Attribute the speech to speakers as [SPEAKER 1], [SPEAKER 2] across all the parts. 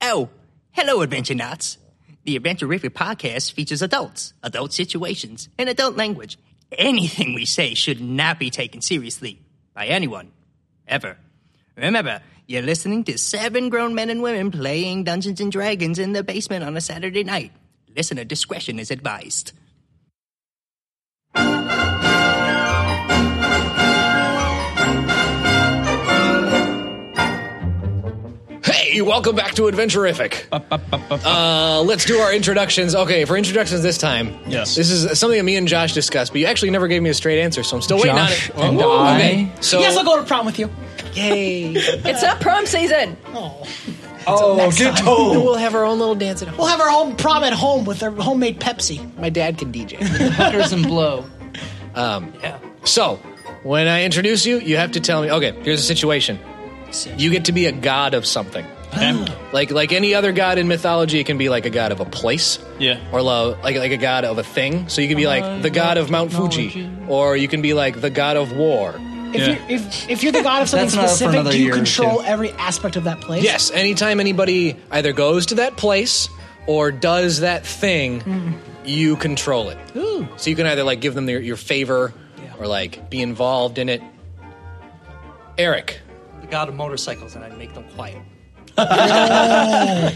[SPEAKER 1] Hello. Oh, Hello, Adventure Knots. The Adventurific podcast features adults, adult situations, and adult language. Anything we say should not be taken seriously by anyone, ever. Remember, you're listening to seven grown men and women playing Dungeons and Dragons in the basement on a Saturday night. Listener discretion is advised.
[SPEAKER 2] Hey, welcome back to Adventurific. Uh, let's do our introductions. Okay, for introductions this time.
[SPEAKER 3] Yes.
[SPEAKER 2] This is something that me and Josh discussed, but you actually never gave me a straight answer, so I'm still waiting
[SPEAKER 4] Josh
[SPEAKER 2] on it.
[SPEAKER 4] and
[SPEAKER 2] Ooh,
[SPEAKER 4] I.
[SPEAKER 2] Okay. So
[SPEAKER 3] yes, I'll go to prom with you.
[SPEAKER 2] Yay.
[SPEAKER 5] It's not prom season.
[SPEAKER 4] Oh, get told.
[SPEAKER 2] we'll have our own little dance at home.
[SPEAKER 3] We'll have our home prom at home with our homemade Pepsi.
[SPEAKER 2] My dad can DJ.
[SPEAKER 6] hookers and blow.
[SPEAKER 2] Um, so, when I introduce you, you have to tell me, okay, here's a situation. You get to be a god of something. Like like any other god in mythology, it can be like a god of a place.
[SPEAKER 3] Yeah.
[SPEAKER 2] Or lo- like like a god of a thing. So you can be like the god of Mount Fuji, or you can be like the god of war.
[SPEAKER 3] If,
[SPEAKER 4] Yeah.
[SPEAKER 3] you're, if, if you're the god of something
[SPEAKER 6] That's not for
[SPEAKER 3] specific,
[SPEAKER 6] another
[SPEAKER 3] do you
[SPEAKER 6] year or
[SPEAKER 3] control
[SPEAKER 6] two.
[SPEAKER 3] every aspect of that place?
[SPEAKER 2] Yes, anytime anybody either goes to that place or does that thing, you control it.
[SPEAKER 3] Mm. Ooh.
[SPEAKER 2] So you can either like give them your, your favor
[SPEAKER 3] Yeah.
[SPEAKER 2] or like be involved in it. Eric,
[SPEAKER 1] The god of motorcycles, and I'd make them quiet.
[SPEAKER 6] Oh.
[SPEAKER 3] ah,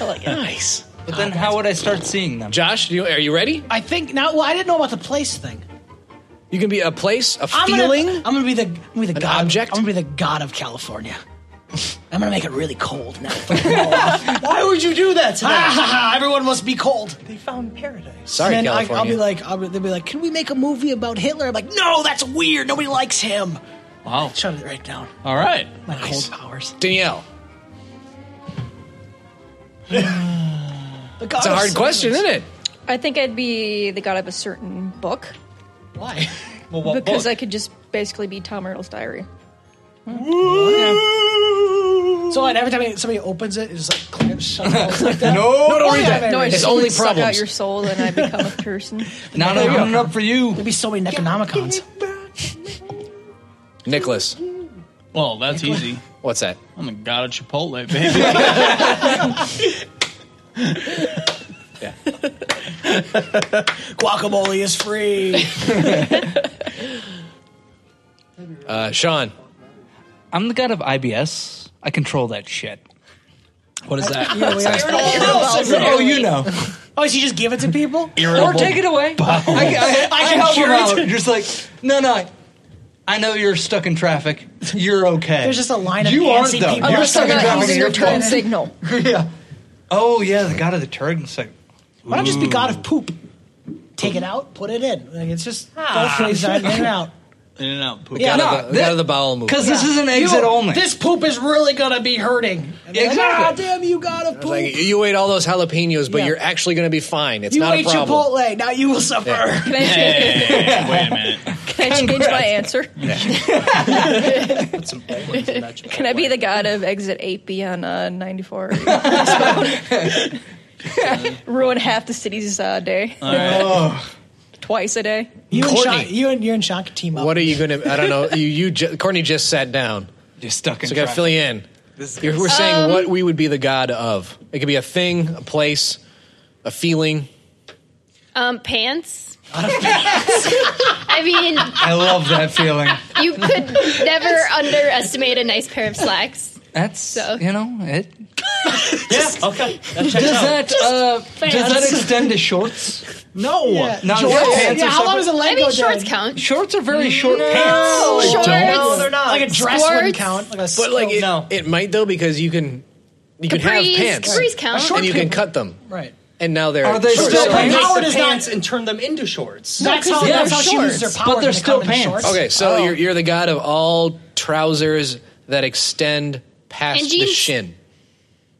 [SPEAKER 2] nice.
[SPEAKER 6] But then how would I start seeing them?
[SPEAKER 2] Josh, you, are you ready?
[SPEAKER 3] I think now. Well, I didn't know about the place thing.
[SPEAKER 2] You can be a place, a
[SPEAKER 3] I'm
[SPEAKER 2] feeling.
[SPEAKER 3] Gonna, I'm gonna be the. I'm gonna be the god.
[SPEAKER 2] object?
[SPEAKER 3] I'm gonna be the god of California. I'm gonna make it really cold now. Why would you do that?
[SPEAKER 2] Ah,
[SPEAKER 3] Everyone must be cold. They found paradise.
[SPEAKER 2] Sorry,
[SPEAKER 3] and then I, I'll
[SPEAKER 2] California.
[SPEAKER 3] be like, I'll be, they'll be like, can we make a movie about Hitler? I'm like, no, that's weird. Nobody likes him.
[SPEAKER 6] Wow.
[SPEAKER 3] Shut it right down.
[SPEAKER 6] All right.
[SPEAKER 3] My cold powers.
[SPEAKER 2] Danielle.
[SPEAKER 3] The god
[SPEAKER 2] It's a
[SPEAKER 3] of
[SPEAKER 2] hard
[SPEAKER 3] silence.
[SPEAKER 2] question, isn't it?
[SPEAKER 5] I think I'd be the god of a certain book
[SPEAKER 3] Why?
[SPEAKER 5] because I could just basically be Tom Riddle's diary.
[SPEAKER 3] So like every time somebody opens it, it's like clamps shut. Like that.
[SPEAKER 4] No,
[SPEAKER 3] no, don't read
[SPEAKER 5] I
[SPEAKER 3] that.
[SPEAKER 5] no, I
[SPEAKER 2] It's
[SPEAKER 5] just
[SPEAKER 2] only
[SPEAKER 5] would suck out
[SPEAKER 2] problems.
[SPEAKER 5] your soul and I become a person.
[SPEAKER 6] Not opening up for you.
[SPEAKER 3] There'd be so many Necronomicons.
[SPEAKER 2] Nicholas.
[SPEAKER 4] Well, that's easy.
[SPEAKER 2] What's that?
[SPEAKER 4] I'm the god of Chipotle, baby.
[SPEAKER 2] Yeah.
[SPEAKER 3] Guacamole is free.
[SPEAKER 2] Uh, Sean.
[SPEAKER 6] I'm the god of IBS. I control that shit.
[SPEAKER 4] what is that?
[SPEAKER 6] Oh, you know.
[SPEAKER 3] Oh, so you just give it to people?
[SPEAKER 6] Or take it away. I, I, I can help you out. Just like, no, no. I know you're stuck in traffic. You're okay.
[SPEAKER 3] There's just a line of
[SPEAKER 6] you
[SPEAKER 3] fancy
[SPEAKER 6] aren't, though.
[SPEAKER 3] people.
[SPEAKER 6] You're
[SPEAKER 5] Unless I'm
[SPEAKER 6] stuck in
[SPEAKER 5] not
[SPEAKER 6] traffic.
[SPEAKER 5] using
[SPEAKER 6] and
[SPEAKER 5] your
[SPEAKER 6] You're
[SPEAKER 5] turn
[SPEAKER 6] fucked.
[SPEAKER 5] signal.
[SPEAKER 6] yeah. Oh yeah, the god of the turd. Like,
[SPEAKER 3] Why not just be god
[SPEAKER 2] Mm.
[SPEAKER 3] of poop? Take it out, put it in. Like it's just both ways in and out.
[SPEAKER 4] In and out. Poop.
[SPEAKER 3] Yeah,
[SPEAKER 2] Out,
[SPEAKER 3] no,
[SPEAKER 2] of the,
[SPEAKER 6] that-
[SPEAKER 2] out of the bowel movement.
[SPEAKER 6] because this is an
[SPEAKER 3] You-
[SPEAKER 6] exit only.
[SPEAKER 3] This poop is really gonna be hurting. And they're like,
[SPEAKER 6] Exactly.
[SPEAKER 3] "Ah, damn you, god of poop.
[SPEAKER 2] Like, you ate all those jalapenos, but
[SPEAKER 3] Yeah.
[SPEAKER 2] you're actually going to be fine. It's
[SPEAKER 3] you
[SPEAKER 2] not a
[SPEAKER 3] ate
[SPEAKER 2] problem.
[SPEAKER 3] Chipotle, now you will suffer.
[SPEAKER 5] Can I, change,
[SPEAKER 4] Hey, wait a minute.
[SPEAKER 5] can I change my answer? Can I be the god of exit 8B on uh, 94? Ruin half the city's uh, day.
[SPEAKER 7] Oh.
[SPEAKER 5] Twice a day.
[SPEAKER 3] You and
[SPEAKER 2] Courtney.
[SPEAKER 3] Sean, you and you and Sean can team up.
[SPEAKER 2] What are you going to? I don't know. You, you, ju- Courtney just sat down,
[SPEAKER 6] You're stuck in
[SPEAKER 2] so I got to
[SPEAKER 6] traffic.
[SPEAKER 2] fill you in. You're- we're saying what
[SPEAKER 3] Um,
[SPEAKER 2] we would be the god of. It could be a thing, a place, a feeling.
[SPEAKER 8] Um, pants. I mean,
[SPEAKER 6] I love that feeling.
[SPEAKER 8] you could never underestimate a nice pair of slacks.
[SPEAKER 6] That's
[SPEAKER 8] So-
[SPEAKER 6] you know it.
[SPEAKER 1] Yeah, okay.
[SPEAKER 6] Does that uh, does that
[SPEAKER 3] fans.
[SPEAKER 6] extend to shorts?
[SPEAKER 3] No, yeah.
[SPEAKER 6] No,
[SPEAKER 3] Shorts?
[SPEAKER 6] yeah, pants
[SPEAKER 3] Yeah,
[SPEAKER 6] are
[SPEAKER 3] how long
[SPEAKER 6] separate.
[SPEAKER 3] does a leg
[SPEAKER 8] I mean,
[SPEAKER 3] go down?
[SPEAKER 8] shorts count.
[SPEAKER 6] Shorts are very short pants.
[SPEAKER 8] Shorts.
[SPEAKER 3] Like a dress wouldn't
[SPEAKER 8] Squirts.
[SPEAKER 3] count. Like a
[SPEAKER 2] But like it,
[SPEAKER 6] No.
[SPEAKER 2] it might though because you can you can have
[SPEAKER 8] Capris.
[SPEAKER 2] pants
[SPEAKER 8] Capris count.
[SPEAKER 3] A short-
[SPEAKER 2] and you can cut them
[SPEAKER 3] right.
[SPEAKER 2] and now they're
[SPEAKER 6] Are they
[SPEAKER 2] shorts.
[SPEAKER 6] still
[SPEAKER 2] So-
[SPEAKER 6] pants?
[SPEAKER 3] Power
[SPEAKER 1] Power
[SPEAKER 3] does
[SPEAKER 1] the
[SPEAKER 3] not-
[SPEAKER 1] pants and turn them into shorts.
[SPEAKER 3] That's how,
[SPEAKER 6] they're
[SPEAKER 3] that's how she
[SPEAKER 6] shorts,
[SPEAKER 3] uses her
[SPEAKER 6] but
[SPEAKER 3] power.
[SPEAKER 6] they're
[SPEAKER 3] to
[SPEAKER 6] still
[SPEAKER 3] come in
[SPEAKER 6] pants.
[SPEAKER 3] shorts.
[SPEAKER 2] Okay, so
[SPEAKER 3] Oh.
[SPEAKER 2] you're you're the god of all trousers that extend past
[SPEAKER 8] And
[SPEAKER 2] the
[SPEAKER 8] jeans.
[SPEAKER 2] shin.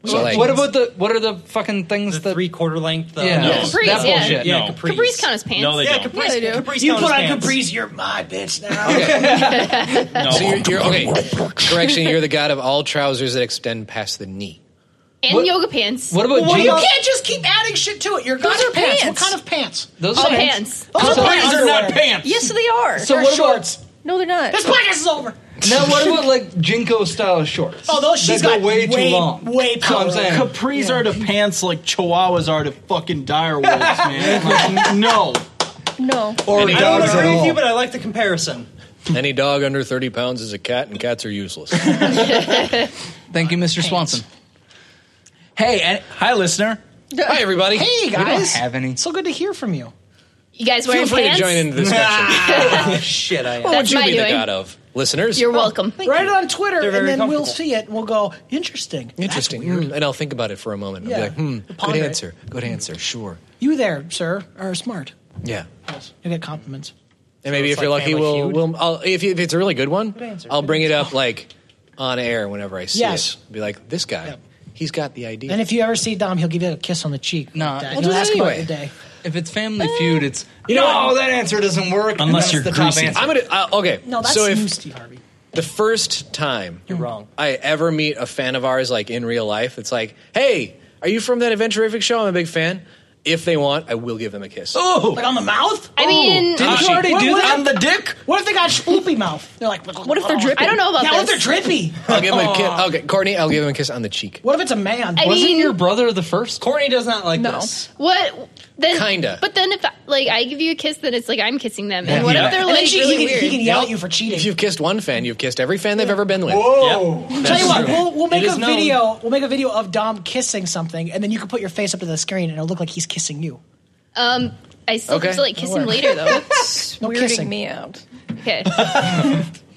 [SPEAKER 3] Oh.
[SPEAKER 2] So like
[SPEAKER 6] What about the what are the fucking things that
[SPEAKER 1] Three quarter length. Uh,
[SPEAKER 6] yeah
[SPEAKER 8] Capris,
[SPEAKER 6] that
[SPEAKER 8] yeah.
[SPEAKER 6] bullshit?
[SPEAKER 4] Yeah,
[SPEAKER 1] No.
[SPEAKER 4] Capris.
[SPEAKER 8] Capris count as pants.
[SPEAKER 4] No, they
[SPEAKER 1] Yeah,
[SPEAKER 4] don't.
[SPEAKER 1] Capri's,
[SPEAKER 5] Yeah, they do.
[SPEAKER 1] Capri's
[SPEAKER 3] You
[SPEAKER 1] count
[SPEAKER 3] put
[SPEAKER 1] as
[SPEAKER 3] on
[SPEAKER 1] pants.
[SPEAKER 3] capris, you're my bitch now.
[SPEAKER 4] No.
[SPEAKER 2] so you're, you're okay? Correction, you're the god of all trousers that extend past the knee.
[SPEAKER 8] and
[SPEAKER 6] What-
[SPEAKER 8] yoga pants.
[SPEAKER 6] What about
[SPEAKER 3] Well, you
[SPEAKER 6] jeans?
[SPEAKER 3] can't just keep adding shit to it. Your guys
[SPEAKER 5] are
[SPEAKER 3] are pants.
[SPEAKER 5] pants.
[SPEAKER 3] What kind of pants?
[SPEAKER 6] Those
[SPEAKER 8] oh,
[SPEAKER 6] are
[SPEAKER 8] pants?
[SPEAKER 3] Those are pants.
[SPEAKER 4] Capris are not
[SPEAKER 3] Underwear.
[SPEAKER 4] pants.
[SPEAKER 5] Yes, they are.
[SPEAKER 6] So what about
[SPEAKER 3] shorts.
[SPEAKER 5] no, they're not.
[SPEAKER 3] This podcast is over.
[SPEAKER 6] Now, what about like Jinko style shorts?
[SPEAKER 3] Oh, those she's
[SPEAKER 6] that go
[SPEAKER 3] got
[SPEAKER 6] way, too
[SPEAKER 3] way-
[SPEAKER 6] long.
[SPEAKER 3] way
[SPEAKER 6] That's what I'm
[SPEAKER 3] too
[SPEAKER 6] saying.
[SPEAKER 4] Capris are to pants like chihuahuas are to fucking dire wolves, man. Like, n- no.
[SPEAKER 5] No.
[SPEAKER 6] Or
[SPEAKER 2] Any
[SPEAKER 3] I don't
[SPEAKER 2] dog,
[SPEAKER 6] dogs at
[SPEAKER 3] agree with you,
[SPEAKER 6] all.
[SPEAKER 3] but I like the comparison.
[SPEAKER 2] any dog under 30 pounds is a cat, and cats are useless.
[SPEAKER 6] Thank you, Mr. Swanson.
[SPEAKER 4] Hey, and, hi, listener.
[SPEAKER 2] Hi, everybody.
[SPEAKER 3] Hey
[SPEAKER 6] We don't
[SPEAKER 3] guys,
[SPEAKER 6] have any.
[SPEAKER 3] so good to hear from you.
[SPEAKER 8] You guys
[SPEAKER 2] Feel
[SPEAKER 8] wearing
[SPEAKER 2] free
[SPEAKER 8] pants?
[SPEAKER 2] to join into the discussion.
[SPEAKER 6] Oh, Shit, I
[SPEAKER 2] what would
[SPEAKER 8] That's
[SPEAKER 2] you
[SPEAKER 8] my
[SPEAKER 2] be the
[SPEAKER 8] doing.
[SPEAKER 2] god of? Listeners?
[SPEAKER 8] You're welcome.
[SPEAKER 3] Write it on Twitter,
[SPEAKER 6] They're
[SPEAKER 3] and
[SPEAKER 6] very
[SPEAKER 3] then we'll
[SPEAKER 6] comfortable.
[SPEAKER 3] see it, and we'll go interesting.
[SPEAKER 2] Interesting. Mm, And I'll think about it for a moment.
[SPEAKER 3] Yeah.
[SPEAKER 2] I'll be like, hmm, good
[SPEAKER 3] Ponder it.
[SPEAKER 2] answer. Good answer. Sure.
[SPEAKER 3] You there, sir, are smart.
[SPEAKER 2] Yeah.
[SPEAKER 3] You get compliments.
[SPEAKER 2] And maybe
[SPEAKER 1] it's
[SPEAKER 2] if you're
[SPEAKER 1] like
[SPEAKER 2] lucky,
[SPEAKER 1] Family
[SPEAKER 2] we'll,
[SPEAKER 1] Feud?
[SPEAKER 2] we'll I'll, if, if it's a really good one,
[SPEAKER 3] answer.
[SPEAKER 2] I'll
[SPEAKER 3] Good
[SPEAKER 2] bring it up like on air whenever I see
[SPEAKER 3] Yes.
[SPEAKER 2] it. Be like, this guy,
[SPEAKER 3] Yep.
[SPEAKER 2] he's got the idea.
[SPEAKER 3] And if you ever see Dom, he'll give you a kiss on the cheek.
[SPEAKER 6] No,
[SPEAKER 3] Like that.
[SPEAKER 6] I'll
[SPEAKER 3] He'll
[SPEAKER 2] do that
[SPEAKER 3] ask about
[SPEAKER 2] anyway.
[SPEAKER 3] your day.
[SPEAKER 6] If it's Family Feud, it's
[SPEAKER 3] You know
[SPEAKER 6] no,
[SPEAKER 3] what?
[SPEAKER 6] Oh, that answer doesn't work
[SPEAKER 4] Unless
[SPEAKER 6] That's
[SPEAKER 4] you're
[SPEAKER 6] the top
[SPEAKER 4] greasy.
[SPEAKER 6] answer.
[SPEAKER 2] I'm gonna uh, okay.
[SPEAKER 3] No, that's
[SPEAKER 2] so if
[SPEAKER 3] you, Steve Harvey.
[SPEAKER 2] the first time
[SPEAKER 3] You're wrong.
[SPEAKER 2] I ever meet a fan of ours, like in real life, it's like, hey, are you from that Adventurific show? I'm a big fan. If they want, I will give them a kiss. Oh,
[SPEAKER 3] Like on the mouth?
[SPEAKER 8] I mean,
[SPEAKER 2] didn't you
[SPEAKER 6] already
[SPEAKER 3] What-
[SPEAKER 6] do
[SPEAKER 3] what
[SPEAKER 6] that?
[SPEAKER 3] if-
[SPEAKER 6] On the dick?
[SPEAKER 3] What if they got sploopy mouth? They're like, what
[SPEAKER 5] if they're dripping?
[SPEAKER 8] I don't know about
[SPEAKER 3] Yeah, what if they're
[SPEAKER 8] this.
[SPEAKER 3] drippy?
[SPEAKER 2] Oh. I'll give them a kiss. Okay, Courtney, I'll give them a kiss on the cheek.
[SPEAKER 3] What if it's a man?
[SPEAKER 8] I
[SPEAKER 6] Wasn't
[SPEAKER 8] mean,
[SPEAKER 6] your brother the first?
[SPEAKER 3] Courtney does not like
[SPEAKER 5] No.
[SPEAKER 8] what? Then,
[SPEAKER 2] Kinda.
[SPEAKER 8] But then if like I give you a kiss, then it's like I'm kissing them. And what
[SPEAKER 4] Yeah.
[SPEAKER 8] if they're
[SPEAKER 3] And
[SPEAKER 8] like
[SPEAKER 3] then she, he,
[SPEAKER 8] really
[SPEAKER 3] can,
[SPEAKER 8] weird?
[SPEAKER 3] he can yell
[SPEAKER 2] Nope.
[SPEAKER 3] at you for
[SPEAKER 2] If
[SPEAKER 3] cheating.
[SPEAKER 2] you've kissed one fan, you've kissed every fan they've ever been with.
[SPEAKER 6] Whoa!
[SPEAKER 3] Tell you what, we'll, we'll make
[SPEAKER 6] It
[SPEAKER 3] a
[SPEAKER 6] is known.
[SPEAKER 3] video. We'll make a video of Dom kissing something, and then you can put your face up to the screen, and it'll look like he's kissing you.
[SPEAKER 8] um, I still
[SPEAKER 2] Okay.
[SPEAKER 8] have to like kiss him
[SPEAKER 3] work.
[SPEAKER 8] later though.
[SPEAKER 5] It's
[SPEAKER 3] No
[SPEAKER 5] weirding
[SPEAKER 3] kissing.
[SPEAKER 5] me out.
[SPEAKER 8] Okay.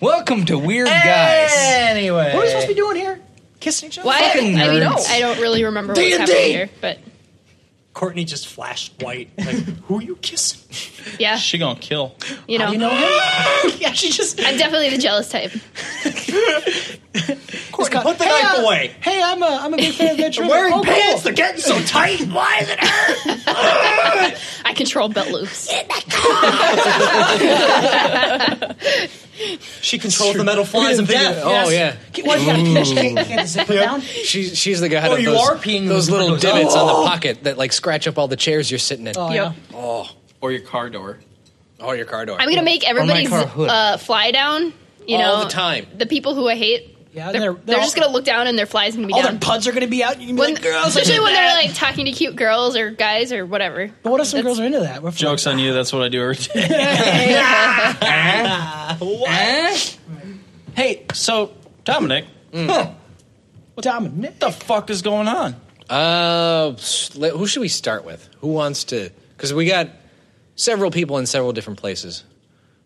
[SPEAKER 6] Welcome to Weird Guys.
[SPEAKER 3] Anyway, what are we supposed to be doing here? Kissing each other?
[SPEAKER 8] Why? I,
[SPEAKER 6] Fucking
[SPEAKER 8] mean,
[SPEAKER 6] nerds.
[SPEAKER 8] I don't really remember what's
[SPEAKER 3] D&D.
[SPEAKER 8] happening here, but
[SPEAKER 1] Courtney just flashed white. Like, who are you kissing?
[SPEAKER 8] yeah,
[SPEAKER 4] She gonna kill.
[SPEAKER 8] you know,
[SPEAKER 3] You know him? yeah, she just.
[SPEAKER 8] I'm definitely the jealous type.
[SPEAKER 3] Courtney,
[SPEAKER 1] put the
[SPEAKER 3] hey,
[SPEAKER 1] knife
[SPEAKER 3] uh,
[SPEAKER 1] away.
[SPEAKER 3] Hey, I'm a I'm a big fan of Adventure.
[SPEAKER 1] They're wearing
[SPEAKER 3] oh, cool.
[SPEAKER 1] pants. They're getting so tight. Why is it hurt?
[SPEAKER 8] I control belt loops.
[SPEAKER 1] She controls the metal flies of death.
[SPEAKER 2] Oh yeah,
[SPEAKER 3] What if you got a peach cake? You can't just sit down.
[SPEAKER 2] she's she's the guy. out
[SPEAKER 1] Oh,
[SPEAKER 2] of
[SPEAKER 1] you
[SPEAKER 2] those,
[SPEAKER 1] are peeing
[SPEAKER 2] those
[SPEAKER 1] when the
[SPEAKER 2] little
[SPEAKER 1] window goes
[SPEAKER 2] divots
[SPEAKER 1] up.
[SPEAKER 2] on the pocket that like scratch up all the chairs you're sitting in.
[SPEAKER 3] Oh,
[SPEAKER 5] Yep.
[SPEAKER 3] yeah.
[SPEAKER 4] Or your car door.
[SPEAKER 2] Oh, your car door.
[SPEAKER 8] I'm gonna make everybody's
[SPEAKER 6] car hood.
[SPEAKER 8] uh, fly down. You
[SPEAKER 2] All
[SPEAKER 8] know,
[SPEAKER 2] the time.
[SPEAKER 8] The people who I hate,
[SPEAKER 3] Yeah,
[SPEAKER 8] they're,
[SPEAKER 3] they're-
[SPEAKER 8] they're,
[SPEAKER 3] they're
[SPEAKER 8] just
[SPEAKER 3] all-
[SPEAKER 8] gonna look down and their flies gonna be
[SPEAKER 3] All
[SPEAKER 8] down.
[SPEAKER 3] their puds are gonna be out. You can be
[SPEAKER 8] When-
[SPEAKER 3] like, girls, look
[SPEAKER 8] especially
[SPEAKER 3] at
[SPEAKER 8] when
[SPEAKER 3] that."
[SPEAKER 8] they're like talking to cute girls or guys or whatever.
[SPEAKER 3] But what if some girls are into that? What if-
[SPEAKER 4] Joke's on you. That's what I do every day.
[SPEAKER 6] Eh?
[SPEAKER 4] hey, so, Dominic,
[SPEAKER 2] Mm. Hmm.
[SPEAKER 3] Dominic.
[SPEAKER 4] what the fuck is going on?
[SPEAKER 2] Uh, s- let- who should we start with? Who wants to? Because we got several people in several different places.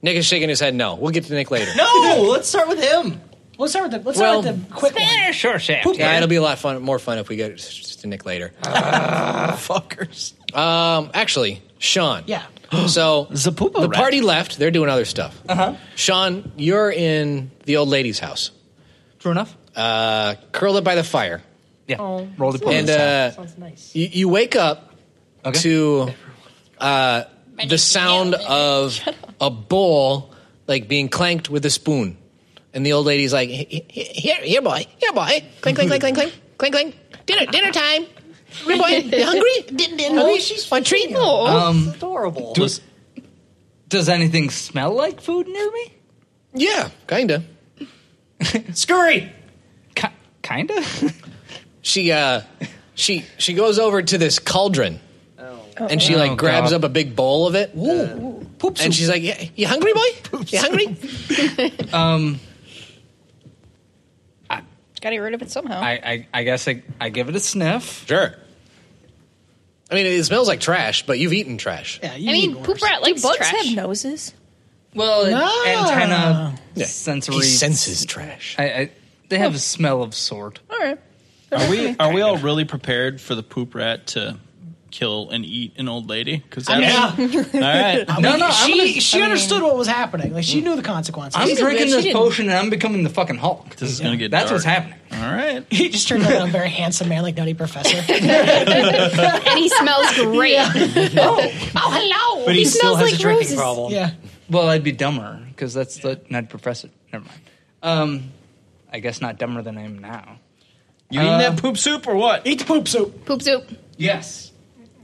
[SPEAKER 2] Nick is shaking his head. No, we'll get to Nick later.
[SPEAKER 1] No, let's start with him.
[SPEAKER 3] Let's start with the let's
[SPEAKER 2] Well,
[SPEAKER 3] start with the quick one.
[SPEAKER 6] Eh, sure, Shaq.
[SPEAKER 2] yeah, it'll be a lot fun, more fun if we get to Nick later.
[SPEAKER 4] Ah, Fuckers.
[SPEAKER 2] Um, actually, Sean.
[SPEAKER 3] Yeah.
[SPEAKER 2] So
[SPEAKER 4] The poopa
[SPEAKER 2] the
[SPEAKER 4] rat. Uh-huh.
[SPEAKER 2] party left. They're doing other stuff. Uh huh. Sean, you're in the old lady's house, Uh,
[SPEAKER 6] True enough.
[SPEAKER 2] curled up by the fire,
[SPEAKER 6] Yeah.
[SPEAKER 2] Oh.
[SPEAKER 6] Roll the ball.
[SPEAKER 2] and uh,
[SPEAKER 3] Sounds nice.
[SPEAKER 2] you, you wake up
[SPEAKER 6] Okay.
[SPEAKER 2] to uh, the sound of a bowl like being clanked with a spoon, and the old lady's like, "He- he- he- "Here, here, boy, here, boy, clink, clink, clink, clink, clink, clink, clink, dinner, dinner time." Here, boy, you hungry? Din-
[SPEAKER 3] Oh,
[SPEAKER 2] din- hungry? Want treat? Oh.
[SPEAKER 6] um,
[SPEAKER 1] Adorable.
[SPEAKER 6] do- does anything smell like food near me?
[SPEAKER 2] Yeah, kinda.
[SPEAKER 1] Scurry.
[SPEAKER 6] Ki kinda.
[SPEAKER 2] she uh she she goes over to this cauldron and she like
[SPEAKER 6] Oh,
[SPEAKER 2] grabs
[SPEAKER 6] God.
[SPEAKER 2] up a big bowl of it and she's like "Yeah, you hungry boy you hungry
[SPEAKER 6] um,
[SPEAKER 5] Gotta get rid of it
[SPEAKER 3] Oh.
[SPEAKER 5] somehow.
[SPEAKER 6] I, I, I guess I, I give it a sniff.
[SPEAKER 2] sure i mean it smells like trash but you've eaten trash
[SPEAKER 3] Yeah, you
[SPEAKER 8] I mean,
[SPEAKER 3] need
[SPEAKER 8] poop
[SPEAKER 3] worse.
[SPEAKER 8] rat likes
[SPEAKER 5] Bugs
[SPEAKER 8] trash.
[SPEAKER 5] have noses.
[SPEAKER 6] Well, an
[SPEAKER 1] Ah!
[SPEAKER 3] No.
[SPEAKER 6] antenna,
[SPEAKER 2] Yeah.
[SPEAKER 6] sensory.
[SPEAKER 2] he senses trash
[SPEAKER 6] I, I, they have a smell of sort.
[SPEAKER 5] All right.
[SPEAKER 4] Are we, are we all really prepared for the poop rat to kill and eat an old lady? Because
[SPEAKER 3] Yeah.
[SPEAKER 4] All right.
[SPEAKER 6] No, no,
[SPEAKER 3] she
[SPEAKER 6] I'm gonna,
[SPEAKER 3] she understood what was happening. Like she knew the consequences.
[SPEAKER 6] I'm
[SPEAKER 5] didn't-
[SPEAKER 6] drinking
[SPEAKER 5] she
[SPEAKER 6] this
[SPEAKER 5] didn't.
[SPEAKER 6] potion and I'm becoming the fucking Hulk.
[SPEAKER 4] This is gonna get
[SPEAKER 6] That's what's
[SPEAKER 4] dark.
[SPEAKER 6] happening.
[SPEAKER 4] All right.
[SPEAKER 3] he just turned out a very handsome man, like Nutty Professor.
[SPEAKER 8] and he smells great.
[SPEAKER 5] Oh, hello.
[SPEAKER 1] But he, still
[SPEAKER 8] smells
[SPEAKER 1] has
[SPEAKER 8] like
[SPEAKER 1] a drinking
[SPEAKER 8] roses.
[SPEAKER 1] problem.
[SPEAKER 3] yeah,
[SPEAKER 6] Well, I'd be dumber because that's the not professor. Never mind. Um, I guess not dumber than I am now. Um,
[SPEAKER 4] You eating that poop soup or what?
[SPEAKER 3] Uh, eat the poop soup.
[SPEAKER 8] Poop soup.
[SPEAKER 6] Yes,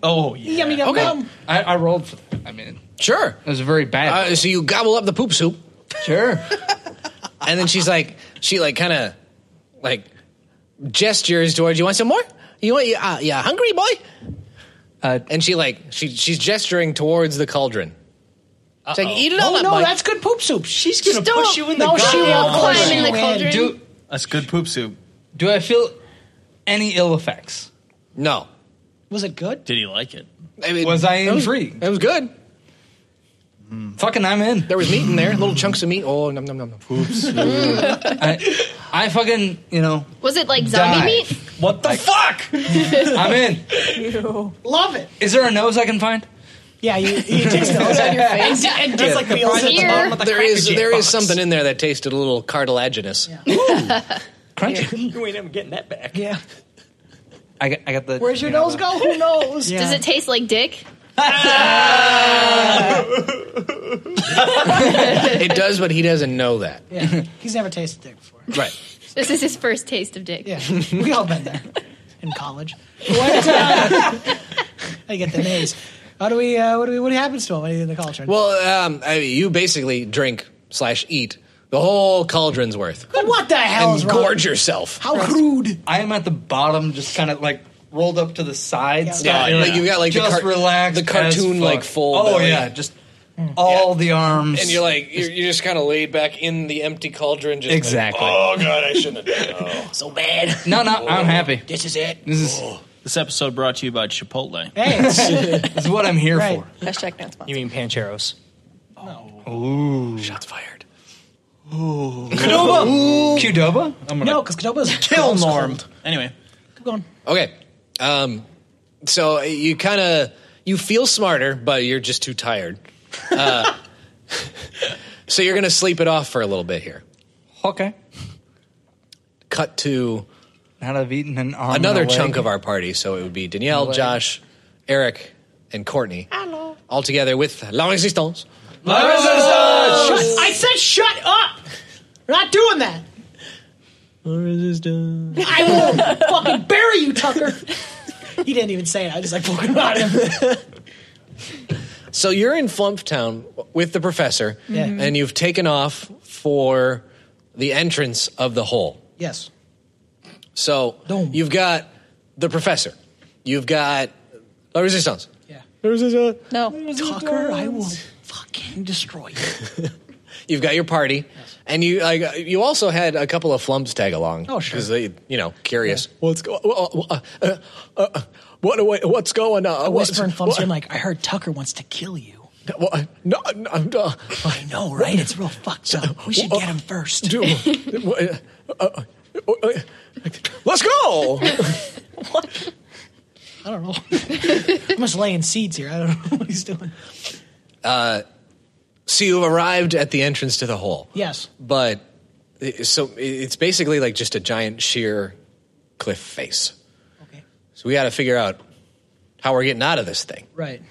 [SPEAKER 4] Oh, yeah.
[SPEAKER 3] Yummy yum
[SPEAKER 2] Okay.
[SPEAKER 3] yum.
[SPEAKER 6] I, I rolled for that. I mean,
[SPEAKER 2] sure
[SPEAKER 6] it was very bad.
[SPEAKER 2] uh, so you gobble up the poop soup
[SPEAKER 6] sure.
[SPEAKER 2] and then she's like, she like kind of like gestures towards you. Want some more? You want? You, uh, yeah, hungry boy. Uh, and she like she she's gesturing towards the cauldron. She's like, eat it all
[SPEAKER 3] Oh
[SPEAKER 2] up,
[SPEAKER 3] no,
[SPEAKER 2] boy."
[SPEAKER 3] that's good poop soup. She's gonna
[SPEAKER 8] Stop.
[SPEAKER 3] push you in the
[SPEAKER 8] No, she
[SPEAKER 3] goddamn
[SPEAKER 8] won't climb
[SPEAKER 3] hole.
[SPEAKER 8] in the
[SPEAKER 3] Man,
[SPEAKER 8] cauldron.
[SPEAKER 6] Do
[SPEAKER 4] That's good poop soup.
[SPEAKER 6] do I feel any ill effects?
[SPEAKER 2] no.
[SPEAKER 3] Was it good?
[SPEAKER 4] Did he like it?
[SPEAKER 2] I mean,
[SPEAKER 6] Was I
[SPEAKER 2] that was-
[SPEAKER 6] intrigued? Hmm.
[SPEAKER 2] It was good.
[SPEAKER 6] Fucking, I'm in.
[SPEAKER 2] There was meat in there, little chunks of meat. Oh, nom nom nom nom.
[SPEAKER 6] I, I fucking, you know,
[SPEAKER 8] Was it like zombie
[SPEAKER 6] Die.
[SPEAKER 8] meat?
[SPEAKER 4] What the fuck?
[SPEAKER 6] I'm in.
[SPEAKER 3] Love it.
[SPEAKER 6] Is there a nose I can find?
[SPEAKER 3] Yeah, you, you taste those on your face. And, and just like the ones at the
[SPEAKER 8] Here.
[SPEAKER 3] bottom of the
[SPEAKER 2] There is
[SPEAKER 3] cracker
[SPEAKER 2] there
[SPEAKER 3] jack
[SPEAKER 2] is
[SPEAKER 3] box.
[SPEAKER 2] something in there that tasted a little cartilaginous.
[SPEAKER 6] Crunchy.
[SPEAKER 1] You ain't ever getting that back.
[SPEAKER 3] Yeah.
[SPEAKER 6] I got, I got the.
[SPEAKER 3] Where's your nose go? Who knows?
[SPEAKER 8] Does it taste like dick?
[SPEAKER 2] It does, but he doesn't know that.
[SPEAKER 3] Yeah. He's never tasted dick before.
[SPEAKER 2] Right.
[SPEAKER 8] This is his first taste of dick.
[SPEAKER 3] Yeah. We all been there in college. One time. I get the maze. How do we, uh, what do we, what happens to him when he's in the cauldron?
[SPEAKER 2] Well, um, I mean, you basically drink slash eat the whole cauldron's worth
[SPEAKER 3] what the hell is
[SPEAKER 2] and
[SPEAKER 3] wrong?
[SPEAKER 2] gorge yourself.
[SPEAKER 3] How crude.
[SPEAKER 6] I am at the bottom, just kind of like rolled up to the sides.
[SPEAKER 3] Yeah.
[SPEAKER 2] Yeah, like, you got like
[SPEAKER 6] just
[SPEAKER 2] the cart-
[SPEAKER 6] relax.
[SPEAKER 2] the cartoon like full.
[SPEAKER 6] Oh
[SPEAKER 2] belly.
[SPEAKER 6] yeah, just all the arms.
[SPEAKER 2] And you're like you're, you're just kind of laid back in the empty cauldron. Just like,
[SPEAKER 6] exactly.
[SPEAKER 2] oh god, I shouldn't have done that.
[SPEAKER 1] So bad.
[SPEAKER 6] no, no,
[SPEAKER 2] Oh.
[SPEAKER 6] I'm happy.
[SPEAKER 1] This is it.
[SPEAKER 6] This is
[SPEAKER 3] Oh.
[SPEAKER 4] This episode brought to you by Chipotle.
[SPEAKER 3] Hey, it's-
[SPEAKER 6] this is what I'm here
[SPEAKER 3] Right.
[SPEAKER 6] for.
[SPEAKER 5] Hashtag not sponsored.
[SPEAKER 1] You mean pancheros?
[SPEAKER 2] Shots fired.
[SPEAKER 6] Oh. Qdoba? I'm gonna
[SPEAKER 3] no, because Kadoba's
[SPEAKER 4] Kill Norm. Anyway,
[SPEAKER 3] Keep going.
[SPEAKER 2] Okay, um, so you kind of you feel smarter, but you're just too tired. Uh, so you're gonna sleep it off for a little bit here.
[SPEAKER 6] okay.
[SPEAKER 2] Cut to
[SPEAKER 6] Now that I've eaten an arm,
[SPEAKER 2] another
[SPEAKER 6] and a leg,
[SPEAKER 2] chunk of our party. So it would be Danielle, Josh, Eric, and Courtney. Hello. All together with La Resistance.
[SPEAKER 4] Oh,
[SPEAKER 3] Shut, Oh, I said shut up. We're not doing that. I will fucking bury you, Tucker. He didn't even say it. I was just like poking about him.
[SPEAKER 2] So you're in Flumptown with the professor,
[SPEAKER 3] Yeah. Mhm.
[SPEAKER 2] and you've taken off for the entrance of the hole.
[SPEAKER 3] Yes.
[SPEAKER 2] So
[SPEAKER 3] Dome.
[SPEAKER 2] you've got the professor, you've got La Resistance,
[SPEAKER 3] Yeah.
[SPEAKER 5] No.
[SPEAKER 3] Tucker, I will fucking destroy you.
[SPEAKER 2] you've got your party, and you like you also had a couple of flumps tag along.
[SPEAKER 3] Oh, sure.
[SPEAKER 2] because they you know curious. What's going? Uh, uh, uh, what, what what's going on?
[SPEAKER 3] I whisper in Flumsy,
[SPEAKER 2] what-
[SPEAKER 3] I'm like, I heard Tucker wants to kill you.
[SPEAKER 2] Well, no, no, no.
[SPEAKER 3] I know, right? It's real fucked up. We should get him first.
[SPEAKER 2] Do- uh, uh, uh, uh, Let's go.
[SPEAKER 3] I don't know. I'm just laying seeds here. I don't know what he's doing.
[SPEAKER 2] Uh, So you've arrived at the entrance to the hole.
[SPEAKER 3] Yes.
[SPEAKER 2] But it- so it's basically like just a giant sheer cliff face.
[SPEAKER 3] Okay.
[SPEAKER 2] So we got to figure out how we're getting out of this thing.
[SPEAKER 3] Right.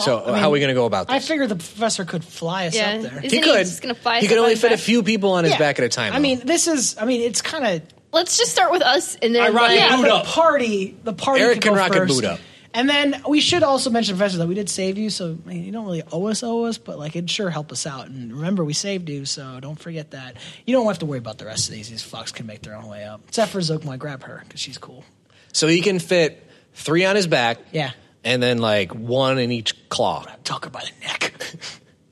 [SPEAKER 2] so
[SPEAKER 3] I mean,
[SPEAKER 2] how are we going to go about
[SPEAKER 3] I
[SPEAKER 2] this?
[SPEAKER 3] figured the professor could fly us
[SPEAKER 8] Yeah.
[SPEAKER 3] up there.
[SPEAKER 8] Is-
[SPEAKER 2] he
[SPEAKER 8] Isn't he
[SPEAKER 2] could.
[SPEAKER 8] just gonna fly
[SPEAKER 2] he
[SPEAKER 8] us
[SPEAKER 2] could
[SPEAKER 8] up
[SPEAKER 2] only
[SPEAKER 8] on
[SPEAKER 2] fit a
[SPEAKER 8] his back?
[SPEAKER 2] few people on his
[SPEAKER 3] Yeah.
[SPEAKER 2] back at a time.
[SPEAKER 3] I mean, this is. I mean, it's kind of
[SPEAKER 8] Let's just start with us and then.
[SPEAKER 3] ironic.
[SPEAKER 8] yeah,
[SPEAKER 3] the party. The party.
[SPEAKER 2] Eric
[SPEAKER 3] could
[SPEAKER 2] can
[SPEAKER 3] go
[SPEAKER 2] rock and
[SPEAKER 3] first.
[SPEAKER 2] boot up.
[SPEAKER 3] And then we should also mention, Professor, that we did save you, so I mean, you don't really owe us, owe us, but like it sure help us out. And remember, we saved you, so don't forget that. You don't have to worry about the rest of these. These fucks can make their own way up. Except for Zookma, grab her because she's cool.
[SPEAKER 2] so he can fit three on his back.
[SPEAKER 3] Yeah.
[SPEAKER 2] And then like one in each claw,
[SPEAKER 3] Tuck her by the neck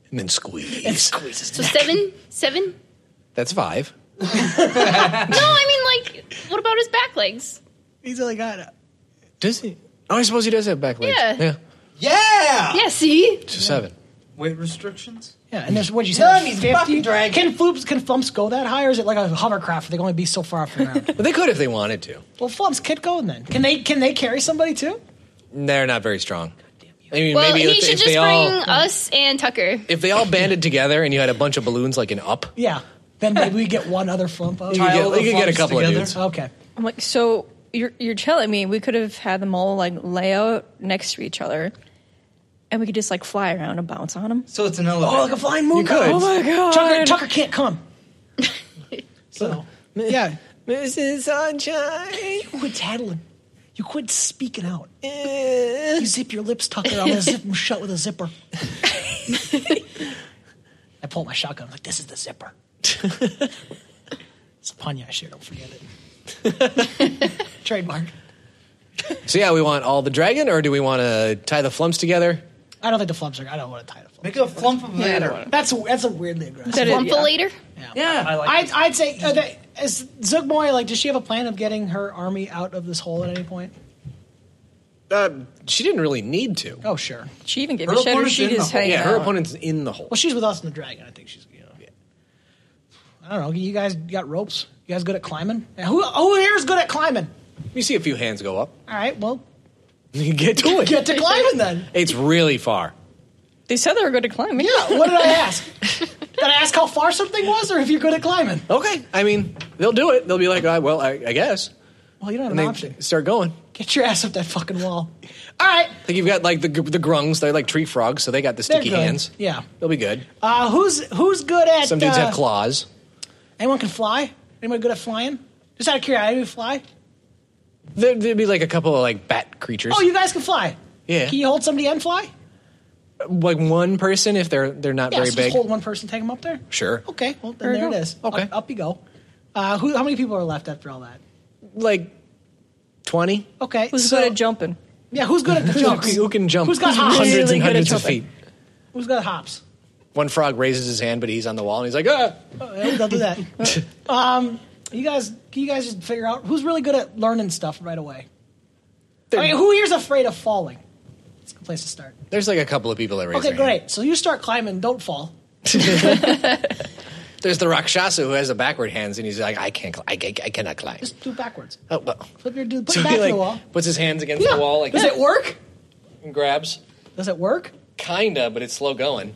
[SPEAKER 2] and then squeeze.
[SPEAKER 3] and squeeze his
[SPEAKER 8] So
[SPEAKER 3] neck.
[SPEAKER 8] seven, seven.
[SPEAKER 2] That's five.
[SPEAKER 8] No, I mean like, what about his back legs?
[SPEAKER 3] He's only got. A,
[SPEAKER 2] Does he? Oh, I suppose he does have back legs.
[SPEAKER 8] Yeah.
[SPEAKER 2] Yeah.
[SPEAKER 6] Yeah.
[SPEAKER 8] Yeah, see,
[SPEAKER 2] So seven.
[SPEAKER 6] Weight restrictions.
[SPEAKER 3] yeah, and there's what you
[SPEAKER 6] None,
[SPEAKER 3] said.
[SPEAKER 6] he's
[SPEAKER 3] 50?
[SPEAKER 6] fucking dragging.
[SPEAKER 3] Can flumps can flumps go that high, or is it like a hovercraft? Where they can only be so far off the ground.
[SPEAKER 2] But they could if they wanted to.
[SPEAKER 3] well, flumps get going then. Can they can they carry somebody too?
[SPEAKER 2] They're not very strong. I mean,
[SPEAKER 8] well,
[SPEAKER 2] maybe
[SPEAKER 8] he
[SPEAKER 2] if,
[SPEAKER 8] should
[SPEAKER 2] if
[SPEAKER 8] just
[SPEAKER 2] they
[SPEAKER 8] bring
[SPEAKER 2] all
[SPEAKER 8] us and Tucker.
[SPEAKER 2] if they all banded together and you had a bunch of balloons like an up,
[SPEAKER 3] Yeah. Then maybe we get one other flump up.
[SPEAKER 2] you could
[SPEAKER 6] Pile
[SPEAKER 2] get,
[SPEAKER 6] the
[SPEAKER 2] you could get a
[SPEAKER 6] flumps
[SPEAKER 2] couple
[SPEAKER 6] together.
[SPEAKER 2] of dudes.
[SPEAKER 3] Okay.
[SPEAKER 5] I'm like, so you're you're telling me we could have had them all like lay out next to each other, and we could just like fly around and bounce on them.
[SPEAKER 6] So it's an
[SPEAKER 3] Oh, like
[SPEAKER 6] elevator.
[SPEAKER 3] a flying moon.
[SPEAKER 2] could.
[SPEAKER 3] Oh my
[SPEAKER 5] God.
[SPEAKER 3] Tucker, Tucker can't come. so yeah,
[SPEAKER 2] Mrs. Sunshine.
[SPEAKER 3] you quit tattling. You quit speaking out. You zip your lips, Tucker. I'm gonna zip them shut with a zipper. I pull my shotgun. I'm like, this is the zipper. It's a pun I share. Don't forget it. Trademark.
[SPEAKER 2] So yeah, we want all the dragon, or do we want to tie the flumps together?
[SPEAKER 3] I don't think the flumps are. I don't want to tie the flumps.
[SPEAKER 6] Make a flump of
[SPEAKER 5] Yeah, I don't
[SPEAKER 6] later.
[SPEAKER 5] want
[SPEAKER 3] That's that's a weirdly aggressive.
[SPEAKER 5] That is-
[SPEAKER 8] Lump
[SPEAKER 5] yeah.
[SPEAKER 8] later?
[SPEAKER 6] Yeah. I
[SPEAKER 3] I'd, I'd say uh, that, is Zugmoy like? Does she have a plan of getting her army out of this hole at any point?
[SPEAKER 2] Uh, she didn't really need to.
[SPEAKER 3] Oh sure.
[SPEAKER 5] She even gave
[SPEAKER 6] Her
[SPEAKER 5] a shit or
[SPEAKER 6] opponent's
[SPEAKER 5] she
[SPEAKER 6] in the
[SPEAKER 5] just
[SPEAKER 6] hole.
[SPEAKER 5] hanging
[SPEAKER 2] Yeah, her
[SPEAKER 5] out.
[SPEAKER 2] opponent's in the hole.
[SPEAKER 3] Well, she's with us in the dragon. I think she's. You know, I don't know. You guys got ropes. You guys good at climbing? Yeah, Who who here is good at climbing?
[SPEAKER 2] You see a few hands go up.
[SPEAKER 3] All right. Well,
[SPEAKER 2] Get to it.
[SPEAKER 3] get to climbing then.
[SPEAKER 2] It's really far.
[SPEAKER 5] They said they were good at climbing.
[SPEAKER 3] Yeah. What did I ask? Did I ask how far something was, or if you're good at climbing?
[SPEAKER 2] Okay, I mean they'll do it. They'll be like, "Ah, well, I, I guess,
[SPEAKER 3] Well, you don't have
[SPEAKER 2] and
[SPEAKER 3] an
[SPEAKER 2] they
[SPEAKER 3] option.
[SPEAKER 2] start going.
[SPEAKER 3] Get your ass up that fucking wall. All right.
[SPEAKER 2] I think you've got like the gr- the grungs. They're like tree frogs, so they got the
[SPEAKER 3] They're
[SPEAKER 2] sticky
[SPEAKER 3] good.
[SPEAKER 2] hands.
[SPEAKER 3] Yeah.
[SPEAKER 2] they'll be good.
[SPEAKER 3] Uh, who's who's good at?
[SPEAKER 2] Some dudes
[SPEAKER 3] uh,
[SPEAKER 2] have claws.
[SPEAKER 3] Anyone can fly. Anyone good at flying? Just out of curiosity, who fly?
[SPEAKER 2] There, there'd be like a couple of like bat creatures.
[SPEAKER 3] Oh, you guys can fly.
[SPEAKER 2] Yeah.
[SPEAKER 3] Can you hold somebody and fly?
[SPEAKER 2] like one person if they're they're not
[SPEAKER 3] Yeah,
[SPEAKER 2] very
[SPEAKER 3] so
[SPEAKER 2] big.
[SPEAKER 3] Just hold one person, take them up there.
[SPEAKER 2] Sure.
[SPEAKER 3] Okay. Well, then
[SPEAKER 5] There you
[SPEAKER 3] there,
[SPEAKER 5] go.
[SPEAKER 3] it is.
[SPEAKER 2] Okay.
[SPEAKER 3] Up, up you go. Uh, who? How many people are left after all that?
[SPEAKER 2] Like twenty.
[SPEAKER 3] Okay.
[SPEAKER 5] Who's
[SPEAKER 3] so-
[SPEAKER 5] good at jumping?
[SPEAKER 3] Yeah. Who's good at the
[SPEAKER 2] Who can-
[SPEAKER 3] jumps?
[SPEAKER 2] Who can jump?
[SPEAKER 3] Who's got hops?
[SPEAKER 2] hundreds
[SPEAKER 5] Really
[SPEAKER 2] and
[SPEAKER 5] good at
[SPEAKER 2] hundreds of
[SPEAKER 5] jumping.
[SPEAKER 2] feet?
[SPEAKER 3] Who's good at hops?
[SPEAKER 2] One frog raises his hand, but he's on the wall, and he's like, "Ah!"
[SPEAKER 3] Oh, yeah, They'll do that. um, you guys, can you guys just figure out who's really good at learning stuff right away? I mean, who here's afraid of falling? It's a good place to start.
[SPEAKER 2] There's like a couple of people that raise.
[SPEAKER 3] Okay,
[SPEAKER 2] their hand.
[SPEAKER 3] great. So you start climbing. Don't fall.
[SPEAKER 2] There's the Rakshasa who has the backward hands, and he's like, "I can't, cl- I, I, I cannot climb."
[SPEAKER 3] Just do it backwards.
[SPEAKER 2] oh, well.
[SPEAKER 3] Flip your dude. Put
[SPEAKER 2] So
[SPEAKER 3] it
[SPEAKER 2] he
[SPEAKER 3] back to
[SPEAKER 2] like
[SPEAKER 3] the wall.
[SPEAKER 2] puts his hands against the wall, like
[SPEAKER 3] Does it work?
[SPEAKER 2] and grabs.
[SPEAKER 3] Does it work?
[SPEAKER 2] Kinda, but it's slow going.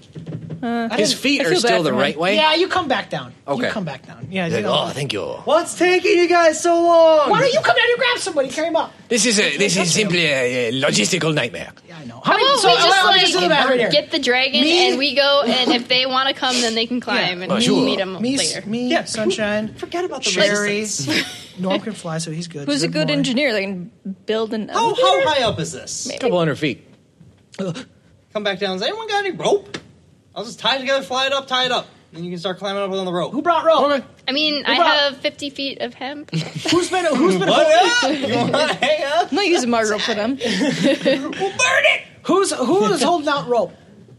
[SPEAKER 3] Uh, I
[SPEAKER 2] His
[SPEAKER 3] didn't-
[SPEAKER 2] feet
[SPEAKER 5] I
[SPEAKER 2] are
[SPEAKER 5] feel bad
[SPEAKER 2] still the
[SPEAKER 5] for him.
[SPEAKER 2] right way.
[SPEAKER 3] Yeah, you come back down.
[SPEAKER 2] Okay.
[SPEAKER 3] You come back down. Yeah.
[SPEAKER 2] He's
[SPEAKER 3] you
[SPEAKER 2] like,
[SPEAKER 3] know.
[SPEAKER 2] oh, thank you.
[SPEAKER 6] What's taking you guys so long?
[SPEAKER 3] Why don't you come down and grab somebody? Carry him up.
[SPEAKER 2] This is a, this is simply a, a logistical nightmare.
[SPEAKER 3] Yeah, I know.
[SPEAKER 8] How about we
[SPEAKER 3] let-
[SPEAKER 8] just
[SPEAKER 3] let me
[SPEAKER 8] like
[SPEAKER 3] do the math right here.
[SPEAKER 8] get the dragon
[SPEAKER 3] Me-
[SPEAKER 8] and we go, and if they want to come, then they can climb and
[SPEAKER 2] Oh,
[SPEAKER 8] we'll
[SPEAKER 2] sure.
[SPEAKER 8] meet them
[SPEAKER 3] me,
[SPEAKER 8] later.
[SPEAKER 3] me,
[SPEAKER 6] Yeah,
[SPEAKER 3] sunshine.
[SPEAKER 6] Forget about the
[SPEAKER 3] Sherry.
[SPEAKER 6] races.
[SPEAKER 3] Norm can fly, so he's good.
[SPEAKER 5] Who's a good
[SPEAKER 3] boy.
[SPEAKER 5] engineer that can build an
[SPEAKER 6] How, how
[SPEAKER 5] elevator?
[SPEAKER 6] high up is this?
[SPEAKER 2] Couple hundred feet.
[SPEAKER 6] Come back down. Has anyone got any rope? I'll just tie it together, fly it up, tie it up. Then you can start climbing up on the rope.
[SPEAKER 3] Who brought rope?
[SPEAKER 8] I mean, I
[SPEAKER 3] about-
[SPEAKER 8] have 50 feet of hemp.
[SPEAKER 3] Who's been? Who's been?
[SPEAKER 6] What up? You want to hang up?
[SPEAKER 5] I'm not using my rope for them.
[SPEAKER 6] We'll burn it.
[SPEAKER 3] Who's who's holding out rope?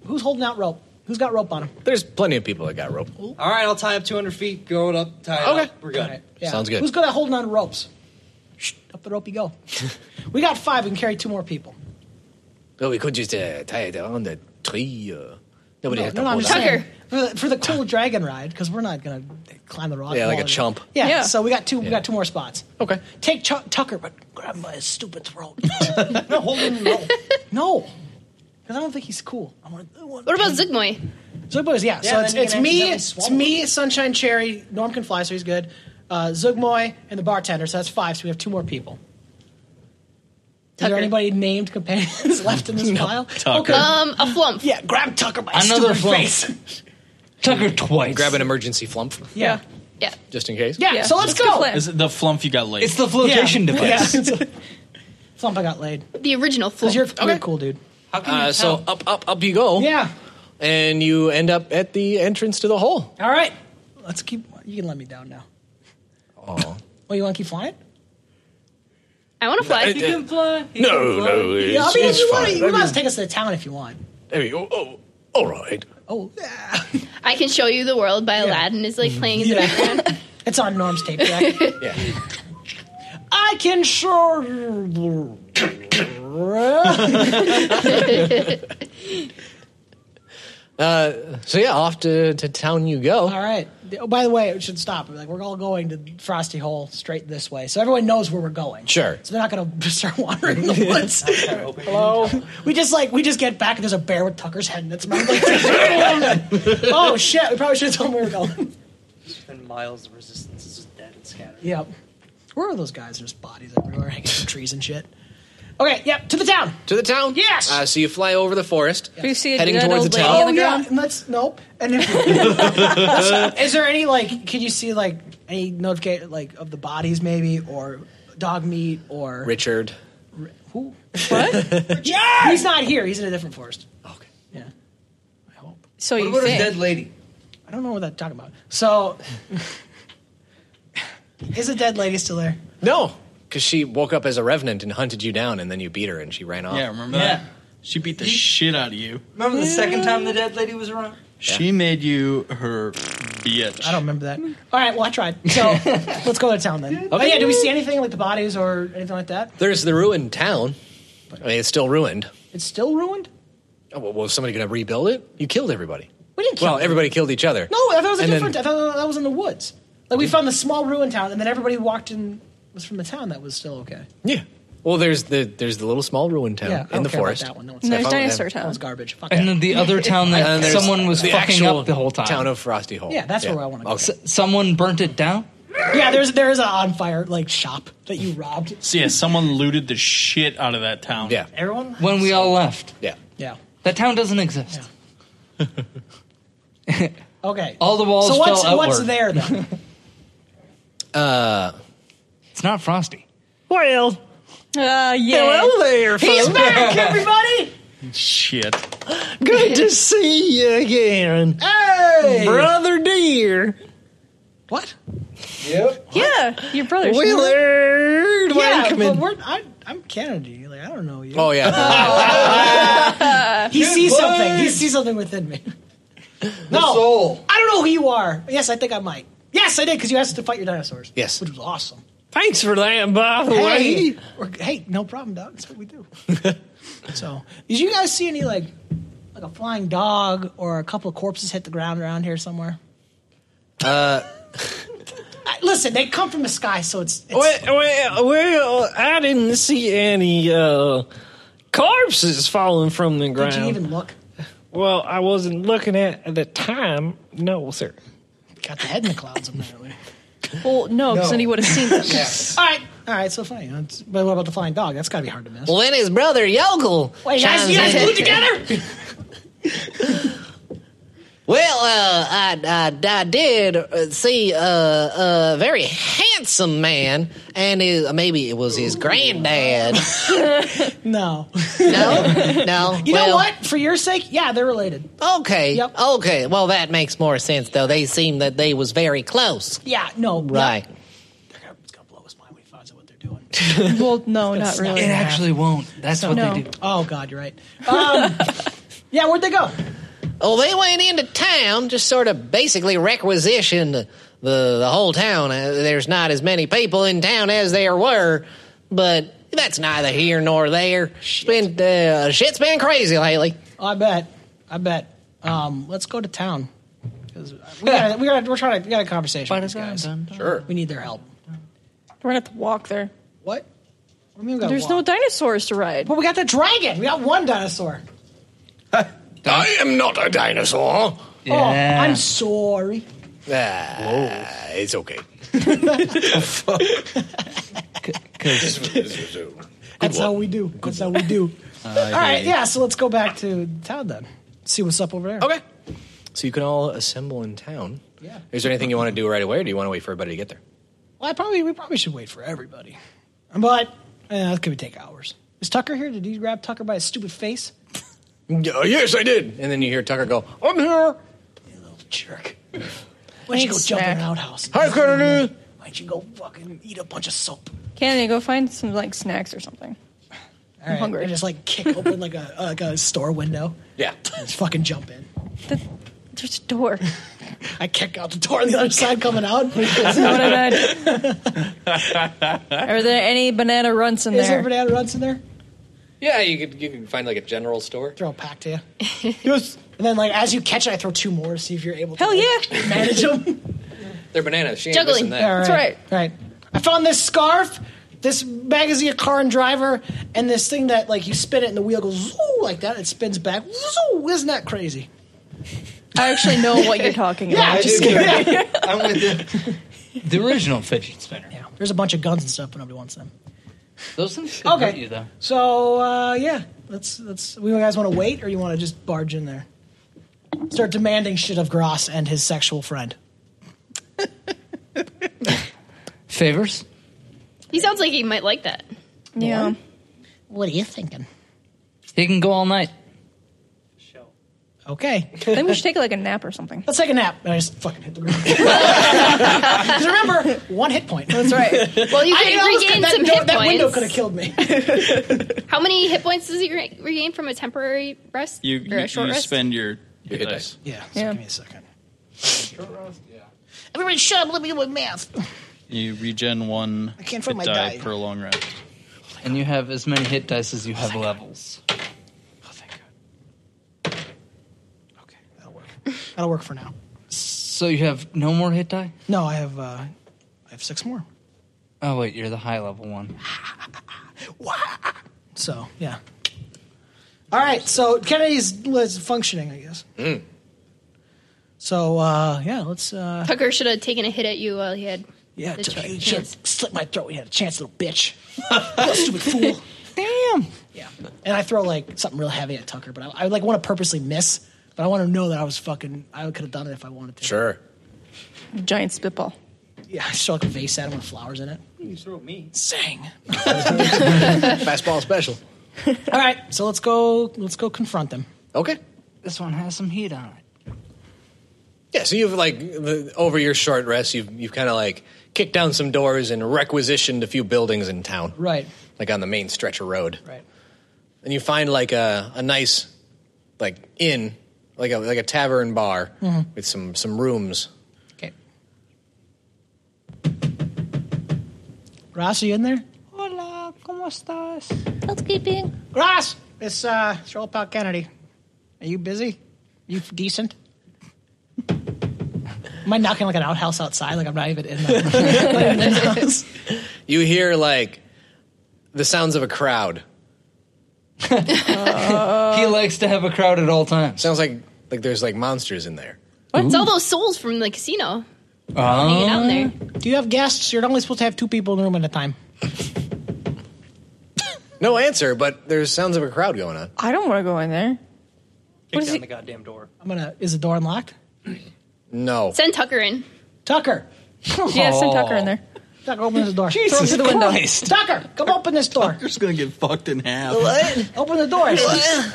[SPEAKER 3] Who's holding out rope? Who's got rope on him?
[SPEAKER 2] There's plenty of people that got rope.
[SPEAKER 6] All right, I'll tie up 200 feet, go it up, tie it
[SPEAKER 2] Okay.
[SPEAKER 6] up. We're good.
[SPEAKER 3] Yeah.
[SPEAKER 2] Sounds good.
[SPEAKER 3] Who's good at holding on to ropes? Shh, up the rope you go. we got five. We can carry two more people.
[SPEAKER 2] Well, we could just uh, tie it on the tree. Uh, nobody
[SPEAKER 3] No,
[SPEAKER 2] has
[SPEAKER 3] no,
[SPEAKER 2] to
[SPEAKER 3] I'm
[SPEAKER 2] hold
[SPEAKER 3] just
[SPEAKER 2] on.
[SPEAKER 8] Tucker.
[SPEAKER 3] saying, for the, for the cool dragon ride because we're not gonna climb the rock.
[SPEAKER 2] Yeah, like
[SPEAKER 3] wall.
[SPEAKER 2] a chump.
[SPEAKER 3] Yeah,
[SPEAKER 5] Yeah.
[SPEAKER 3] So we got two. We
[SPEAKER 2] Yeah.
[SPEAKER 3] got two more spots.
[SPEAKER 2] Okay.
[SPEAKER 3] Take Chuck Tucker, but grab him by his stupid throat.
[SPEAKER 6] No, hold him in the rope.
[SPEAKER 3] no, because I don't think he's cool. I want. I want
[SPEAKER 8] What about Zugmoy?
[SPEAKER 3] Zugmoy? Yeah.
[SPEAKER 6] Yeah,
[SPEAKER 3] so
[SPEAKER 6] then
[SPEAKER 3] it's, it's
[SPEAKER 6] you can
[SPEAKER 3] me.
[SPEAKER 6] accidentally
[SPEAKER 3] It's
[SPEAKER 6] swallow
[SPEAKER 3] me. Sunshine Cherry. Norm can fly, so he's good. Uh, Zugmoy and the bartender. So that's five. So we have two more people. Is there
[SPEAKER 8] Tucker.
[SPEAKER 3] anybody named companions left in this pile?
[SPEAKER 4] Tucker.
[SPEAKER 3] Okay.
[SPEAKER 8] Um, a flump.
[SPEAKER 3] yeah, grab Tucker by his
[SPEAKER 6] Another
[SPEAKER 3] stupid
[SPEAKER 6] flump.
[SPEAKER 3] face.
[SPEAKER 6] Tucker twice.
[SPEAKER 2] Grab an emergency flump,
[SPEAKER 3] Yeah.
[SPEAKER 8] Yeah.
[SPEAKER 2] just in case.
[SPEAKER 3] Yeah.
[SPEAKER 5] Yeah.
[SPEAKER 3] So let's
[SPEAKER 5] That's a good
[SPEAKER 3] go.
[SPEAKER 5] plan.
[SPEAKER 4] Is it the flump you got late?
[SPEAKER 6] It's the flotation device.
[SPEAKER 3] Yeah. Flump, I got laid.
[SPEAKER 8] The original flump.
[SPEAKER 3] Because you're, you're
[SPEAKER 2] Okay.
[SPEAKER 3] cool, dude.
[SPEAKER 6] How can
[SPEAKER 2] Uh,
[SPEAKER 6] you
[SPEAKER 2] so
[SPEAKER 6] tell?
[SPEAKER 2] up, up, up you go.
[SPEAKER 3] Yeah.
[SPEAKER 2] And you end up at the entrance to the hole.
[SPEAKER 3] All right. Let's keep. You can let me down now.
[SPEAKER 2] Oh.
[SPEAKER 3] Oh, you want to keep flying?
[SPEAKER 8] I want to fly.
[SPEAKER 2] It- it-
[SPEAKER 6] fly. He
[SPEAKER 2] no,
[SPEAKER 6] can fly.
[SPEAKER 2] no. It's,
[SPEAKER 3] Yeah, I mean, if
[SPEAKER 2] it's
[SPEAKER 3] you want,
[SPEAKER 2] fine.
[SPEAKER 3] you
[SPEAKER 2] I
[SPEAKER 3] can
[SPEAKER 2] mean,
[SPEAKER 3] always take us to the town if you want.
[SPEAKER 2] I mean, oh, oh, all right.
[SPEAKER 3] Oh, yeah.
[SPEAKER 8] I can show you the world by Aladdin is like playing in the
[SPEAKER 3] Yeah.
[SPEAKER 8] background.
[SPEAKER 3] it's on Norm's tape deck.
[SPEAKER 2] Yeah.
[SPEAKER 3] I can show. you-
[SPEAKER 2] Uh, So yeah, off to, to town you go.
[SPEAKER 3] All right. Oh, by the way, it should stop. Like we're all going to Frosty Hole straight this way, so everyone knows where we're going.
[SPEAKER 2] Sure.
[SPEAKER 3] So they're not going to start wandering in the woods.
[SPEAKER 6] Hello.
[SPEAKER 3] We just like we just get back and there's a bear with Tucker's head in its mouth.
[SPEAKER 2] Uh,
[SPEAKER 3] Like, oh shit! We probably should have told him where we were going.
[SPEAKER 6] And Miles' resistance is just dead and scattered.
[SPEAKER 3] Yep. Where are those guys? There's bodies everywhere hanging from trees and shit. Okay, yep, to the town.
[SPEAKER 2] To the town.
[SPEAKER 3] Yes! Oh,
[SPEAKER 2] Uh, so you fly over the forest.
[SPEAKER 5] Do you see a
[SPEAKER 2] Heading
[SPEAKER 5] dead
[SPEAKER 2] towards
[SPEAKER 5] old
[SPEAKER 2] the
[SPEAKER 5] lady
[SPEAKER 2] town.
[SPEAKER 5] on the ground?
[SPEAKER 3] and let's nope. And if,
[SPEAKER 6] Uh,
[SPEAKER 3] is there any like? Can you see like any notification like of the bodies maybe or dog meat or
[SPEAKER 2] Richard.
[SPEAKER 3] who?
[SPEAKER 5] What?
[SPEAKER 3] He's not here. He's in a different forest.
[SPEAKER 2] Okay.
[SPEAKER 3] Yeah, I hope.
[SPEAKER 5] So
[SPEAKER 6] What
[SPEAKER 5] you
[SPEAKER 6] about a
[SPEAKER 5] think?
[SPEAKER 6] dead lady?
[SPEAKER 3] I don't know what that's talking about. So, is the dead lady still there?
[SPEAKER 2] No, because she woke up as a revenant and hunted you down, and then you beat her and she ran off.
[SPEAKER 4] Yeah, remember that? She beat the shit out of you.
[SPEAKER 6] Remember the second time the dead lady was around?
[SPEAKER 4] She made you her bitch.
[SPEAKER 3] I don't remember that. All right, well, I tried. So, let's go to town then. Okay. Oh, yeah, do we see anything like the bodies or anything like that?
[SPEAKER 2] There's the ruined town. I mean, it's still ruined.
[SPEAKER 3] It's still ruined?
[SPEAKER 2] Oh, well, was somebody going to rebuild it? You killed everybody.
[SPEAKER 3] We didn't kill
[SPEAKER 2] Well, everybody killed each other.
[SPEAKER 3] No, I thought it was a
[SPEAKER 2] And then- Mm.
[SPEAKER 3] different. I thought that was in the woods. Like we found the small ruined town, and then everybody walked in was from the town that was still okay.
[SPEAKER 2] Yeah. Well, there's the there's the little small ruined town
[SPEAKER 3] Yeah, I don't
[SPEAKER 2] in the
[SPEAKER 3] care about
[SPEAKER 2] forest.
[SPEAKER 3] that one. No one said
[SPEAKER 5] And
[SPEAKER 2] Yeah,
[SPEAKER 5] there's
[SPEAKER 2] follow them.
[SPEAKER 5] dinosaur
[SPEAKER 3] that
[SPEAKER 5] town.
[SPEAKER 3] was garbage. Fuck
[SPEAKER 6] And
[SPEAKER 3] that.
[SPEAKER 6] then the other town that
[SPEAKER 2] And then there's
[SPEAKER 6] someone was
[SPEAKER 2] the
[SPEAKER 6] fucking
[SPEAKER 2] actual
[SPEAKER 6] up the whole time.
[SPEAKER 2] Town of Frosty Hole.
[SPEAKER 3] Yeah, that's where I wanna go.
[SPEAKER 2] Okay.
[SPEAKER 6] S- someone burnt it down.
[SPEAKER 3] yeah, there's there is an on fire like shop that you robbed.
[SPEAKER 4] So yeah, someone looted the shit out of that town.
[SPEAKER 2] Yeah.
[SPEAKER 3] Everyone.
[SPEAKER 6] When we all left,
[SPEAKER 2] Yeah.
[SPEAKER 3] yeah.
[SPEAKER 6] that town doesn't exist.
[SPEAKER 3] Okay.
[SPEAKER 6] All the walls
[SPEAKER 3] So what's
[SPEAKER 6] fell
[SPEAKER 3] what's
[SPEAKER 6] outward.
[SPEAKER 3] there
[SPEAKER 6] Uh,
[SPEAKER 3] then?
[SPEAKER 6] It's not frosty.
[SPEAKER 2] Well,
[SPEAKER 5] Uh, yeah.
[SPEAKER 2] there,
[SPEAKER 3] He's back, everybody.
[SPEAKER 4] Shit.
[SPEAKER 2] Good to see you again,
[SPEAKER 3] Hey.
[SPEAKER 2] brother dear.
[SPEAKER 3] What?
[SPEAKER 5] Yeah, your brother's.
[SPEAKER 2] Willard
[SPEAKER 3] Yeah, but we're I, I'm Kennedy. Like I don't know you.
[SPEAKER 2] Oh yeah.
[SPEAKER 3] he sees something. He sees something within me. No. I don't know who you are. Yes, I think I might. Yes, I did because you asked us to fight your dinosaurs.
[SPEAKER 2] Yes.
[SPEAKER 3] which was awesome.
[SPEAKER 2] Thanks for that, by the
[SPEAKER 3] Hey, we're- hey, no problem, dog. That's what we do. so, did you guys see any like like a flying dog or a couple of corpses hit the ground around here somewhere? Uh, listen, they come from the sky, so it's, it's
[SPEAKER 2] Well, well, well, I didn't see any uh, corpses falling from the ground.
[SPEAKER 3] did you even look?
[SPEAKER 2] well, I wasn't looking at at the time. No, sir.
[SPEAKER 3] Got the head in the clouds apparently.
[SPEAKER 5] Well, no, because then he would have seen them.
[SPEAKER 3] all right, all right. So funny. That's- But what about the flying dog? That's got to be hard to miss.
[SPEAKER 2] Well, then his brother Yokel.
[SPEAKER 3] Wait, you guys, you guys glued together?
[SPEAKER 2] Well, uh, I, I, I did uh, see a, a very handsome man, and his, uh, maybe it was his granddad.
[SPEAKER 3] No.
[SPEAKER 2] No, no.
[SPEAKER 3] You know
[SPEAKER 2] Well,
[SPEAKER 3] what? For your sake, yeah, they're related.
[SPEAKER 2] Okay,
[SPEAKER 3] Yep.
[SPEAKER 2] okay. Well, that makes more sense, though. They seem that they was very close.
[SPEAKER 3] Yeah, no, no.
[SPEAKER 2] Right.
[SPEAKER 3] It's gonna blow his mind when he finds out what they're doing.
[SPEAKER 5] Well, no, not
[SPEAKER 3] snap.
[SPEAKER 5] really.
[SPEAKER 6] It actually won't. That's what
[SPEAKER 5] No.
[SPEAKER 6] they do.
[SPEAKER 3] Oh God, you're right. Um, yeah, where'd they go?
[SPEAKER 2] Oh, they went into town, just sort of basically requisitioned the the whole town. Uh, There's not as many people in town as there were, but that's neither here nor there. It's been uh, shit's been crazy lately.
[SPEAKER 3] Oh, I bet. I bet. Um, let's go to town. 'Cause We gotta, we gotta, we're trying to we got a conversation with these guys.
[SPEAKER 2] Sure.
[SPEAKER 3] We need their help.
[SPEAKER 5] We're gonna have to walk there.
[SPEAKER 3] What? what do you mean we gotta
[SPEAKER 5] There's no
[SPEAKER 3] walk?
[SPEAKER 5] dinosaurs to ride.
[SPEAKER 3] But we got the dragon. We got one dinosaur. Oh,
[SPEAKER 2] I am not a dinosaur.
[SPEAKER 3] Oh,
[SPEAKER 6] Yeah.
[SPEAKER 3] I'm sorry.
[SPEAKER 2] Ah, it's okay.
[SPEAKER 3] That's how we do. That's how we do. all right, yeah. So let's go back to town then. See what's up over there.
[SPEAKER 2] Okay. So you can all assemble in town.
[SPEAKER 3] Yeah.
[SPEAKER 2] Is there anything you want to do right away, or do you want to wait for everybody to get there?
[SPEAKER 3] Well, I probably we probably should wait for everybody, but uh, that could take hours. Is Tucker here? Did he grab Tucker by his stupid face?
[SPEAKER 2] Oh, yes, I did. And then you hear Tucker go, "I'm here."
[SPEAKER 3] jerk. Why don't you go
[SPEAKER 5] Thanks,
[SPEAKER 3] jump in
[SPEAKER 5] Mac.
[SPEAKER 3] an outhouse?
[SPEAKER 2] Hi, Kennedy.
[SPEAKER 3] Why don't you go fucking eat a bunch of soap?
[SPEAKER 5] Canada, go find some like snacks or something.
[SPEAKER 3] I'm
[SPEAKER 5] hungry.
[SPEAKER 3] And just like kick open like a uh, like a store window.
[SPEAKER 2] Yeah.
[SPEAKER 3] Just fucking jump in.
[SPEAKER 5] The, there's a door.
[SPEAKER 3] I kick out the door on the other side coming out. Is
[SPEAKER 5] You know what I meant? Are there any banana runs in
[SPEAKER 3] there
[SPEAKER 5] there?
[SPEAKER 3] banana runs in there?
[SPEAKER 2] Yeah, you could you can find like a general store.
[SPEAKER 3] Throw a pack to you. yes. And then like as you catch it, I throw two more to see if you're able to
[SPEAKER 5] Hell
[SPEAKER 3] like,
[SPEAKER 5] yeah!
[SPEAKER 3] manage them.
[SPEAKER 2] They're bananas. She ain't missing
[SPEAKER 8] Juggling.
[SPEAKER 2] that.
[SPEAKER 3] All
[SPEAKER 5] That's right.
[SPEAKER 3] All right. I found this scarf, this magazine of car and driver, and this thing that like you spin it and the wheel goes zoo like that. It spins back. Zoo. Isn't that crazy?
[SPEAKER 5] I actually know what you're talking about.
[SPEAKER 3] Yeah, just
[SPEAKER 6] I'm with you. The original fidget spinner.
[SPEAKER 3] Yeah, there's a bunch of guns and stuff, but nobody wants them.
[SPEAKER 6] Those things could
[SPEAKER 3] Okay.
[SPEAKER 6] hurt you though.
[SPEAKER 3] So uh, yeah, let's let's. We you guys want to wait, or you want to just barge in there? Start demanding shit of Gross and his sexual friend.
[SPEAKER 6] Favors.
[SPEAKER 8] He sounds like he might like that.
[SPEAKER 5] Yeah.
[SPEAKER 3] What are you thinking?
[SPEAKER 6] He can go all night.
[SPEAKER 3] Okay.
[SPEAKER 5] I think we should take like a nap or something.
[SPEAKER 3] Let's take a nap. And I just fucking hit the ground. Because remember, one hit point.
[SPEAKER 5] That's right.
[SPEAKER 8] Well, you
[SPEAKER 3] I
[SPEAKER 8] can
[SPEAKER 3] almost-
[SPEAKER 8] regain
[SPEAKER 3] that
[SPEAKER 8] some
[SPEAKER 3] door-
[SPEAKER 8] hit
[SPEAKER 3] That window could have
[SPEAKER 8] points.
[SPEAKER 3] killed me.
[SPEAKER 8] How many hit points does he re- regain from a temporary rest
[SPEAKER 4] You
[SPEAKER 8] or
[SPEAKER 4] you,
[SPEAKER 8] a short
[SPEAKER 4] you
[SPEAKER 8] rest?
[SPEAKER 4] spend your,
[SPEAKER 2] Your hit dice.
[SPEAKER 3] Yeah, so
[SPEAKER 5] Yeah.
[SPEAKER 3] give me a second. Everybody shut up, let me do my math.
[SPEAKER 4] You regen one I
[SPEAKER 3] can't find my die.
[SPEAKER 4] per long rest.
[SPEAKER 6] And you have as many hit dice as you have levels.
[SPEAKER 3] Oh, thank God. Okay, that'll work. That'll work for now.
[SPEAKER 6] So you have no more hit die?
[SPEAKER 3] No, I have uh, I have six more.
[SPEAKER 6] Oh wait, you're the high level one.
[SPEAKER 3] So yeah. All right, so Kennedy's was functioning, I guess. So uh, yeah, let's uh,
[SPEAKER 8] Tucker should have taken a hit at you while he had.
[SPEAKER 3] yeah,
[SPEAKER 8] the
[SPEAKER 3] took a
[SPEAKER 8] choice.
[SPEAKER 3] huge hit, slit my throat. You had a chance, little bitch, You stupid fool.
[SPEAKER 6] Damn.
[SPEAKER 3] Yeah, and I throw like something real heavy at Tucker, but I, I like want to purposely miss, but I want to know that I was fucking. I could have done it if I wanted to.
[SPEAKER 2] Sure.
[SPEAKER 5] Giant spitball.
[SPEAKER 3] Yeah, I just throw like a vase at him with flowers in it.
[SPEAKER 1] You throw me.
[SPEAKER 3] Sang.
[SPEAKER 2] Fastball special.
[SPEAKER 3] All right, so let's go. Let's go confront them.
[SPEAKER 2] Okay.
[SPEAKER 6] This one has some heat on it.
[SPEAKER 2] Yeah, so you've like the- over your short rest, you've you've kind of like kicked down some doors and requisitioned a few buildings in town,
[SPEAKER 3] Right.
[SPEAKER 2] like on the main stretch of road.
[SPEAKER 3] Right.
[SPEAKER 2] and you find like a, a nice like inn like a like a tavern bar
[SPEAKER 3] Mm-hmm.
[SPEAKER 2] with some some rooms
[SPEAKER 3] Okay. Ross, are you in there?
[SPEAKER 6] Hola, ¿cómo estás?
[SPEAKER 8] Housekeeping.
[SPEAKER 3] Ross, it's uh, it's Roll Pal Kennedy. Are you busy? You f- decent? Am I knocking like an outhouse outside? Like I'm not even in the, not even in the house.
[SPEAKER 2] you hear like the sounds of a crowd
[SPEAKER 6] he likes to have a crowd at all times.
[SPEAKER 2] sounds like like there's like monsters in there
[SPEAKER 8] It's all those souls from the casino
[SPEAKER 6] Ah.
[SPEAKER 8] hanging out in there.
[SPEAKER 3] Uh-huh. Do you have guests? You're only supposed to have two people in the room at a time.
[SPEAKER 2] no answer but there's sounds of a crowd going on
[SPEAKER 5] I don't want to go in there.
[SPEAKER 1] Kick
[SPEAKER 5] is
[SPEAKER 1] down
[SPEAKER 5] it-
[SPEAKER 1] the goddamn door.
[SPEAKER 3] I'm gonna. Is the door unlocked?
[SPEAKER 2] no
[SPEAKER 8] Send Tucker in.
[SPEAKER 3] Tucker,
[SPEAKER 5] Yeah, send Tucker in there.
[SPEAKER 3] Tucker, open this door. Throw him
[SPEAKER 6] Jesus
[SPEAKER 3] through the window.
[SPEAKER 6] Christ.
[SPEAKER 3] Tucker, come open this door.
[SPEAKER 4] You're just gonna get fucked in half.
[SPEAKER 3] Open the door.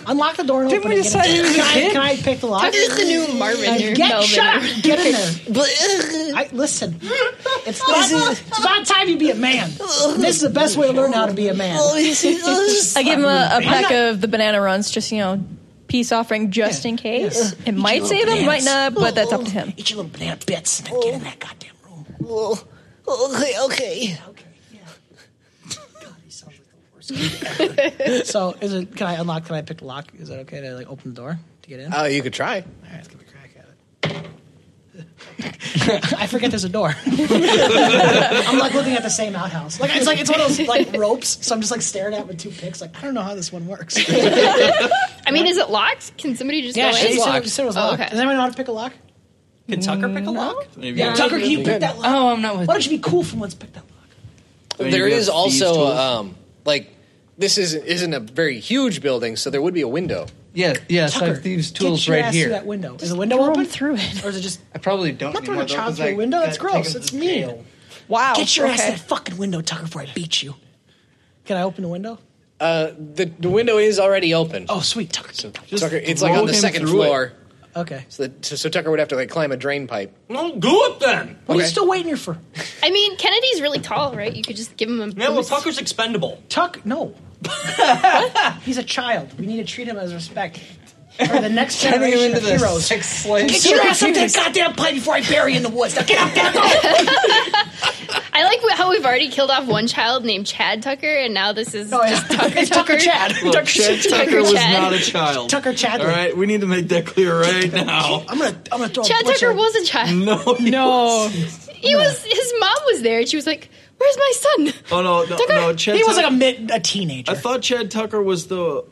[SPEAKER 3] Unlock the door and
[SPEAKER 6] Didn't
[SPEAKER 3] open
[SPEAKER 6] we
[SPEAKER 3] it. Get
[SPEAKER 6] decide
[SPEAKER 3] in
[SPEAKER 6] he was a
[SPEAKER 3] there.
[SPEAKER 6] kid?
[SPEAKER 3] can, I, can I pick the lock? Uh,
[SPEAKER 8] Tucker's the new Marvin. or
[SPEAKER 3] Get
[SPEAKER 8] Melvin.
[SPEAKER 3] shut up. Get in there. I, listen, it's about, it's about time you be a man. This is the best way to learn how to be a man.
[SPEAKER 5] Oh, I give him a, a pack
[SPEAKER 3] not-
[SPEAKER 5] of the banana runs, just you know, peace offering, just in case. It might save him, might not, but that's up to him.
[SPEAKER 3] Eat your little banana bits and then get in that goddamn room.
[SPEAKER 2] okay okay
[SPEAKER 3] So, is it? Can I unlock? Can I pick the lock? Is that okay to like open the door to get in?
[SPEAKER 2] oh you could try
[SPEAKER 3] All right, let's give it a crack at it. I forget there's a door. I'm like looking at the same outhouse. Like it's like it's one of those like ropes. So I'm just like staring at it with two picks. Like I don't know how this one works.
[SPEAKER 8] I mean, is it locked? Can somebody just
[SPEAKER 3] yeah,
[SPEAKER 8] go
[SPEAKER 3] she
[SPEAKER 8] in?
[SPEAKER 3] said-
[SPEAKER 2] locked.
[SPEAKER 3] she said it was
[SPEAKER 8] Oh,
[SPEAKER 3] locked.
[SPEAKER 8] okay.
[SPEAKER 3] Does anyone know how to pick a lock?
[SPEAKER 4] Can Tucker pick a lock? Maybe
[SPEAKER 3] Yeah, Tucker, can you
[SPEAKER 2] Yeah.
[SPEAKER 3] pick that lock?
[SPEAKER 6] Oh, I'm not with
[SPEAKER 3] Why don't you be cool from let's pick that lock?
[SPEAKER 4] mean,
[SPEAKER 2] there
[SPEAKER 4] you
[SPEAKER 2] is
[SPEAKER 4] have thieves'
[SPEAKER 2] also
[SPEAKER 4] tools?
[SPEAKER 2] um like this isn't isn't a very huge building so there would be a window
[SPEAKER 6] Yeah, yeah, so I
[SPEAKER 3] Tucker,
[SPEAKER 6] have thieves
[SPEAKER 3] get
[SPEAKER 6] tools
[SPEAKER 3] your
[SPEAKER 6] right
[SPEAKER 3] ass
[SPEAKER 6] here.
[SPEAKER 3] Through that window. Is the window
[SPEAKER 5] throw 'em
[SPEAKER 3] open
[SPEAKER 5] through it.
[SPEAKER 3] or is it just?
[SPEAKER 6] I probably don't.
[SPEAKER 3] Not throwing
[SPEAKER 6] anymore,
[SPEAKER 3] a
[SPEAKER 6] though,
[SPEAKER 3] child
[SPEAKER 6] 'cause
[SPEAKER 3] through a
[SPEAKER 6] I
[SPEAKER 3] window.
[SPEAKER 6] got
[SPEAKER 3] That's
[SPEAKER 6] taken
[SPEAKER 3] gross.
[SPEAKER 6] to
[SPEAKER 3] That's
[SPEAKER 6] the
[SPEAKER 3] mean.
[SPEAKER 6] jail.
[SPEAKER 5] Wow.
[SPEAKER 3] Get your ass to
[SPEAKER 5] okay.
[SPEAKER 3] that fucking window, Tucker, before I beat you. Can I open the window?
[SPEAKER 2] Uh, the, the window is already open
[SPEAKER 3] Oh, sweet, Tucker. get down.
[SPEAKER 2] Tucker, it's like
[SPEAKER 4] throw
[SPEAKER 2] on the
[SPEAKER 4] him
[SPEAKER 2] second
[SPEAKER 4] through it.
[SPEAKER 2] floor
[SPEAKER 3] Okay.
[SPEAKER 2] so, that, so Tucker would have to like climb a drain pipe
[SPEAKER 4] Don't do it then.
[SPEAKER 3] What are you
[SPEAKER 2] Okay.
[SPEAKER 3] still waiting here for?
[SPEAKER 8] I mean, Kennedy's really tall, right? You could just give him a
[SPEAKER 9] Yeah, well,
[SPEAKER 8] boost.
[SPEAKER 9] Tucker's expendable.
[SPEAKER 3] Tuck, no. He's a child. We need to treat him as respect. For the next
[SPEAKER 6] Turning him
[SPEAKER 3] generation
[SPEAKER 6] into
[SPEAKER 3] of
[SPEAKER 6] the
[SPEAKER 3] heroes.
[SPEAKER 6] sex slave.
[SPEAKER 3] Get your ass up that goddamn pipe before I bury you in the woods. Now get up, get up, go!
[SPEAKER 8] I like wh- how we've already killed off one child named Chad Tucker, and now this is
[SPEAKER 3] Oh, yeah.
[SPEAKER 8] just Tucker.
[SPEAKER 3] It's Tucker Chad. Tucker Chad.
[SPEAKER 8] Tucker
[SPEAKER 4] Tucker was
[SPEAKER 8] Chad.
[SPEAKER 4] not a child.
[SPEAKER 3] Tucker Chadley.
[SPEAKER 4] All right, we need to make that clear right now.
[SPEAKER 3] I'm gonna, I'm gonna throw
[SPEAKER 8] Chad
[SPEAKER 3] a bunch
[SPEAKER 8] Tucker
[SPEAKER 3] of-
[SPEAKER 8] was a child.
[SPEAKER 4] No,
[SPEAKER 3] No.
[SPEAKER 8] He was. His mom was there, and she was like, "Where's my son?"
[SPEAKER 4] Oh no, no,
[SPEAKER 8] Tucker-
[SPEAKER 4] no. Chad
[SPEAKER 3] He was
[SPEAKER 4] Tuck-
[SPEAKER 3] like a mid, a teenager.
[SPEAKER 4] I thought Chad Tucker was the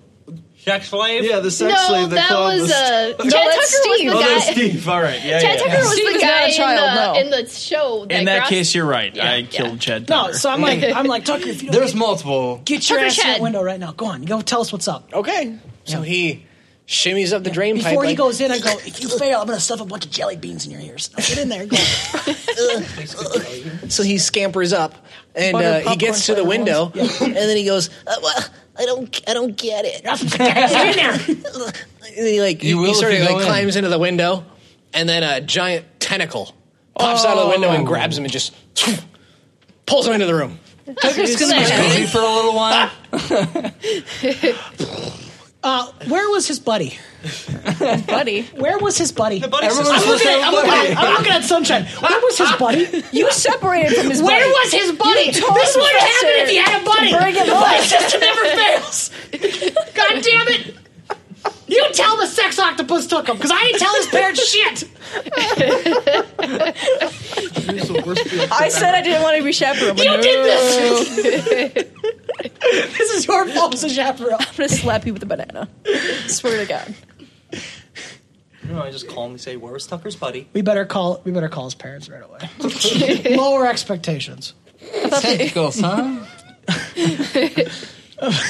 [SPEAKER 9] Sex slave?
[SPEAKER 4] yeah the sex
[SPEAKER 8] no,
[SPEAKER 4] slave that,
[SPEAKER 8] that
[SPEAKER 4] clawed
[SPEAKER 8] was
[SPEAKER 4] the st-
[SPEAKER 8] uh, Chad Tucker
[SPEAKER 5] that's Steve.
[SPEAKER 8] was
[SPEAKER 4] Oh,
[SPEAKER 8] the
[SPEAKER 4] that's
[SPEAKER 8] guy.
[SPEAKER 4] Steve. All right, yeah,
[SPEAKER 8] Chad
[SPEAKER 4] yeah.
[SPEAKER 8] Tucker was
[SPEAKER 5] Steve
[SPEAKER 8] the
[SPEAKER 5] is not
[SPEAKER 8] guy
[SPEAKER 5] a child, no.
[SPEAKER 8] in, the, in the show. That
[SPEAKER 4] In that
[SPEAKER 8] Grass-
[SPEAKER 4] case, you're right.
[SPEAKER 8] Yeah,
[SPEAKER 4] I
[SPEAKER 8] yeah.
[SPEAKER 4] killed Chad Tucker.
[SPEAKER 3] No, so I'm like, I'm like Tucker. If you don't
[SPEAKER 6] There's multiple.
[SPEAKER 3] get your
[SPEAKER 8] Tucker
[SPEAKER 3] ass in that
[SPEAKER 8] Chad.
[SPEAKER 3] window right now, go on. You go tell us what's up.
[SPEAKER 2] Okay. So he shimmies up the drain pipe.
[SPEAKER 3] Before he
[SPEAKER 2] like-
[SPEAKER 3] goes in, I go, if you fail, I'm going to stuff a bunch of jelly beans in your ears. Now get in there. Go.
[SPEAKER 2] So he scampers up and
[SPEAKER 3] Butter
[SPEAKER 2] uh, he
[SPEAKER 3] popcorn
[SPEAKER 2] gets to the
[SPEAKER 3] flavor
[SPEAKER 2] window,
[SPEAKER 3] ones.
[SPEAKER 2] and then he goes, uh, well, "I don't, I don't get it." And he
[SPEAKER 6] You
[SPEAKER 2] like he- he
[SPEAKER 6] will
[SPEAKER 2] sort
[SPEAKER 6] if
[SPEAKER 2] of
[SPEAKER 6] you go
[SPEAKER 2] like
[SPEAKER 6] in.
[SPEAKER 2] climbs into the window, and then a giant tentacle pops
[SPEAKER 6] Oh.
[SPEAKER 2] out of the window and grabs him and just pulls him into the room.
[SPEAKER 8] Tucker's gonna
[SPEAKER 6] Busy for a little while.
[SPEAKER 3] Uh, where was his buddy?
[SPEAKER 5] buddy.
[SPEAKER 3] Where was his buddy?
[SPEAKER 6] Everyone was
[SPEAKER 3] I'm
[SPEAKER 6] supposed
[SPEAKER 3] looking,
[SPEAKER 6] to
[SPEAKER 3] at, I'm,
[SPEAKER 6] have a
[SPEAKER 3] looking
[SPEAKER 6] buddy.
[SPEAKER 3] at, I'm looking at Sunshine. Where was his buddy?
[SPEAKER 5] You separated from his
[SPEAKER 8] Where
[SPEAKER 5] buddy.
[SPEAKER 8] was his buddy? This would
[SPEAKER 5] told
[SPEAKER 8] happen
[SPEAKER 5] Professor
[SPEAKER 8] if he had a buddy.
[SPEAKER 5] bring him
[SPEAKER 8] The
[SPEAKER 5] up.
[SPEAKER 8] buddy system never fails. God damn it!
[SPEAKER 3] You tell the sex octopus took him because I didn't tell his parents shit.
[SPEAKER 5] I said I didn't want to be chaperone. but
[SPEAKER 8] You
[SPEAKER 5] no.
[SPEAKER 8] did this.
[SPEAKER 3] This is your fault as a chaperone.
[SPEAKER 5] I'm gonna slap you with a banana. Swear to God.
[SPEAKER 9] You know, I just call him and say, "Where's Tucker's buddy?"
[SPEAKER 3] We better call. We better call his parents right away. Lower expectations.
[SPEAKER 6] Tentacles, huh?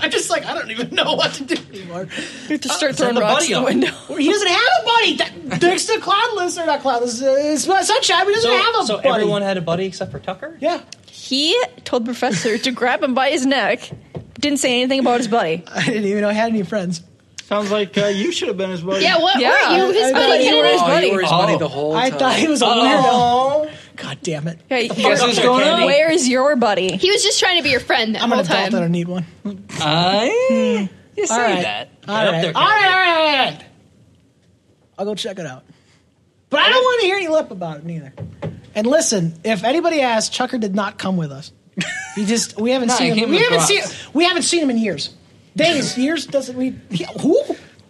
[SPEAKER 3] I'm just like I don't even know what to do anymore.
[SPEAKER 5] You have to start throwing
[SPEAKER 9] the
[SPEAKER 5] rocks
[SPEAKER 9] buddy
[SPEAKER 5] out the
[SPEAKER 9] up.
[SPEAKER 5] window.
[SPEAKER 3] He doesn't have a buddy. That, thanks to cloudless or not cloudless, uh, it's sunshine. He doesn't
[SPEAKER 9] So,
[SPEAKER 3] have a
[SPEAKER 9] so
[SPEAKER 3] buddy.
[SPEAKER 9] everyone had a buddy except for Tucker.
[SPEAKER 3] yeah,
[SPEAKER 5] He told the professor to grab him by his neck. Didn't say anything about his buddy.
[SPEAKER 3] I didn't even know I had any friends.
[SPEAKER 4] Sounds like uh, you should have been his buddy.
[SPEAKER 8] Yeah, what
[SPEAKER 5] Yeah.
[SPEAKER 8] were you?
[SPEAKER 3] I
[SPEAKER 8] His
[SPEAKER 3] thought
[SPEAKER 8] buddy.
[SPEAKER 5] you
[SPEAKER 8] Kennedy?
[SPEAKER 5] were his
[SPEAKER 2] Oh,
[SPEAKER 5] buddy.
[SPEAKER 2] you were his buddy the whole
[SPEAKER 3] I
[SPEAKER 2] time.
[SPEAKER 3] thought he was a
[SPEAKER 4] Oh,
[SPEAKER 3] weirdo. God damn it!
[SPEAKER 5] Yeah,
[SPEAKER 6] Guess who's going up?
[SPEAKER 5] Where's your buddy?
[SPEAKER 8] He was just trying to be your friend that
[SPEAKER 3] I'm an
[SPEAKER 8] whole
[SPEAKER 3] adult. I
[SPEAKER 8] time.
[SPEAKER 3] don't need one.
[SPEAKER 6] I
[SPEAKER 5] You
[SPEAKER 3] Hmm. All
[SPEAKER 5] say
[SPEAKER 3] right.
[SPEAKER 5] that.
[SPEAKER 3] All right.
[SPEAKER 9] up
[SPEAKER 3] all right,
[SPEAKER 9] there,
[SPEAKER 3] all right, all right. I'll go check it out. But I don't want to hear any lip about it neither. And listen, if anybody asks, Chucker did not come with us. He just we haven't
[SPEAKER 6] No, he
[SPEAKER 3] seen him.
[SPEAKER 6] came
[SPEAKER 3] We
[SPEAKER 6] with
[SPEAKER 3] haven't
[SPEAKER 6] Ross.
[SPEAKER 3] seen we haven't seen him in years. Days, years doesn't we? He, who?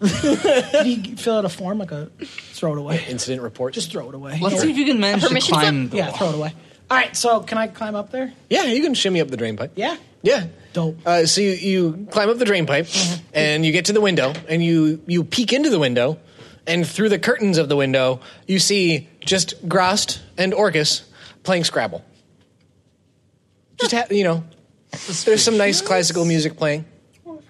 [SPEAKER 3] did he fill out a form like a throw it away?
[SPEAKER 2] Incident report.
[SPEAKER 3] Just throw it away.
[SPEAKER 6] Let's see if you can manage to
[SPEAKER 8] Permission
[SPEAKER 6] climb. The
[SPEAKER 3] yeah,
[SPEAKER 6] wall.
[SPEAKER 3] throw it away. All right, so can I climb up there?
[SPEAKER 2] yeah, you can shimmy up the drain pipe.
[SPEAKER 3] Yeah.
[SPEAKER 2] Yeah.
[SPEAKER 3] Dope.
[SPEAKER 2] Uh, so you, you climb up the drain pipe
[SPEAKER 3] Mm-hmm.
[SPEAKER 2] and you get to the window and you, you peek into the window and through the curtains of the window you see just Grost and Orcus playing Scrabble. Just ha- you know, there's some nice classical music playing.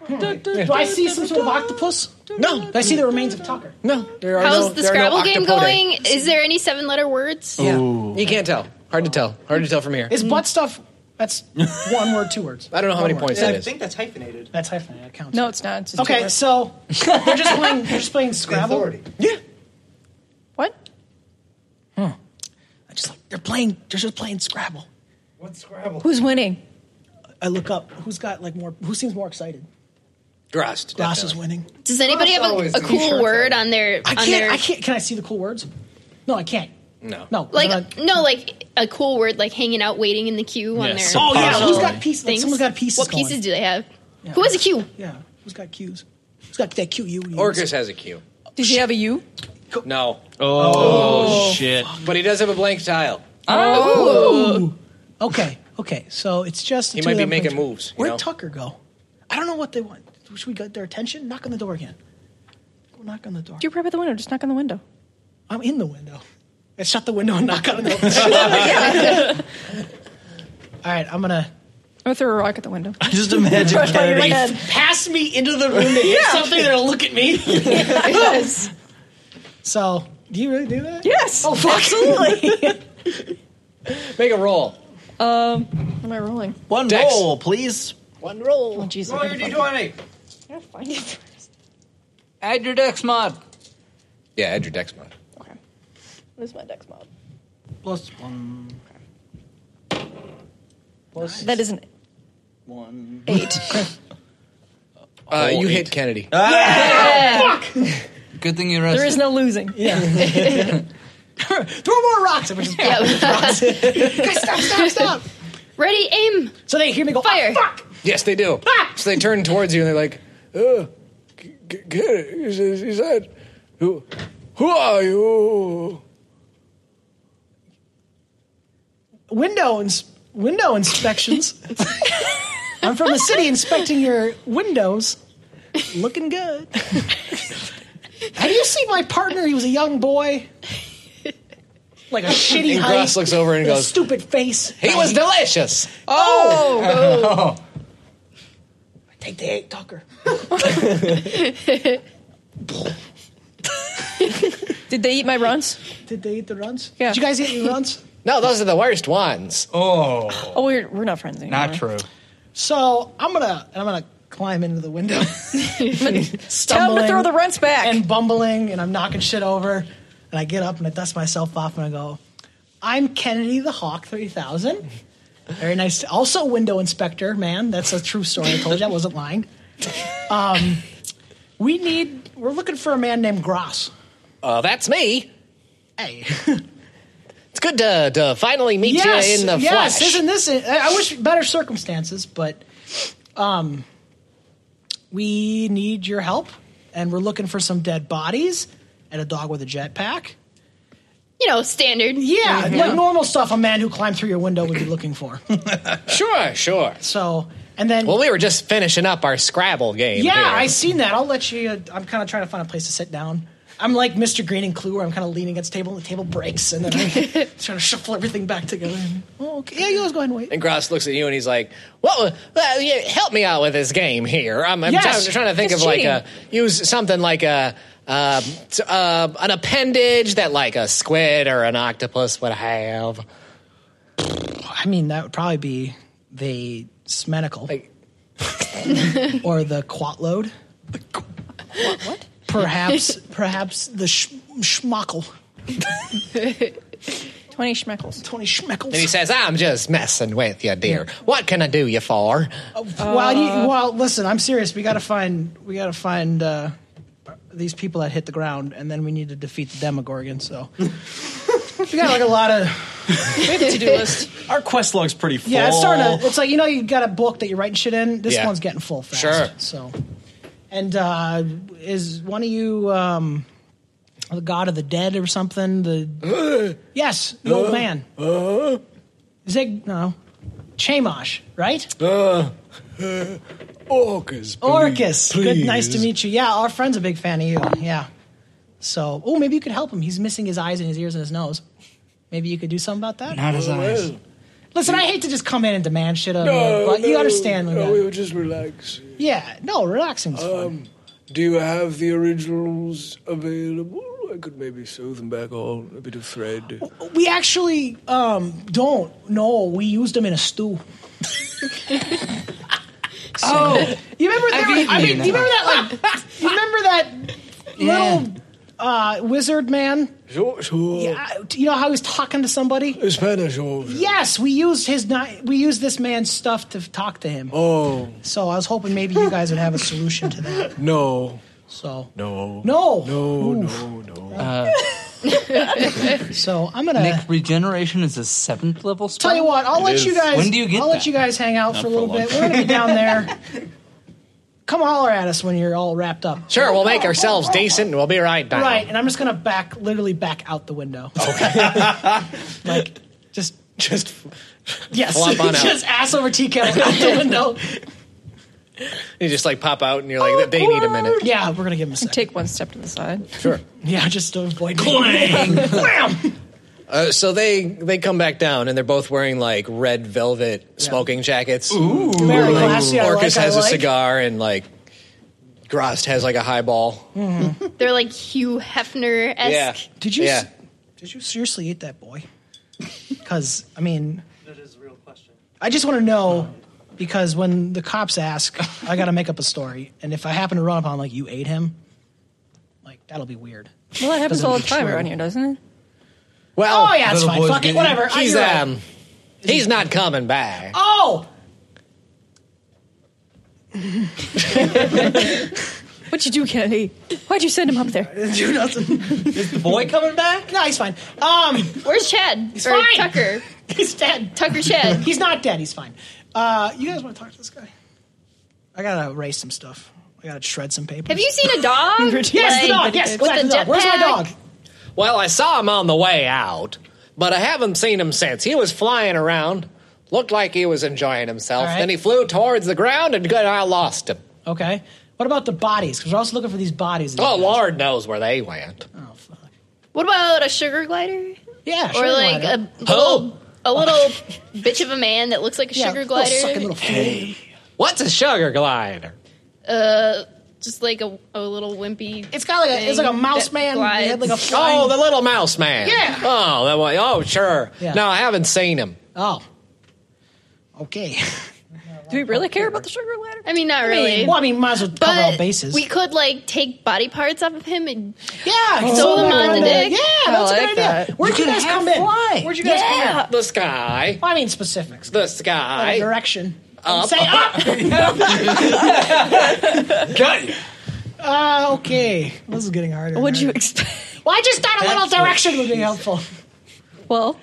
[SPEAKER 3] Do I see some sort of octopus?
[SPEAKER 2] No,
[SPEAKER 3] Do I see the remains of Tucker?
[SPEAKER 2] no. There are
[SPEAKER 8] How's
[SPEAKER 2] no,
[SPEAKER 8] the
[SPEAKER 2] there are no
[SPEAKER 8] Scrabble game
[SPEAKER 2] octopodae.
[SPEAKER 8] going? Is there any seven-letter words?
[SPEAKER 2] Yeah. You can't tell. Hard to tell. Hard to tell from here.
[SPEAKER 3] Is butt stuff? That's one word, two words.
[SPEAKER 2] I don't know how
[SPEAKER 3] One
[SPEAKER 2] many
[SPEAKER 3] word.
[SPEAKER 2] points
[SPEAKER 9] I
[SPEAKER 2] that is.
[SPEAKER 9] think that's hyphenated.
[SPEAKER 3] That's hyphenated. That counts.
[SPEAKER 5] No, it's not. It's just
[SPEAKER 3] Okay,
[SPEAKER 5] yours.
[SPEAKER 3] so they're just playing. They're just playing Scrabble.
[SPEAKER 2] Yeah.
[SPEAKER 5] what?
[SPEAKER 3] I just like they're playing. They're just playing Scrabble.
[SPEAKER 5] Who's winning?
[SPEAKER 3] I look up. Who's got like more? Who seems more excited?
[SPEAKER 2] Grost.
[SPEAKER 3] Glass
[SPEAKER 2] definitely.
[SPEAKER 3] is winning.
[SPEAKER 8] Does anybody have
[SPEAKER 6] always
[SPEAKER 8] a, a
[SPEAKER 6] the
[SPEAKER 8] cool
[SPEAKER 6] short
[SPEAKER 8] word on their
[SPEAKER 3] I
[SPEAKER 8] on
[SPEAKER 3] can't.
[SPEAKER 8] their
[SPEAKER 3] I can't. Can I see the cool words? No, I can't.
[SPEAKER 2] No.
[SPEAKER 3] No.
[SPEAKER 8] like
[SPEAKER 3] I'm not-
[SPEAKER 8] no like a cool word like hanging out waiting in the queue on
[SPEAKER 4] Yeah,
[SPEAKER 8] their
[SPEAKER 4] so-
[SPEAKER 3] oh yeah. Who's
[SPEAKER 8] little
[SPEAKER 3] got pieces? Like,
[SPEAKER 8] things?
[SPEAKER 3] someone's got pieces.
[SPEAKER 8] What pieces
[SPEAKER 3] going.
[SPEAKER 8] do they have? Who has a queue?
[SPEAKER 3] Yeah. Who's got cues? Who's got that cue? You. you-
[SPEAKER 2] Orcus has a Q.
[SPEAKER 5] Did you have a you?
[SPEAKER 2] No.
[SPEAKER 4] Oh, shit.
[SPEAKER 2] But he does have a blank tile.
[SPEAKER 3] Oh.
[SPEAKER 2] Oh.
[SPEAKER 3] Okay. Okay. So it's just the
[SPEAKER 2] He
[SPEAKER 3] two
[SPEAKER 2] might
[SPEAKER 3] of
[SPEAKER 2] be
[SPEAKER 3] them
[SPEAKER 2] making
[SPEAKER 3] playing-
[SPEAKER 2] moves, you
[SPEAKER 3] Where'd
[SPEAKER 2] know?
[SPEAKER 3] Tucker go? I don't know what they want. Should we get their attention? Knock on the door again. Go knock on the door.
[SPEAKER 5] You're right by the window. Just knock on the window.
[SPEAKER 3] I'm in the window. I shut the window and knock on the door. All right, I'm gonna
[SPEAKER 5] I'm gonna throw a rock at the window.
[SPEAKER 4] I just imagine
[SPEAKER 5] Right by your
[SPEAKER 4] Kennedy.
[SPEAKER 5] head.
[SPEAKER 3] pass me into the room to hit something. They'll look at me.
[SPEAKER 5] yes.
[SPEAKER 3] So, do you really do that?
[SPEAKER 5] Yes.
[SPEAKER 3] Oh fuck!
[SPEAKER 5] Absolutely.
[SPEAKER 2] Make a roll.
[SPEAKER 5] um, what am I rolling?
[SPEAKER 4] One
[SPEAKER 2] Dex.
[SPEAKER 4] roll, please.
[SPEAKER 2] One roll.
[SPEAKER 5] Oh, Jesus.
[SPEAKER 9] Roll your d20.
[SPEAKER 5] gotta find it first.
[SPEAKER 6] Add your dex mod.
[SPEAKER 2] Yeah, add your dex mod.
[SPEAKER 5] Okay. Where's my dex mod?
[SPEAKER 6] Plus one. Plus
[SPEAKER 5] That is an
[SPEAKER 6] one.
[SPEAKER 5] eight.
[SPEAKER 2] Uh,
[SPEAKER 6] Oh,
[SPEAKER 2] you
[SPEAKER 6] eight.
[SPEAKER 2] hit Kennedy. Ah!
[SPEAKER 6] Good thing you rested.
[SPEAKER 5] there is no losing.
[SPEAKER 3] Throw more rocks. I'm just
[SPEAKER 8] Yeah.
[SPEAKER 3] guys, stop, stop, stop.
[SPEAKER 8] Ready, aim,
[SPEAKER 3] So they hear me go
[SPEAKER 8] fire.
[SPEAKER 3] "Ah, fuck.
[SPEAKER 2] yes, they do. so they turn towards you and they're like, "Oh, g- g- good." He says- he said, "Who, who are you?"
[SPEAKER 3] Window ins- window inspections. I'm from the city inspecting your windows. Looking good. Have you seen my partner? He was a young boy. Like a shitty
[SPEAKER 2] And
[SPEAKER 3] height.
[SPEAKER 2] Gross looks over and
[SPEAKER 3] with a
[SPEAKER 2] goes,
[SPEAKER 3] stupid face. Oh,
[SPEAKER 2] Oh. "He was delicious."
[SPEAKER 5] Oh,
[SPEAKER 3] think they ate Tucker.
[SPEAKER 5] Did they eat my runs?
[SPEAKER 3] Did they eat the runs?
[SPEAKER 5] Yeah.
[SPEAKER 3] Did you guys eat any runs?
[SPEAKER 2] No, those are the worst ones.
[SPEAKER 6] Oh,
[SPEAKER 5] Oh, we're we're not friends anymore.
[SPEAKER 6] not true.
[SPEAKER 3] So I'm gonna and I'm gonna climb into the window,
[SPEAKER 5] Tell them
[SPEAKER 3] stumbling
[SPEAKER 5] to throw the runs back.
[SPEAKER 3] and bumbling, and I'm knocking shit over. And I get up and I dust myself off and I go, "I'm Kennedy the Hawk 3000." Very nice. Also, window inspector, man. That's a true story. I told you I wasn't lying. Um, we need. We're looking for a man named Gross.
[SPEAKER 2] Uh, that's me.
[SPEAKER 3] Hey.
[SPEAKER 2] It's good to, to finally meet you in the
[SPEAKER 3] yes,
[SPEAKER 2] flesh.
[SPEAKER 3] Isn't this? I I wish better circumstances, but um, we need your help, and we're looking for some dead bodies and a dog with a jetpack.
[SPEAKER 8] You know, standard.
[SPEAKER 3] Yeah, like normal stuff. A man who climbed through your window would be looking for.
[SPEAKER 2] Sure, sure.
[SPEAKER 3] so, and then.
[SPEAKER 2] Well, we were just finishing up our Scrabble game.
[SPEAKER 3] yeah,
[SPEAKER 2] here.
[SPEAKER 3] I seen that. I'll let you. uh, I'm kind of trying to find a place to sit down. I'm like Mr. Green and Clue, where I'm kind of leaning against the table, and the table breaks, and then I'm trying to shuffle everything back together. Oh, okay, yeah, you guys go ahead and wait.
[SPEAKER 2] And Gross looks at you and he's like, "What? Well, yeah, help me out with this game here. I'm, I'm
[SPEAKER 3] Yes.
[SPEAKER 2] trying- trying to think
[SPEAKER 5] It's
[SPEAKER 2] of
[SPEAKER 5] cheating.
[SPEAKER 2] like a use something like a." Uh, t- uh, an appendage that like a squid or an octopus would have.
[SPEAKER 3] I mean, that would probably be the smenicle
[SPEAKER 2] Like-
[SPEAKER 3] or the quat load. what? Perhaps, perhaps the sh- schmuckle.
[SPEAKER 5] Twenty schmeckles.
[SPEAKER 3] Tony Schmeckles.
[SPEAKER 2] And he says, "Ah." "I'm just messing with you, dear. What can I do you for?"
[SPEAKER 3] Uh,
[SPEAKER 5] Uh,
[SPEAKER 3] well, you, well, listen, I'm serious. We gotta find, we gotta find uh, these people that hit the ground, and then we need to defeat the Demogorgon. So we got like a lot of
[SPEAKER 5] We have a to do list.
[SPEAKER 4] Our quest log's pretty full.
[SPEAKER 3] yeah. It's starting to. It's like you know, you got a book that you're writing shit in. This
[SPEAKER 2] Yeah.
[SPEAKER 3] one's getting full fast.
[SPEAKER 2] Sure.
[SPEAKER 3] So, and uh, is one of you um, the god of the dead or something? The yes, the old man. Zig no, Chamosh, right?
[SPEAKER 2] Uh,
[SPEAKER 7] Uh,
[SPEAKER 2] Orcas.
[SPEAKER 3] Orcus. Good, nice to meet you. Yeah, our friend's a big fan of you. Yeah. So, oh, maybe you could help him. He's missing his eyes and his ears and his nose. Maybe you could do something about that.
[SPEAKER 6] Not
[SPEAKER 2] Oh,
[SPEAKER 6] his eyes.
[SPEAKER 3] Listen, I hate to just come in and demand shit of you, but you understand. No, we Um, were just relaxing. Yeah, no, relaxing's fun.
[SPEAKER 7] Um, Do you have the originals available? I could maybe sew them back on a bit of thread.
[SPEAKER 3] We actually um, don't. No, we used them in a stew.
[SPEAKER 6] Oh,
[SPEAKER 3] You remember that?
[SPEAKER 6] I've eaten
[SPEAKER 3] I
[SPEAKER 6] you
[SPEAKER 3] mean, do
[SPEAKER 6] now.
[SPEAKER 3] you remember that? Like, you remember that
[SPEAKER 6] yeah.
[SPEAKER 3] little uh, wizard man?
[SPEAKER 7] Sure, sure.
[SPEAKER 3] Yeah, you know how he was talking to somebody.
[SPEAKER 7] Spanish, or
[SPEAKER 3] Yes, we used his ni- we used this man's stuff to talk to him.
[SPEAKER 7] Oh,
[SPEAKER 3] So I was hoping maybe you guys would have a solution to that.
[SPEAKER 7] no.
[SPEAKER 3] So
[SPEAKER 7] No.
[SPEAKER 3] no,
[SPEAKER 7] No,
[SPEAKER 3] Oof.
[SPEAKER 7] no, no.
[SPEAKER 9] Uh,
[SPEAKER 3] So I'm gonna
[SPEAKER 6] Nick, regeneration is a seventh level spell.
[SPEAKER 3] tell you what. I'll let you guys.
[SPEAKER 6] When do you get
[SPEAKER 3] I'll
[SPEAKER 6] that?
[SPEAKER 3] let you guys hang out for a little
[SPEAKER 4] for long.
[SPEAKER 3] bit. We're gonna be down there. Come holler at us when you're all wrapped up.
[SPEAKER 2] Sure, we'll make ourselves decent and we'll be right back.
[SPEAKER 3] Right, and I'm just gonna back, literally back out the window.
[SPEAKER 6] Oh.
[SPEAKER 3] Okay. like just,
[SPEAKER 2] Just
[SPEAKER 3] yes,
[SPEAKER 2] Flop on out.
[SPEAKER 3] just ass over tea kettle out the window.
[SPEAKER 2] you just like pop out and you're
[SPEAKER 5] Oh,
[SPEAKER 2] like, they need a minute.
[SPEAKER 3] Yeah, we're gonna give him a second.
[SPEAKER 5] Take one step to the side.
[SPEAKER 2] Sure.
[SPEAKER 3] yeah, just to avoid. Wham!
[SPEAKER 2] Uh, so they they come back down and they're both wearing like red velvet smoking jackets. Ooh.
[SPEAKER 3] Very classy. I like,
[SPEAKER 2] Orcus
[SPEAKER 3] I
[SPEAKER 2] has a
[SPEAKER 3] like.
[SPEAKER 2] cigar and like Grost has like a highball.
[SPEAKER 8] Mm-hmm. They're like Hugh Hefner esque.
[SPEAKER 3] Did you?
[SPEAKER 2] Yeah.
[SPEAKER 3] s- Did you seriously eat that boy? Because I mean,
[SPEAKER 9] That is a real question.
[SPEAKER 3] I just want to know because when the cops ask, I got to make up a story, and if I happen to run upon like you ate him, like that'll be weird.
[SPEAKER 5] Well, that happens
[SPEAKER 3] Doesn't
[SPEAKER 5] all the
[SPEAKER 3] look
[SPEAKER 5] time
[SPEAKER 3] true.
[SPEAKER 5] around here, doesn't it?
[SPEAKER 2] Well,
[SPEAKER 3] Oh, yeah, it's
[SPEAKER 6] Little
[SPEAKER 3] fine.
[SPEAKER 6] boy's
[SPEAKER 3] Fuck it,
[SPEAKER 6] getting-
[SPEAKER 3] whatever. I-
[SPEAKER 2] he's
[SPEAKER 3] you're right.
[SPEAKER 2] um he's not coming back.
[SPEAKER 3] Oh,
[SPEAKER 5] What'd you do, Kennedy? Why'd you send him up there?
[SPEAKER 3] do nothing.
[SPEAKER 6] the boy coming back?
[SPEAKER 3] no, he's fine. Um,
[SPEAKER 8] Where's Chad? He's
[SPEAKER 3] fine.
[SPEAKER 8] Tucker.
[SPEAKER 3] he's dead.
[SPEAKER 8] Tucker Chad.
[SPEAKER 3] He's not dead. He's fine. Uh, you guys want to talk to this guy? I gotta erase some stuff. I gotta shred some papers.
[SPEAKER 8] Have you seen a dog?
[SPEAKER 3] Um, Yes, the
[SPEAKER 8] Like,
[SPEAKER 3] dog. Yes,
[SPEAKER 8] with
[SPEAKER 3] exactly.
[SPEAKER 8] a
[SPEAKER 3] The dog. Where's my
[SPEAKER 8] jetpack?
[SPEAKER 3] dog?
[SPEAKER 2] Well, I saw him on the way out, but I haven't seen him since. He was flying around, looked like he was enjoying himself.
[SPEAKER 3] All right.
[SPEAKER 2] Then he flew towards the ground and good, I lost him.
[SPEAKER 3] Okay. What about the bodies? Because we're also looking for these bodies.
[SPEAKER 2] Oh, Lord knows where they went.
[SPEAKER 3] Oh, fuck.
[SPEAKER 8] What about a sugar glider?
[SPEAKER 3] Yeah,
[SPEAKER 8] or
[SPEAKER 3] sure, why
[SPEAKER 8] like
[SPEAKER 3] not?
[SPEAKER 8] a
[SPEAKER 2] Oh.
[SPEAKER 8] little, a little bitch of a man that looks like a
[SPEAKER 3] Yeah,
[SPEAKER 8] sugar
[SPEAKER 3] little
[SPEAKER 8] glider.
[SPEAKER 3] sucking little fool.
[SPEAKER 2] What's a sugar glider?
[SPEAKER 8] uh, just like a, a little wimpy.
[SPEAKER 3] It's got like a, it's
[SPEAKER 8] thing
[SPEAKER 3] like a mouse
[SPEAKER 8] that
[SPEAKER 3] man.
[SPEAKER 8] glides.
[SPEAKER 3] They had like a flying.
[SPEAKER 2] Oh, the little mouse man.
[SPEAKER 3] Yeah.
[SPEAKER 2] Oh, that one. Oh, sure.
[SPEAKER 3] Yeah.
[SPEAKER 2] No, I haven't seen him.
[SPEAKER 3] Oh. Okay.
[SPEAKER 5] Do we really care about the sugar ladder?
[SPEAKER 8] I mean, not really.
[SPEAKER 3] well, I mean, might as well cover all
[SPEAKER 8] but
[SPEAKER 3] bases.
[SPEAKER 8] we could like take body parts off of him and
[SPEAKER 3] Oh, yeah,
[SPEAKER 8] Throw
[SPEAKER 3] so
[SPEAKER 8] them on the dick.
[SPEAKER 3] Yeah,
[SPEAKER 5] I
[SPEAKER 3] that's a
[SPEAKER 5] like
[SPEAKER 3] good idea.
[SPEAKER 5] that.
[SPEAKER 3] Where'd you, guys come in?
[SPEAKER 5] Where'd you
[SPEAKER 3] guys come
[SPEAKER 5] yeah.
[SPEAKER 2] The sky.
[SPEAKER 3] Well, I mean specifics.
[SPEAKER 2] The
[SPEAKER 3] Like a
[SPEAKER 2] sky.
[SPEAKER 3] direction. Say up.
[SPEAKER 7] Got you.
[SPEAKER 3] Uh, okay, this is getting harder.
[SPEAKER 5] What'd you
[SPEAKER 3] Alright.
[SPEAKER 5] expect?
[SPEAKER 3] Well, I just thought a little direction would be helpful.
[SPEAKER 5] Well,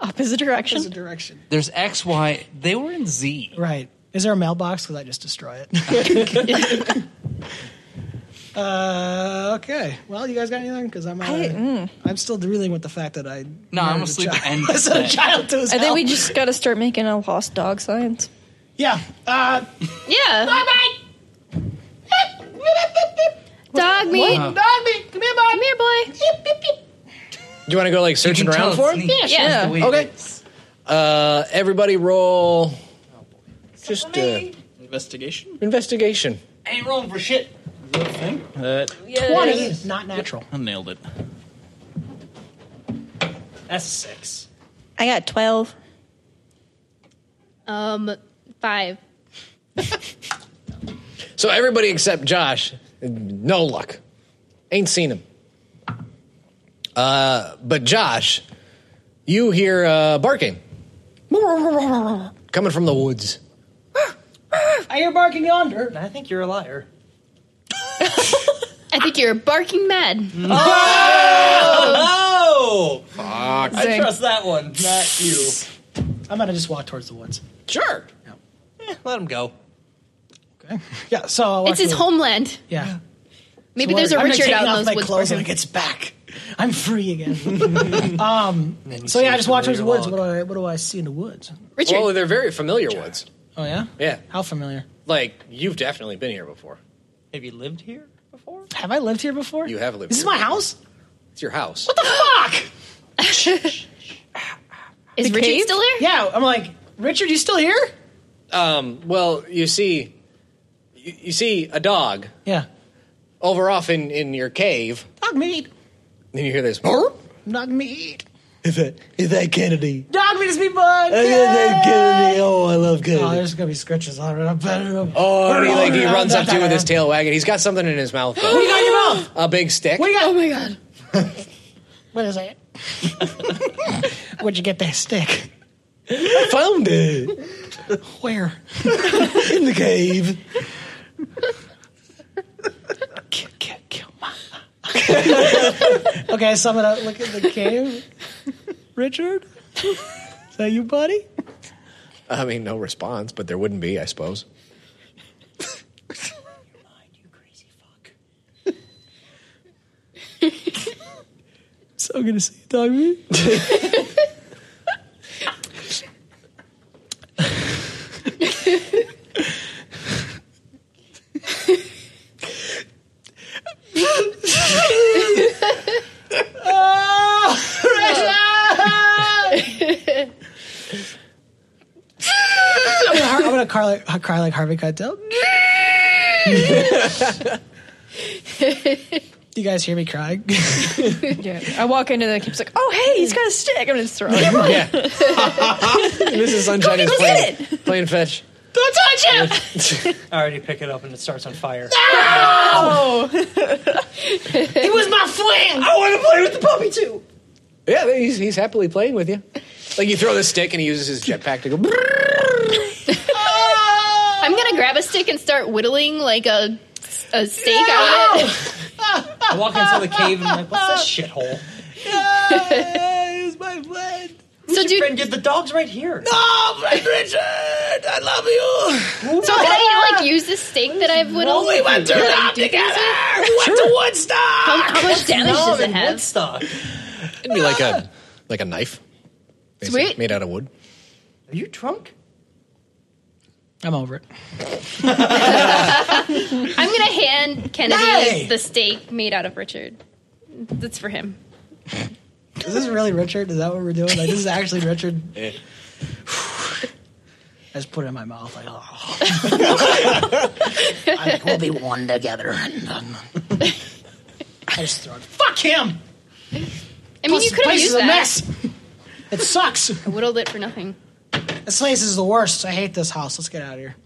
[SPEAKER 5] opposite direction.
[SPEAKER 3] There's a direction.
[SPEAKER 6] There's X, Y. They were in Z.
[SPEAKER 3] Right. Is there a mailbox? Because I just destroy it. uh, okay. Well, you guys got anything? Because I'm outta-
[SPEAKER 5] Mm.
[SPEAKER 3] I'm still dealing with the fact that I
[SPEAKER 6] No, I'm
[SPEAKER 3] married a
[SPEAKER 6] asleep
[SPEAKER 3] child-
[SPEAKER 6] and
[SPEAKER 3] I sent a child to his
[SPEAKER 5] I think we
[SPEAKER 3] hell.
[SPEAKER 5] just got to start making a lost dog science.
[SPEAKER 3] yeah. Uh,
[SPEAKER 8] yeah. Bye bye. Dog meat. Dog meat. Come here, boy. Come here, boy.
[SPEAKER 2] Do you want to go like searching around for him?
[SPEAKER 8] Yeah, sure.
[SPEAKER 5] Yeah.
[SPEAKER 2] Okay. Uh, everybody roll. Just uh,
[SPEAKER 4] Investigation.
[SPEAKER 2] investigation.
[SPEAKER 6] Ain't rolling for shit. Uh,
[SPEAKER 4] That
[SPEAKER 3] Twenty, not natural.
[SPEAKER 4] I nailed it.
[SPEAKER 9] That's six.
[SPEAKER 5] I got 12.
[SPEAKER 8] Um, five.
[SPEAKER 2] So everybody except Josh, no luck. Ain't seen him. Uh, but Josh, you hear uh, barking coming from the woods.
[SPEAKER 3] I hear barking yonder.
[SPEAKER 9] I think you're a liar.
[SPEAKER 8] I think you're barking mad.
[SPEAKER 9] Oh! I trust that one, not you.
[SPEAKER 3] I'm gonna just walk towards the woods.
[SPEAKER 2] Sure.
[SPEAKER 9] Eh, let him go.
[SPEAKER 3] Okay. Yeah. So I'll walk
[SPEAKER 8] It's his
[SPEAKER 3] to the-
[SPEAKER 8] homeland.
[SPEAKER 3] Yeah.
[SPEAKER 8] Maybe there's a
[SPEAKER 3] I'm gonna
[SPEAKER 8] Richard
[SPEAKER 3] take
[SPEAKER 8] out
[SPEAKER 3] off
[SPEAKER 8] in
[SPEAKER 3] my
[SPEAKER 8] those woods.
[SPEAKER 3] clothes
[SPEAKER 8] for
[SPEAKER 3] when it
[SPEAKER 8] him.
[SPEAKER 3] gets back. I'm free again. Um,
[SPEAKER 9] And then you
[SPEAKER 3] so
[SPEAKER 9] see
[SPEAKER 3] yeah, I
[SPEAKER 9] him
[SPEAKER 3] just
[SPEAKER 9] from
[SPEAKER 3] walk towards the
[SPEAKER 9] your
[SPEAKER 3] woods.
[SPEAKER 9] log.
[SPEAKER 3] What do I what do I see in the woods?
[SPEAKER 8] Richard.
[SPEAKER 2] Well, Oh, they're very familiar woods.
[SPEAKER 3] Oh yeah.
[SPEAKER 2] Yeah,
[SPEAKER 3] How familiar?
[SPEAKER 2] like you've definitely been here before.
[SPEAKER 9] Have you lived here before?
[SPEAKER 3] Have I lived here before?
[SPEAKER 2] You have lived
[SPEAKER 3] This is
[SPEAKER 2] here
[SPEAKER 3] my
[SPEAKER 2] before.
[SPEAKER 3] house.
[SPEAKER 2] It's your house.
[SPEAKER 3] Fuck.
[SPEAKER 8] Is Richard
[SPEAKER 5] cave?
[SPEAKER 8] still here?
[SPEAKER 3] Yeah. I'm like Richard. You still here?
[SPEAKER 2] Um, well, you see, you, you see a dog
[SPEAKER 3] Yeah.
[SPEAKER 2] over off in, in your cave.
[SPEAKER 3] Dog meat.
[SPEAKER 2] Then you hear this.
[SPEAKER 3] Dog meat.
[SPEAKER 7] Is that, is that Kennedy?
[SPEAKER 3] Dog meat is me, bud.
[SPEAKER 7] Is that Kennedy? Oh, I love
[SPEAKER 3] Oh,
[SPEAKER 7] Kennedy.
[SPEAKER 3] there's gonna be scratches on it. I'm better. I'm-
[SPEAKER 2] Oh, and he, like he runs up to you with his tail wagging. He's got something in his mouth.
[SPEAKER 3] What do
[SPEAKER 2] though.
[SPEAKER 3] you got in your mouth?
[SPEAKER 2] a big stick.
[SPEAKER 3] What do you got? Oh my god. what is that? Where'd you get that stick?
[SPEAKER 7] I found it
[SPEAKER 3] Where?
[SPEAKER 7] in the cave.
[SPEAKER 3] Kill, kill, kill my. okay, so I'm gonna look at the cave. Richard, is that you, buddy?
[SPEAKER 2] I mean, no response, but there wouldn't be, I suppose.
[SPEAKER 3] So good to see you, dog meat. I'm gonna, I'm gonna cry, like, cry like Harvey Keitel. you guys hear me crying?
[SPEAKER 5] Yeah. I walk into the keeps like, oh, hey, he's got a stick. I'm just throwing it.
[SPEAKER 2] Yeah. Mrs. Sunshine is
[SPEAKER 5] go
[SPEAKER 2] playing,
[SPEAKER 5] get
[SPEAKER 2] playing fetch.
[SPEAKER 3] Don't touch him!
[SPEAKER 9] I already pick it up and it starts on fire.
[SPEAKER 3] It was my friend!
[SPEAKER 2] Yeah, he's, he's happily playing with you. Like you throw the stick and he uses his jetpack to go.
[SPEAKER 8] I'm gonna grab a stick and start whittling like a a steak out of it.
[SPEAKER 9] I walk into the cave and I'm like, what's this shithole?
[SPEAKER 7] Hey, it's my friend.
[SPEAKER 8] So do
[SPEAKER 9] Friend, get the dog's right here.
[SPEAKER 7] Oh, friend Richard, I love you.
[SPEAKER 8] so can I like use this steak that I've whittled?
[SPEAKER 7] We went to
[SPEAKER 8] Can I
[SPEAKER 7] Rob
[SPEAKER 8] do things
[SPEAKER 7] together.
[SPEAKER 8] with it?
[SPEAKER 7] We went to Woodstock.
[SPEAKER 8] How, how much damage
[SPEAKER 9] No,
[SPEAKER 8] does it
[SPEAKER 9] in
[SPEAKER 8] have?
[SPEAKER 9] Woodstock.
[SPEAKER 2] It'd be like a like a knife, basically,
[SPEAKER 8] Sweet.
[SPEAKER 2] made out of wood.
[SPEAKER 9] Are you drunk?
[SPEAKER 3] I'm over it.
[SPEAKER 8] I'm gonna hand Kennedy
[SPEAKER 3] Hey!
[SPEAKER 8] the steak made out of Richard. That's for him.
[SPEAKER 9] Eh.
[SPEAKER 3] Is this really Richard? Is that what we're doing? Like, this is actually Richard. I just put it in my mouth. Like, oh.
[SPEAKER 10] I think we'll be one together.
[SPEAKER 3] I just throw it. Fuck him!
[SPEAKER 8] I mean,
[SPEAKER 3] Plus
[SPEAKER 8] you
[SPEAKER 3] the
[SPEAKER 8] could have
[SPEAKER 3] place is
[SPEAKER 8] used
[SPEAKER 3] a
[SPEAKER 8] that.
[SPEAKER 3] mess. It sucks.
[SPEAKER 8] I whittled it for nothing.
[SPEAKER 3] This place is the worst. I hate this house. Let's get out of here.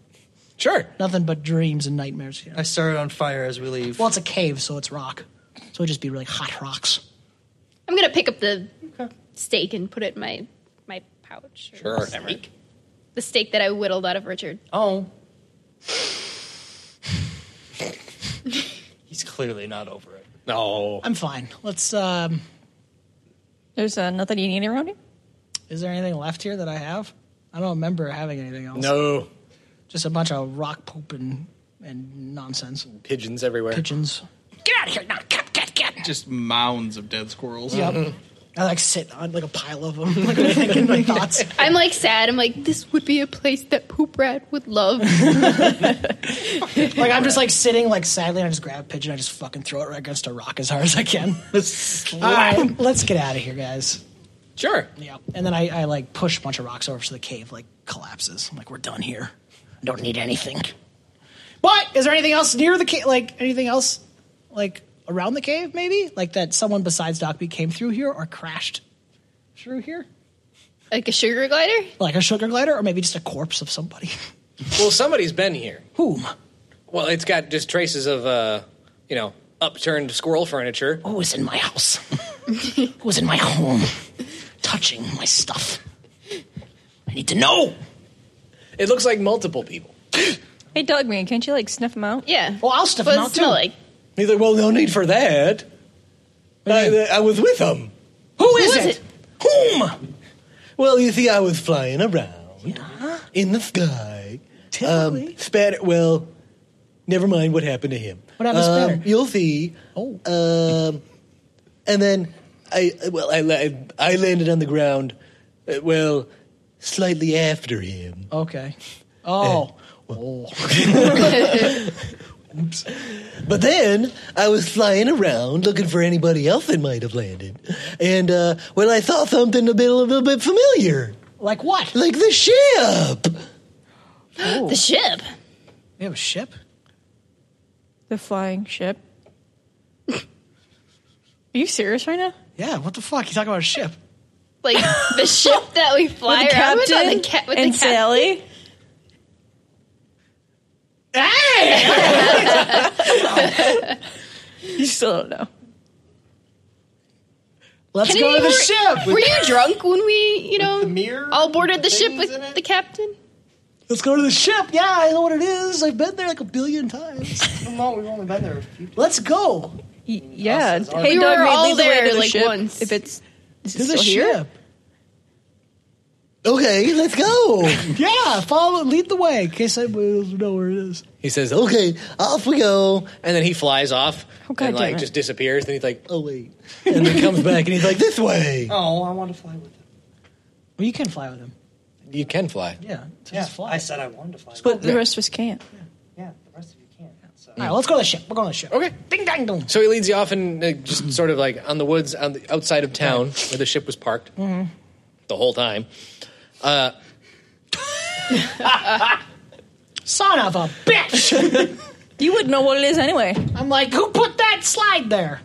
[SPEAKER 2] Sure.
[SPEAKER 3] Nothing but dreams and nightmares here.
[SPEAKER 9] I started on fire as we leave.
[SPEAKER 3] Well, it's a cave, so it's rock. So it'd just be really hot rocks.
[SPEAKER 8] I'm gonna pick up the steak and put it in my my pouch. or
[SPEAKER 2] Sure,
[SPEAKER 8] steak.
[SPEAKER 2] Emmerich.
[SPEAKER 8] The steak that I whittled out of Richard.
[SPEAKER 9] Oh. He's clearly not over it.
[SPEAKER 2] No.
[SPEAKER 3] I'm fine. Let's. um
[SPEAKER 5] There's uh, nothing you need around you.
[SPEAKER 3] Is there anything left here that I have? I don't remember having anything else.
[SPEAKER 2] No.
[SPEAKER 3] Just a bunch of rock poop and, and nonsense.
[SPEAKER 2] Pigeons everywhere.
[SPEAKER 3] Pigeons. Get out of here! No, get, get, get!
[SPEAKER 4] Just mounds of dead squirrels.
[SPEAKER 3] Yep.
[SPEAKER 6] Mm-hmm.
[SPEAKER 3] I like sit on like a pile of them, like thinking my thoughts.
[SPEAKER 8] I'm like sad. I'm like, this would be a place that Poop Rat would love.
[SPEAKER 3] Like I'm just like sitting like sadly, and I just grab a pigeon, I just fucking throw it right against a rock as hard as I can. All right, let's get out of here, guys.
[SPEAKER 2] Sure.
[SPEAKER 3] Yeah, and then I, I like push a bunch of rocks over so the cave like collapses. I'm like, we're done here. I don't need anything. But is there anything else near the cave? Like anything else, like around the cave? Maybe like that someone besides Docby came through here or crashed through here,
[SPEAKER 8] like a sugar glider?
[SPEAKER 3] like a sugar glider, or maybe just a corpse of somebody.
[SPEAKER 2] Well, somebody's been here.
[SPEAKER 3] Whom?
[SPEAKER 2] Well, it's got just traces of, uh, you know, upturned squirrel furniture.
[SPEAKER 10] Who was in my house? Who was in my home? Touching my stuff. I need to know.
[SPEAKER 2] It looks like multiple people.
[SPEAKER 5] Hey, dog man, can't you like sniff them out?
[SPEAKER 8] Yeah.
[SPEAKER 3] Well, I'll sniff
[SPEAKER 8] What
[SPEAKER 3] them
[SPEAKER 8] does
[SPEAKER 3] out
[SPEAKER 8] it
[SPEAKER 3] too.
[SPEAKER 8] smell like?
[SPEAKER 2] He's like, well, no need for that. I, I was with them.
[SPEAKER 3] Who is,
[SPEAKER 8] Who is
[SPEAKER 3] it?
[SPEAKER 8] it?
[SPEAKER 2] Whom? Well, you see, I was flying around in the sky.
[SPEAKER 3] Typically.
[SPEAKER 2] spatter. Well, never mind what happened to him.
[SPEAKER 3] What happened to
[SPEAKER 2] Um,
[SPEAKER 3] Spatter?
[SPEAKER 2] You'll see.
[SPEAKER 3] Oh.
[SPEAKER 2] Um, and then I well I la- I landed on the ground. uh, well, slightly after him.
[SPEAKER 3] Okay. Oh.
[SPEAKER 2] But then I was flying around looking for anybody else that might have landed, and uh, well, I saw something a bit a little bit familiar,
[SPEAKER 3] Like what?
[SPEAKER 2] like the ship.
[SPEAKER 8] The ship.
[SPEAKER 3] We have a ship.
[SPEAKER 5] The flying ship. Are you serious right now?
[SPEAKER 3] Yeah. What the fuck? You talking about a ship?
[SPEAKER 8] Like the ship that we fly
[SPEAKER 5] with the
[SPEAKER 8] around with on
[SPEAKER 5] captain
[SPEAKER 8] the ca- with
[SPEAKER 5] and
[SPEAKER 8] the cap-
[SPEAKER 5] Sally. you still don't know.
[SPEAKER 3] Let's
[SPEAKER 8] Can
[SPEAKER 3] go to the
[SPEAKER 8] anyone-
[SPEAKER 3] ship.
[SPEAKER 8] Were you drunk when we, you know,
[SPEAKER 9] the mirror
[SPEAKER 8] all boarded the
[SPEAKER 9] with the
[SPEAKER 8] ship
[SPEAKER 9] things
[SPEAKER 8] with
[SPEAKER 9] in it?
[SPEAKER 8] the captain?
[SPEAKER 3] Let's go to the ship. Yeah, I know what it is. I've been there like a billion times.
[SPEAKER 9] Come on, we've only been there a few times.
[SPEAKER 3] Let's go
[SPEAKER 5] Y- yeah.
[SPEAKER 9] Us is
[SPEAKER 5] Hey,
[SPEAKER 8] We
[SPEAKER 5] dog
[SPEAKER 8] were
[SPEAKER 5] man,
[SPEAKER 8] all
[SPEAKER 5] lead the way
[SPEAKER 8] there,
[SPEAKER 5] to the
[SPEAKER 8] like,
[SPEAKER 5] ship
[SPEAKER 8] once.
[SPEAKER 5] If it's is
[SPEAKER 3] to
[SPEAKER 5] it
[SPEAKER 3] the
[SPEAKER 5] still here?
[SPEAKER 3] ship.
[SPEAKER 2] Okay, let's go.
[SPEAKER 3] Yeah, follow, lead the way in case I we don't know where it is.
[SPEAKER 2] He says, "Okay, off we go," and then he flies off
[SPEAKER 5] Oh, God
[SPEAKER 2] and
[SPEAKER 5] damn
[SPEAKER 2] like
[SPEAKER 5] it.
[SPEAKER 2] just disappears. Then he's like, "Oh wait," and then comes back and he's like, "This way."
[SPEAKER 9] Oh, I want to fly with him.
[SPEAKER 3] Well, you can fly with him.
[SPEAKER 2] You can fly.
[SPEAKER 3] Yeah, so
[SPEAKER 9] Yeah,
[SPEAKER 3] just fly.
[SPEAKER 9] I said I wanted to fly. with
[SPEAKER 5] But
[SPEAKER 9] him.
[SPEAKER 5] the rest of us can't.
[SPEAKER 9] Yeah, the rest of you can't. So.
[SPEAKER 3] All right, let's go to the ship. We're going to the ship.
[SPEAKER 2] Okay.
[SPEAKER 3] Ding dang dong.
[SPEAKER 2] So he leads you off and uh, just sort of like on the woods on the outside of town where the ship was parked
[SPEAKER 3] Mm-hmm.
[SPEAKER 2] the whole time. Uh,
[SPEAKER 3] Son of a bitch!
[SPEAKER 5] You wouldn't know what it is anyway.
[SPEAKER 3] I'm like, who put that slide there?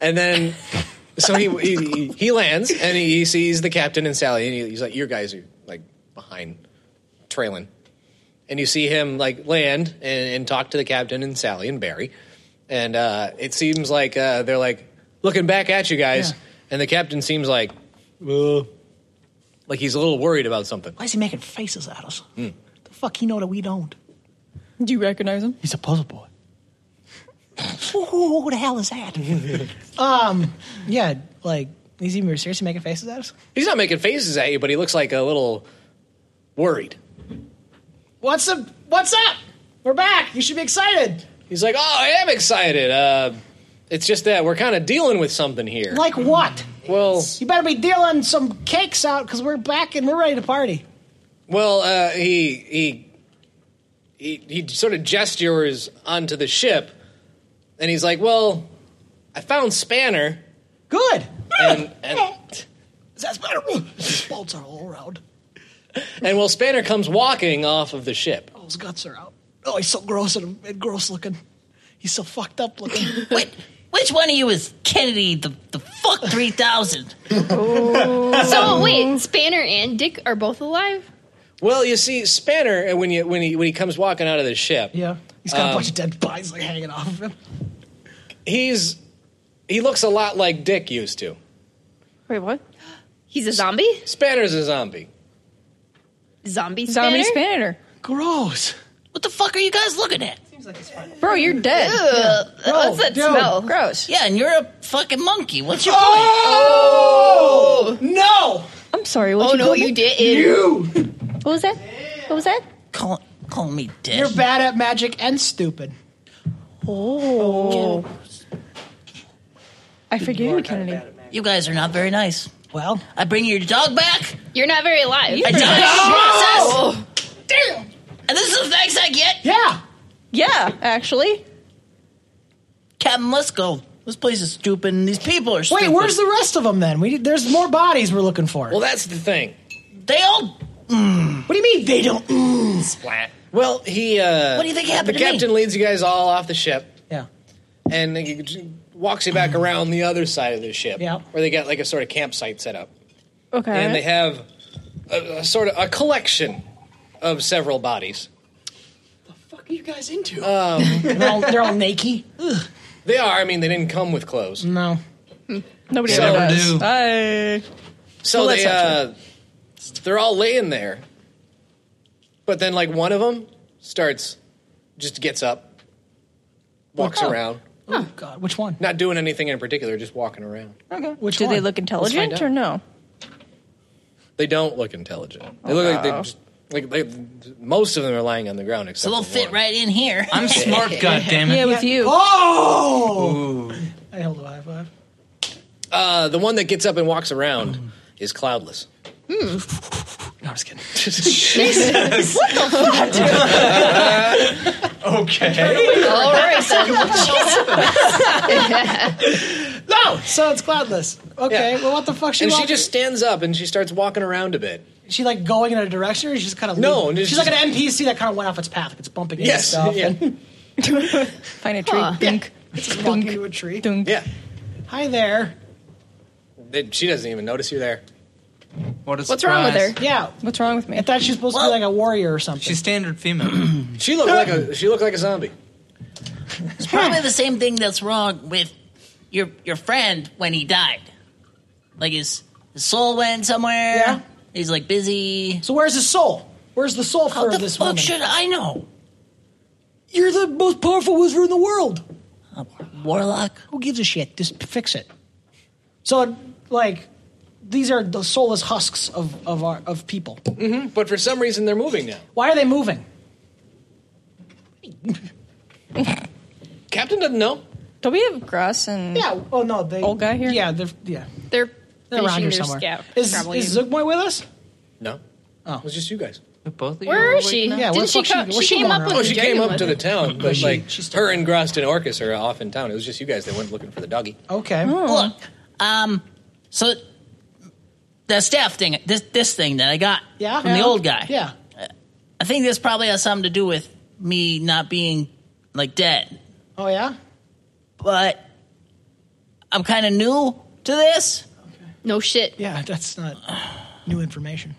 [SPEAKER 2] And then, so he he, he lands and he sees the captain and Sally, and he- he's like, "Your guys are like behind, trailing." And you see him like land and, and talk to the captain and Sally and Barry, and uh, it seems like uh, they're like looking back at you guys,
[SPEAKER 3] Yeah.
[SPEAKER 2] and the captain seems like, "Well," like he's a little worried about something.
[SPEAKER 3] Why is he making faces at us?
[SPEAKER 9] Hmm.
[SPEAKER 3] The fuck he know that we don't?
[SPEAKER 5] Do you recognize him?
[SPEAKER 3] He's a puzzle boy. who, the hell is that? um, yeah, like, is he seriously making faces at us?
[SPEAKER 2] He's not making faces at you, but he looks like a little worried.
[SPEAKER 3] What's up? What's up? We're back. You should be excited.
[SPEAKER 2] He's like, "Oh, I am excited. Uh, it's just that we're kind of dealing with something here."
[SPEAKER 3] Like what?
[SPEAKER 2] well.
[SPEAKER 3] You better be dealing some cakes out because we're back and we're ready to party.
[SPEAKER 2] Well, uh, he, he he he sort of gestures onto the ship, and he's like, "Well, I found Spanner,
[SPEAKER 3] Good.
[SPEAKER 2] and, and
[SPEAKER 3] That's better. Bolts are all around.
[SPEAKER 2] and while Spanner comes walking off of the ship,
[SPEAKER 3] Oh, his guts are out. Oh, he's so gross and, and gross looking. He's so fucked up looking.
[SPEAKER 10] Which one of you is Kennedy the, the fuck 3000?
[SPEAKER 8] So wait, Spanner and Dick are both alive.
[SPEAKER 2] well, you see Spanner, and when you when he when he comes walking out of the ship,
[SPEAKER 3] yeah, He's got a bunch
[SPEAKER 2] Um,
[SPEAKER 3] of dead bodies like hanging off of him.
[SPEAKER 2] he's he looks a lot like Dick used to.
[SPEAKER 5] Wait, what?
[SPEAKER 8] He's a zombie.
[SPEAKER 2] Spanner's a zombie.
[SPEAKER 8] Zombie Spanner.
[SPEAKER 5] Zombie Spanner.
[SPEAKER 3] Gross.
[SPEAKER 10] What the fuck are you guys looking at?
[SPEAKER 5] Bro, you're dead.
[SPEAKER 8] Ew, What's that smell?
[SPEAKER 5] Gross.
[SPEAKER 10] Yeah, and you're a fucking monkey. What's your
[SPEAKER 3] Oh! No!
[SPEAKER 5] I'm sorry. What
[SPEAKER 8] Oh,
[SPEAKER 5] you
[SPEAKER 8] no,
[SPEAKER 5] call me?
[SPEAKER 8] you did.
[SPEAKER 5] What was that? What was that?
[SPEAKER 10] Call, call me Dick.
[SPEAKER 3] You're bad at magic and stupid.
[SPEAKER 5] Oh. I forgive you, Kennedy.
[SPEAKER 10] You guys are not very nice.
[SPEAKER 3] Well,
[SPEAKER 10] I bring your dog back.
[SPEAKER 8] You're not very alive.
[SPEAKER 10] I die
[SPEAKER 8] Oh!
[SPEAKER 10] in the process. Damn. And this is the thanks I get.
[SPEAKER 3] yeah.
[SPEAKER 5] Yeah, actually.
[SPEAKER 10] Captain, let's go. This place is stupid, and these people are
[SPEAKER 3] Wait,
[SPEAKER 10] stupid.
[SPEAKER 3] where's the rest of them then? We there's more bodies we're looking for.
[SPEAKER 2] Well, that's the thing.
[SPEAKER 10] They all. mm.
[SPEAKER 3] what do you mean they don't? mm?
[SPEAKER 2] Splat. Well, he. Uh,
[SPEAKER 10] What do you think happened
[SPEAKER 2] The
[SPEAKER 10] to me?
[SPEAKER 2] captain leads you guys all off the ship,
[SPEAKER 3] Yeah.
[SPEAKER 2] and he j- walks you back around the other side of the ship,
[SPEAKER 3] Yeah.
[SPEAKER 2] where they got like a sort of campsite set up,
[SPEAKER 5] Okay.
[SPEAKER 2] and they have a, a sort of a collection of several bodies.
[SPEAKER 9] fuck are you guys into?
[SPEAKER 2] Um.
[SPEAKER 3] They're all, they're all naked.
[SPEAKER 2] They are. I mean, they didn't come with clothes.
[SPEAKER 3] No.
[SPEAKER 5] Nobody
[SPEAKER 2] So-
[SPEAKER 5] ever
[SPEAKER 2] Never
[SPEAKER 5] does.
[SPEAKER 4] do.
[SPEAKER 5] I-
[SPEAKER 2] So
[SPEAKER 5] Well,
[SPEAKER 2] they uh,
[SPEAKER 5] that's
[SPEAKER 2] they're all laying there, but then like one of them starts just gets up, walks
[SPEAKER 3] Oh.
[SPEAKER 2] around,
[SPEAKER 3] Oh God, which one?
[SPEAKER 2] not doing anything in particular, just walking around.
[SPEAKER 3] Okay. Which
[SPEAKER 5] do
[SPEAKER 3] one?
[SPEAKER 5] they look intelligent
[SPEAKER 2] out.
[SPEAKER 5] or no?
[SPEAKER 2] They don't look intelligent. They look like
[SPEAKER 3] Oh.
[SPEAKER 2] they just, like they, most of them are lying on the ground except
[SPEAKER 10] So they'll
[SPEAKER 2] for
[SPEAKER 10] fit
[SPEAKER 2] one.
[SPEAKER 10] right in here.
[SPEAKER 4] I'm smart, goddammit.
[SPEAKER 5] Yeah, with you.
[SPEAKER 3] Oh! I held a high five.
[SPEAKER 2] Uh, the one that gets up and walks around is cloudless.
[SPEAKER 3] Hmm. No, I'm just kidding.
[SPEAKER 4] Okay.
[SPEAKER 8] All right. So
[SPEAKER 3] no, so it's cloudless. Okay,
[SPEAKER 2] Yeah.
[SPEAKER 3] well, what the fuck? She
[SPEAKER 2] and she
[SPEAKER 3] walking-
[SPEAKER 2] just stands up and she starts walking around a bit.
[SPEAKER 3] she like going in a direction, or she's kind of
[SPEAKER 2] No,
[SPEAKER 3] Leaving?
[SPEAKER 2] it's
[SPEAKER 3] She's
[SPEAKER 2] just-
[SPEAKER 3] like an NPC that kind of went off its path, like it's bumping into
[SPEAKER 2] Yes,
[SPEAKER 3] stuff.
[SPEAKER 2] yeah.
[SPEAKER 3] and
[SPEAKER 5] Find a tree.
[SPEAKER 8] Huh.
[SPEAKER 5] Dunk.
[SPEAKER 3] it's just walking into a tree.
[SPEAKER 5] Dunk.
[SPEAKER 2] Yeah,
[SPEAKER 3] Hi there.
[SPEAKER 2] They- she doesn't even notice you there.
[SPEAKER 6] What a
[SPEAKER 5] What's wrong with
[SPEAKER 6] surprise.
[SPEAKER 5] her?
[SPEAKER 3] Yeah,
[SPEAKER 5] What's wrong with me?
[SPEAKER 3] I thought she was supposed to be like a warrior or something.
[SPEAKER 6] She's standard female.
[SPEAKER 2] She looked like a she looked like a zombie.
[SPEAKER 10] It's probably the same thing that's wrong with your your friend when he died. Like his, his soul went somewhere.
[SPEAKER 3] Yeah.
[SPEAKER 10] He's like busy.
[SPEAKER 3] so where's his soul? Where's the soul
[SPEAKER 10] How
[SPEAKER 3] for
[SPEAKER 10] the
[SPEAKER 3] this
[SPEAKER 10] fuck
[SPEAKER 3] woman?
[SPEAKER 10] should I know?
[SPEAKER 3] You're the most powerful wizard in the world.
[SPEAKER 10] Uh, Warlock.
[SPEAKER 3] Who gives a shit? Just fix it. So, like, these are the soulless husks of of our, of people.
[SPEAKER 2] Mm-hmm. But for some reason, they're moving now.
[SPEAKER 3] Why are they moving?
[SPEAKER 2] Captain doesn't know.
[SPEAKER 5] Don't we have grass and
[SPEAKER 3] Yeah. Oh no, they
[SPEAKER 5] Old guy here?
[SPEAKER 3] Yeah, they're yeah
[SPEAKER 8] they're
[SPEAKER 3] they're around here
[SPEAKER 8] finishing their
[SPEAKER 3] somewhere.
[SPEAKER 8] scout.
[SPEAKER 3] is
[SPEAKER 8] probably.
[SPEAKER 3] is Zugmoy with us?
[SPEAKER 2] No.
[SPEAKER 3] Oh.
[SPEAKER 2] It was just you guys.
[SPEAKER 6] Both of you
[SPEAKER 8] Where
[SPEAKER 6] are
[SPEAKER 8] is
[SPEAKER 6] awake
[SPEAKER 8] she?
[SPEAKER 6] now?
[SPEAKER 3] Yeah, where
[SPEAKER 8] Didn't
[SPEAKER 3] the
[SPEAKER 8] she
[SPEAKER 3] fuck she-
[SPEAKER 8] come?
[SPEAKER 3] where's she
[SPEAKER 8] She, came
[SPEAKER 3] going
[SPEAKER 8] up
[SPEAKER 3] around?
[SPEAKER 2] Oh,
[SPEAKER 8] with the
[SPEAKER 2] she came
[SPEAKER 8] dragon
[SPEAKER 2] up to the
[SPEAKER 8] with
[SPEAKER 2] town, but
[SPEAKER 3] she-
[SPEAKER 2] like
[SPEAKER 3] she's still-
[SPEAKER 2] her and Grost and Orcus are off in town. It was just you guys that went looking for the doggy.
[SPEAKER 3] Okay.
[SPEAKER 5] Hmm.
[SPEAKER 10] Look, um, so the staff thing, this this thing that I got
[SPEAKER 3] Yeah.
[SPEAKER 10] from
[SPEAKER 3] yeah.
[SPEAKER 10] the old guy.
[SPEAKER 3] Yeah.
[SPEAKER 10] I think this probably has something to do with me not being like dead.
[SPEAKER 3] Oh yeah.
[SPEAKER 10] But I'm kind of new to this,
[SPEAKER 8] her. No shit.
[SPEAKER 3] Yeah. That's not new information.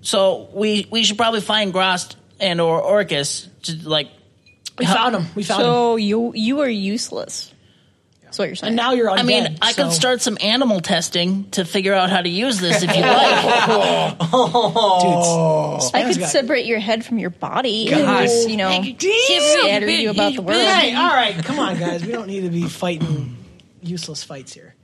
[SPEAKER 10] so we we should probably find Grost and or Orcus to like.
[SPEAKER 3] We found him. We found him.
[SPEAKER 5] So you you are useless. That's what you're saying.
[SPEAKER 3] And now you're undead.
[SPEAKER 10] I mean, I
[SPEAKER 3] so-
[SPEAKER 10] could start some animal testing to figure out how to use this if you like.
[SPEAKER 5] I could
[SPEAKER 3] got-
[SPEAKER 5] separate your head from your body and just, you know, scatter you about the world.
[SPEAKER 3] Hey, all right, come on, guys. We don't need to be fighting useless fights here.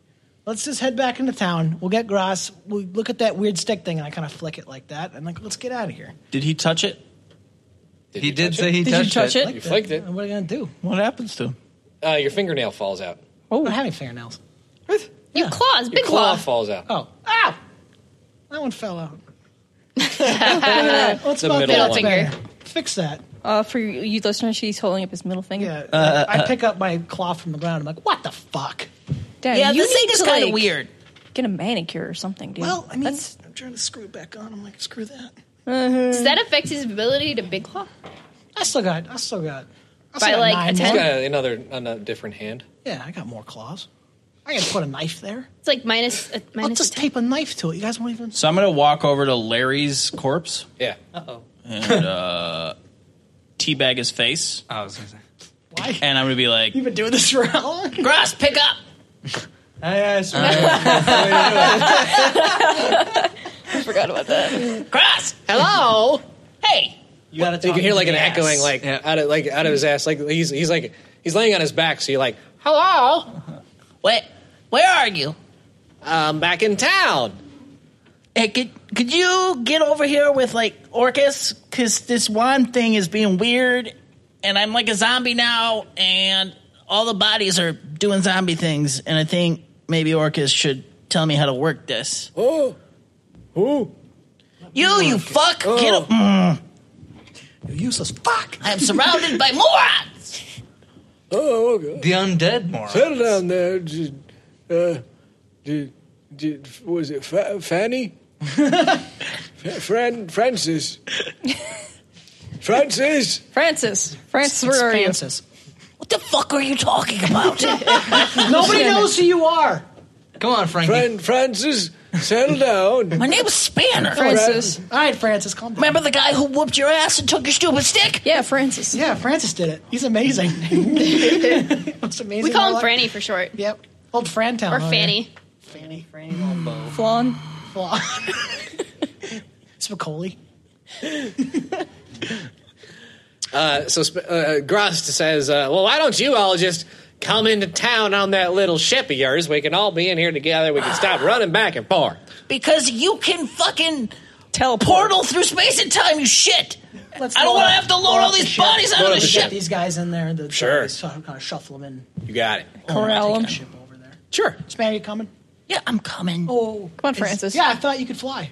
[SPEAKER 3] Let's just head back into town. We'll get grass. We look at that weird stick thing, and I kind of flick it like that, and like, let's get out of here.
[SPEAKER 4] Did he touch it?
[SPEAKER 6] He
[SPEAKER 2] you
[SPEAKER 6] did
[SPEAKER 2] touch
[SPEAKER 6] say he
[SPEAKER 5] Did
[SPEAKER 6] touched
[SPEAKER 5] you touch
[SPEAKER 6] it.
[SPEAKER 5] it?
[SPEAKER 2] You flicked it.
[SPEAKER 3] And What are we gonna do?
[SPEAKER 4] What happens to him?
[SPEAKER 2] Uh, your fingernail falls out.
[SPEAKER 3] Oh, we're having fingernails.
[SPEAKER 8] You claws, big
[SPEAKER 2] Your claw
[SPEAKER 8] claw.
[SPEAKER 2] falls out.
[SPEAKER 3] Oh, ow! That one fell out. Let's
[SPEAKER 2] The
[SPEAKER 3] not
[SPEAKER 2] middle
[SPEAKER 3] that's
[SPEAKER 2] one.
[SPEAKER 3] better. Fix that.
[SPEAKER 5] Uh, for you you listeners, she's holding up his middle finger.
[SPEAKER 3] Yeah,
[SPEAKER 10] Uh,
[SPEAKER 3] I pick up my claw from the ground. I'm like, what the fuck?
[SPEAKER 5] Dad,
[SPEAKER 10] yeah,
[SPEAKER 5] you
[SPEAKER 10] this thing
[SPEAKER 5] need
[SPEAKER 10] is
[SPEAKER 5] to,
[SPEAKER 10] kind of
[SPEAKER 5] like,
[SPEAKER 10] weird.
[SPEAKER 5] Get a manicure or something, dude.
[SPEAKER 3] Well, I mean,
[SPEAKER 5] That's- uh-huh.
[SPEAKER 3] trying to screw it back on. I'm like, screw that.
[SPEAKER 8] Does that affect his ability to big claw?
[SPEAKER 3] I still got. I still got. I
[SPEAKER 8] By
[SPEAKER 3] still got
[SPEAKER 8] like
[SPEAKER 3] nine
[SPEAKER 8] a
[SPEAKER 2] He's
[SPEAKER 8] ten.
[SPEAKER 2] got another, another different hand.
[SPEAKER 3] Yeah, I got more claws. I can put a knife there.
[SPEAKER 8] It's like minus. A, minus
[SPEAKER 3] I'll just tape a knife to it. You guys won't even.
[SPEAKER 4] So I'm gonna walk over to Larry's corpse.
[SPEAKER 2] Yeah.
[SPEAKER 4] Uh-oh. And uh, teabag his face.
[SPEAKER 6] Oh,
[SPEAKER 4] I was gonna say. Why? And I'm gonna be like,
[SPEAKER 3] You've been doing this for how long?
[SPEAKER 10] Gross, pick up.
[SPEAKER 5] I forgot about that.
[SPEAKER 10] Gross.
[SPEAKER 3] Hello.
[SPEAKER 10] Hey.
[SPEAKER 2] You, can hear like an echoing, like out of like out of his ass. Like he's he's like he's laying on his back. So you're like, hello.
[SPEAKER 10] What? Where are you?
[SPEAKER 2] I'm back in town.
[SPEAKER 10] Hey, could could you get over here with like Orcus? Cause this one thing is being weird, and I'm like a zombie now, and all the bodies are doing zombie things, and I think maybe Orcus should tell me how to work this.
[SPEAKER 7] Oh, oh,
[SPEAKER 10] You, you fuck! Get up!
[SPEAKER 3] You Oh, useless fuck.
[SPEAKER 10] I'm surrounded by morons.
[SPEAKER 7] oh, okay.
[SPEAKER 6] The undead moron.
[SPEAKER 7] Settle down there. Just, uh, just, just, was it Fa- Fanny? Fa- Fran- Francis. Francis.
[SPEAKER 5] Francis. Francis, where are you?
[SPEAKER 3] Francis.
[SPEAKER 10] What the fuck are you talking about?
[SPEAKER 3] Nobody knows who you are.
[SPEAKER 6] Come on, Frankie.
[SPEAKER 7] Fran- Francis. Settle down.
[SPEAKER 10] My name was Spanner.
[SPEAKER 5] Francis.
[SPEAKER 3] All right, Francis, calm down.
[SPEAKER 10] Remember the guy who whooped your ass and took your stupid stick?
[SPEAKER 5] Yeah, Francis.
[SPEAKER 3] Yeah, Francis did it. He's amazing. That's amazing.
[SPEAKER 8] We call him
[SPEAKER 3] Like-
[SPEAKER 8] Franny for short,
[SPEAKER 3] Yep. Old Fran town.
[SPEAKER 8] or
[SPEAKER 3] over
[SPEAKER 8] Fanny.
[SPEAKER 3] there. Fanny.
[SPEAKER 5] Flan.
[SPEAKER 3] Flan. Spicoli.
[SPEAKER 2] Uh, so sp- uh, Grost says, uh, "Well, why don't you all just come into town on that little ship of yours? We can all be in here together. We can stop running back and forth."
[SPEAKER 10] Because you can fucking
[SPEAKER 5] Teleport.
[SPEAKER 10] portal through space and time, you shit.
[SPEAKER 3] Let's
[SPEAKER 10] I don't
[SPEAKER 3] go
[SPEAKER 10] want to
[SPEAKER 3] up-
[SPEAKER 10] have to
[SPEAKER 3] go
[SPEAKER 10] load
[SPEAKER 3] up
[SPEAKER 10] all
[SPEAKER 3] the
[SPEAKER 10] these
[SPEAKER 3] ship.
[SPEAKER 10] bodies out
[SPEAKER 2] Load
[SPEAKER 10] of
[SPEAKER 2] up
[SPEAKER 10] the
[SPEAKER 2] the
[SPEAKER 10] ship.
[SPEAKER 3] Get these guys in there. The,
[SPEAKER 2] Sure.
[SPEAKER 3] So I'm gonna shuffle them in.
[SPEAKER 2] You got it.
[SPEAKER 5] Corral
[SPEAKER 3] Take
[SPEAKER 5] him.
[SPEAKER 3] that ship over there.
[SPEAKER 2] Sure.
[SPEAKER 3] Span, are you coming?
[SPEAKER 10] Yeah, I'm coming.
[SPEAKER 3] Oh,
[SPEAKER 5] Come on,
[SPEAKER 3] It's-
[SPEAKER 5] Francis.
[SPEAKER 3] Yeah, I thought you could fly.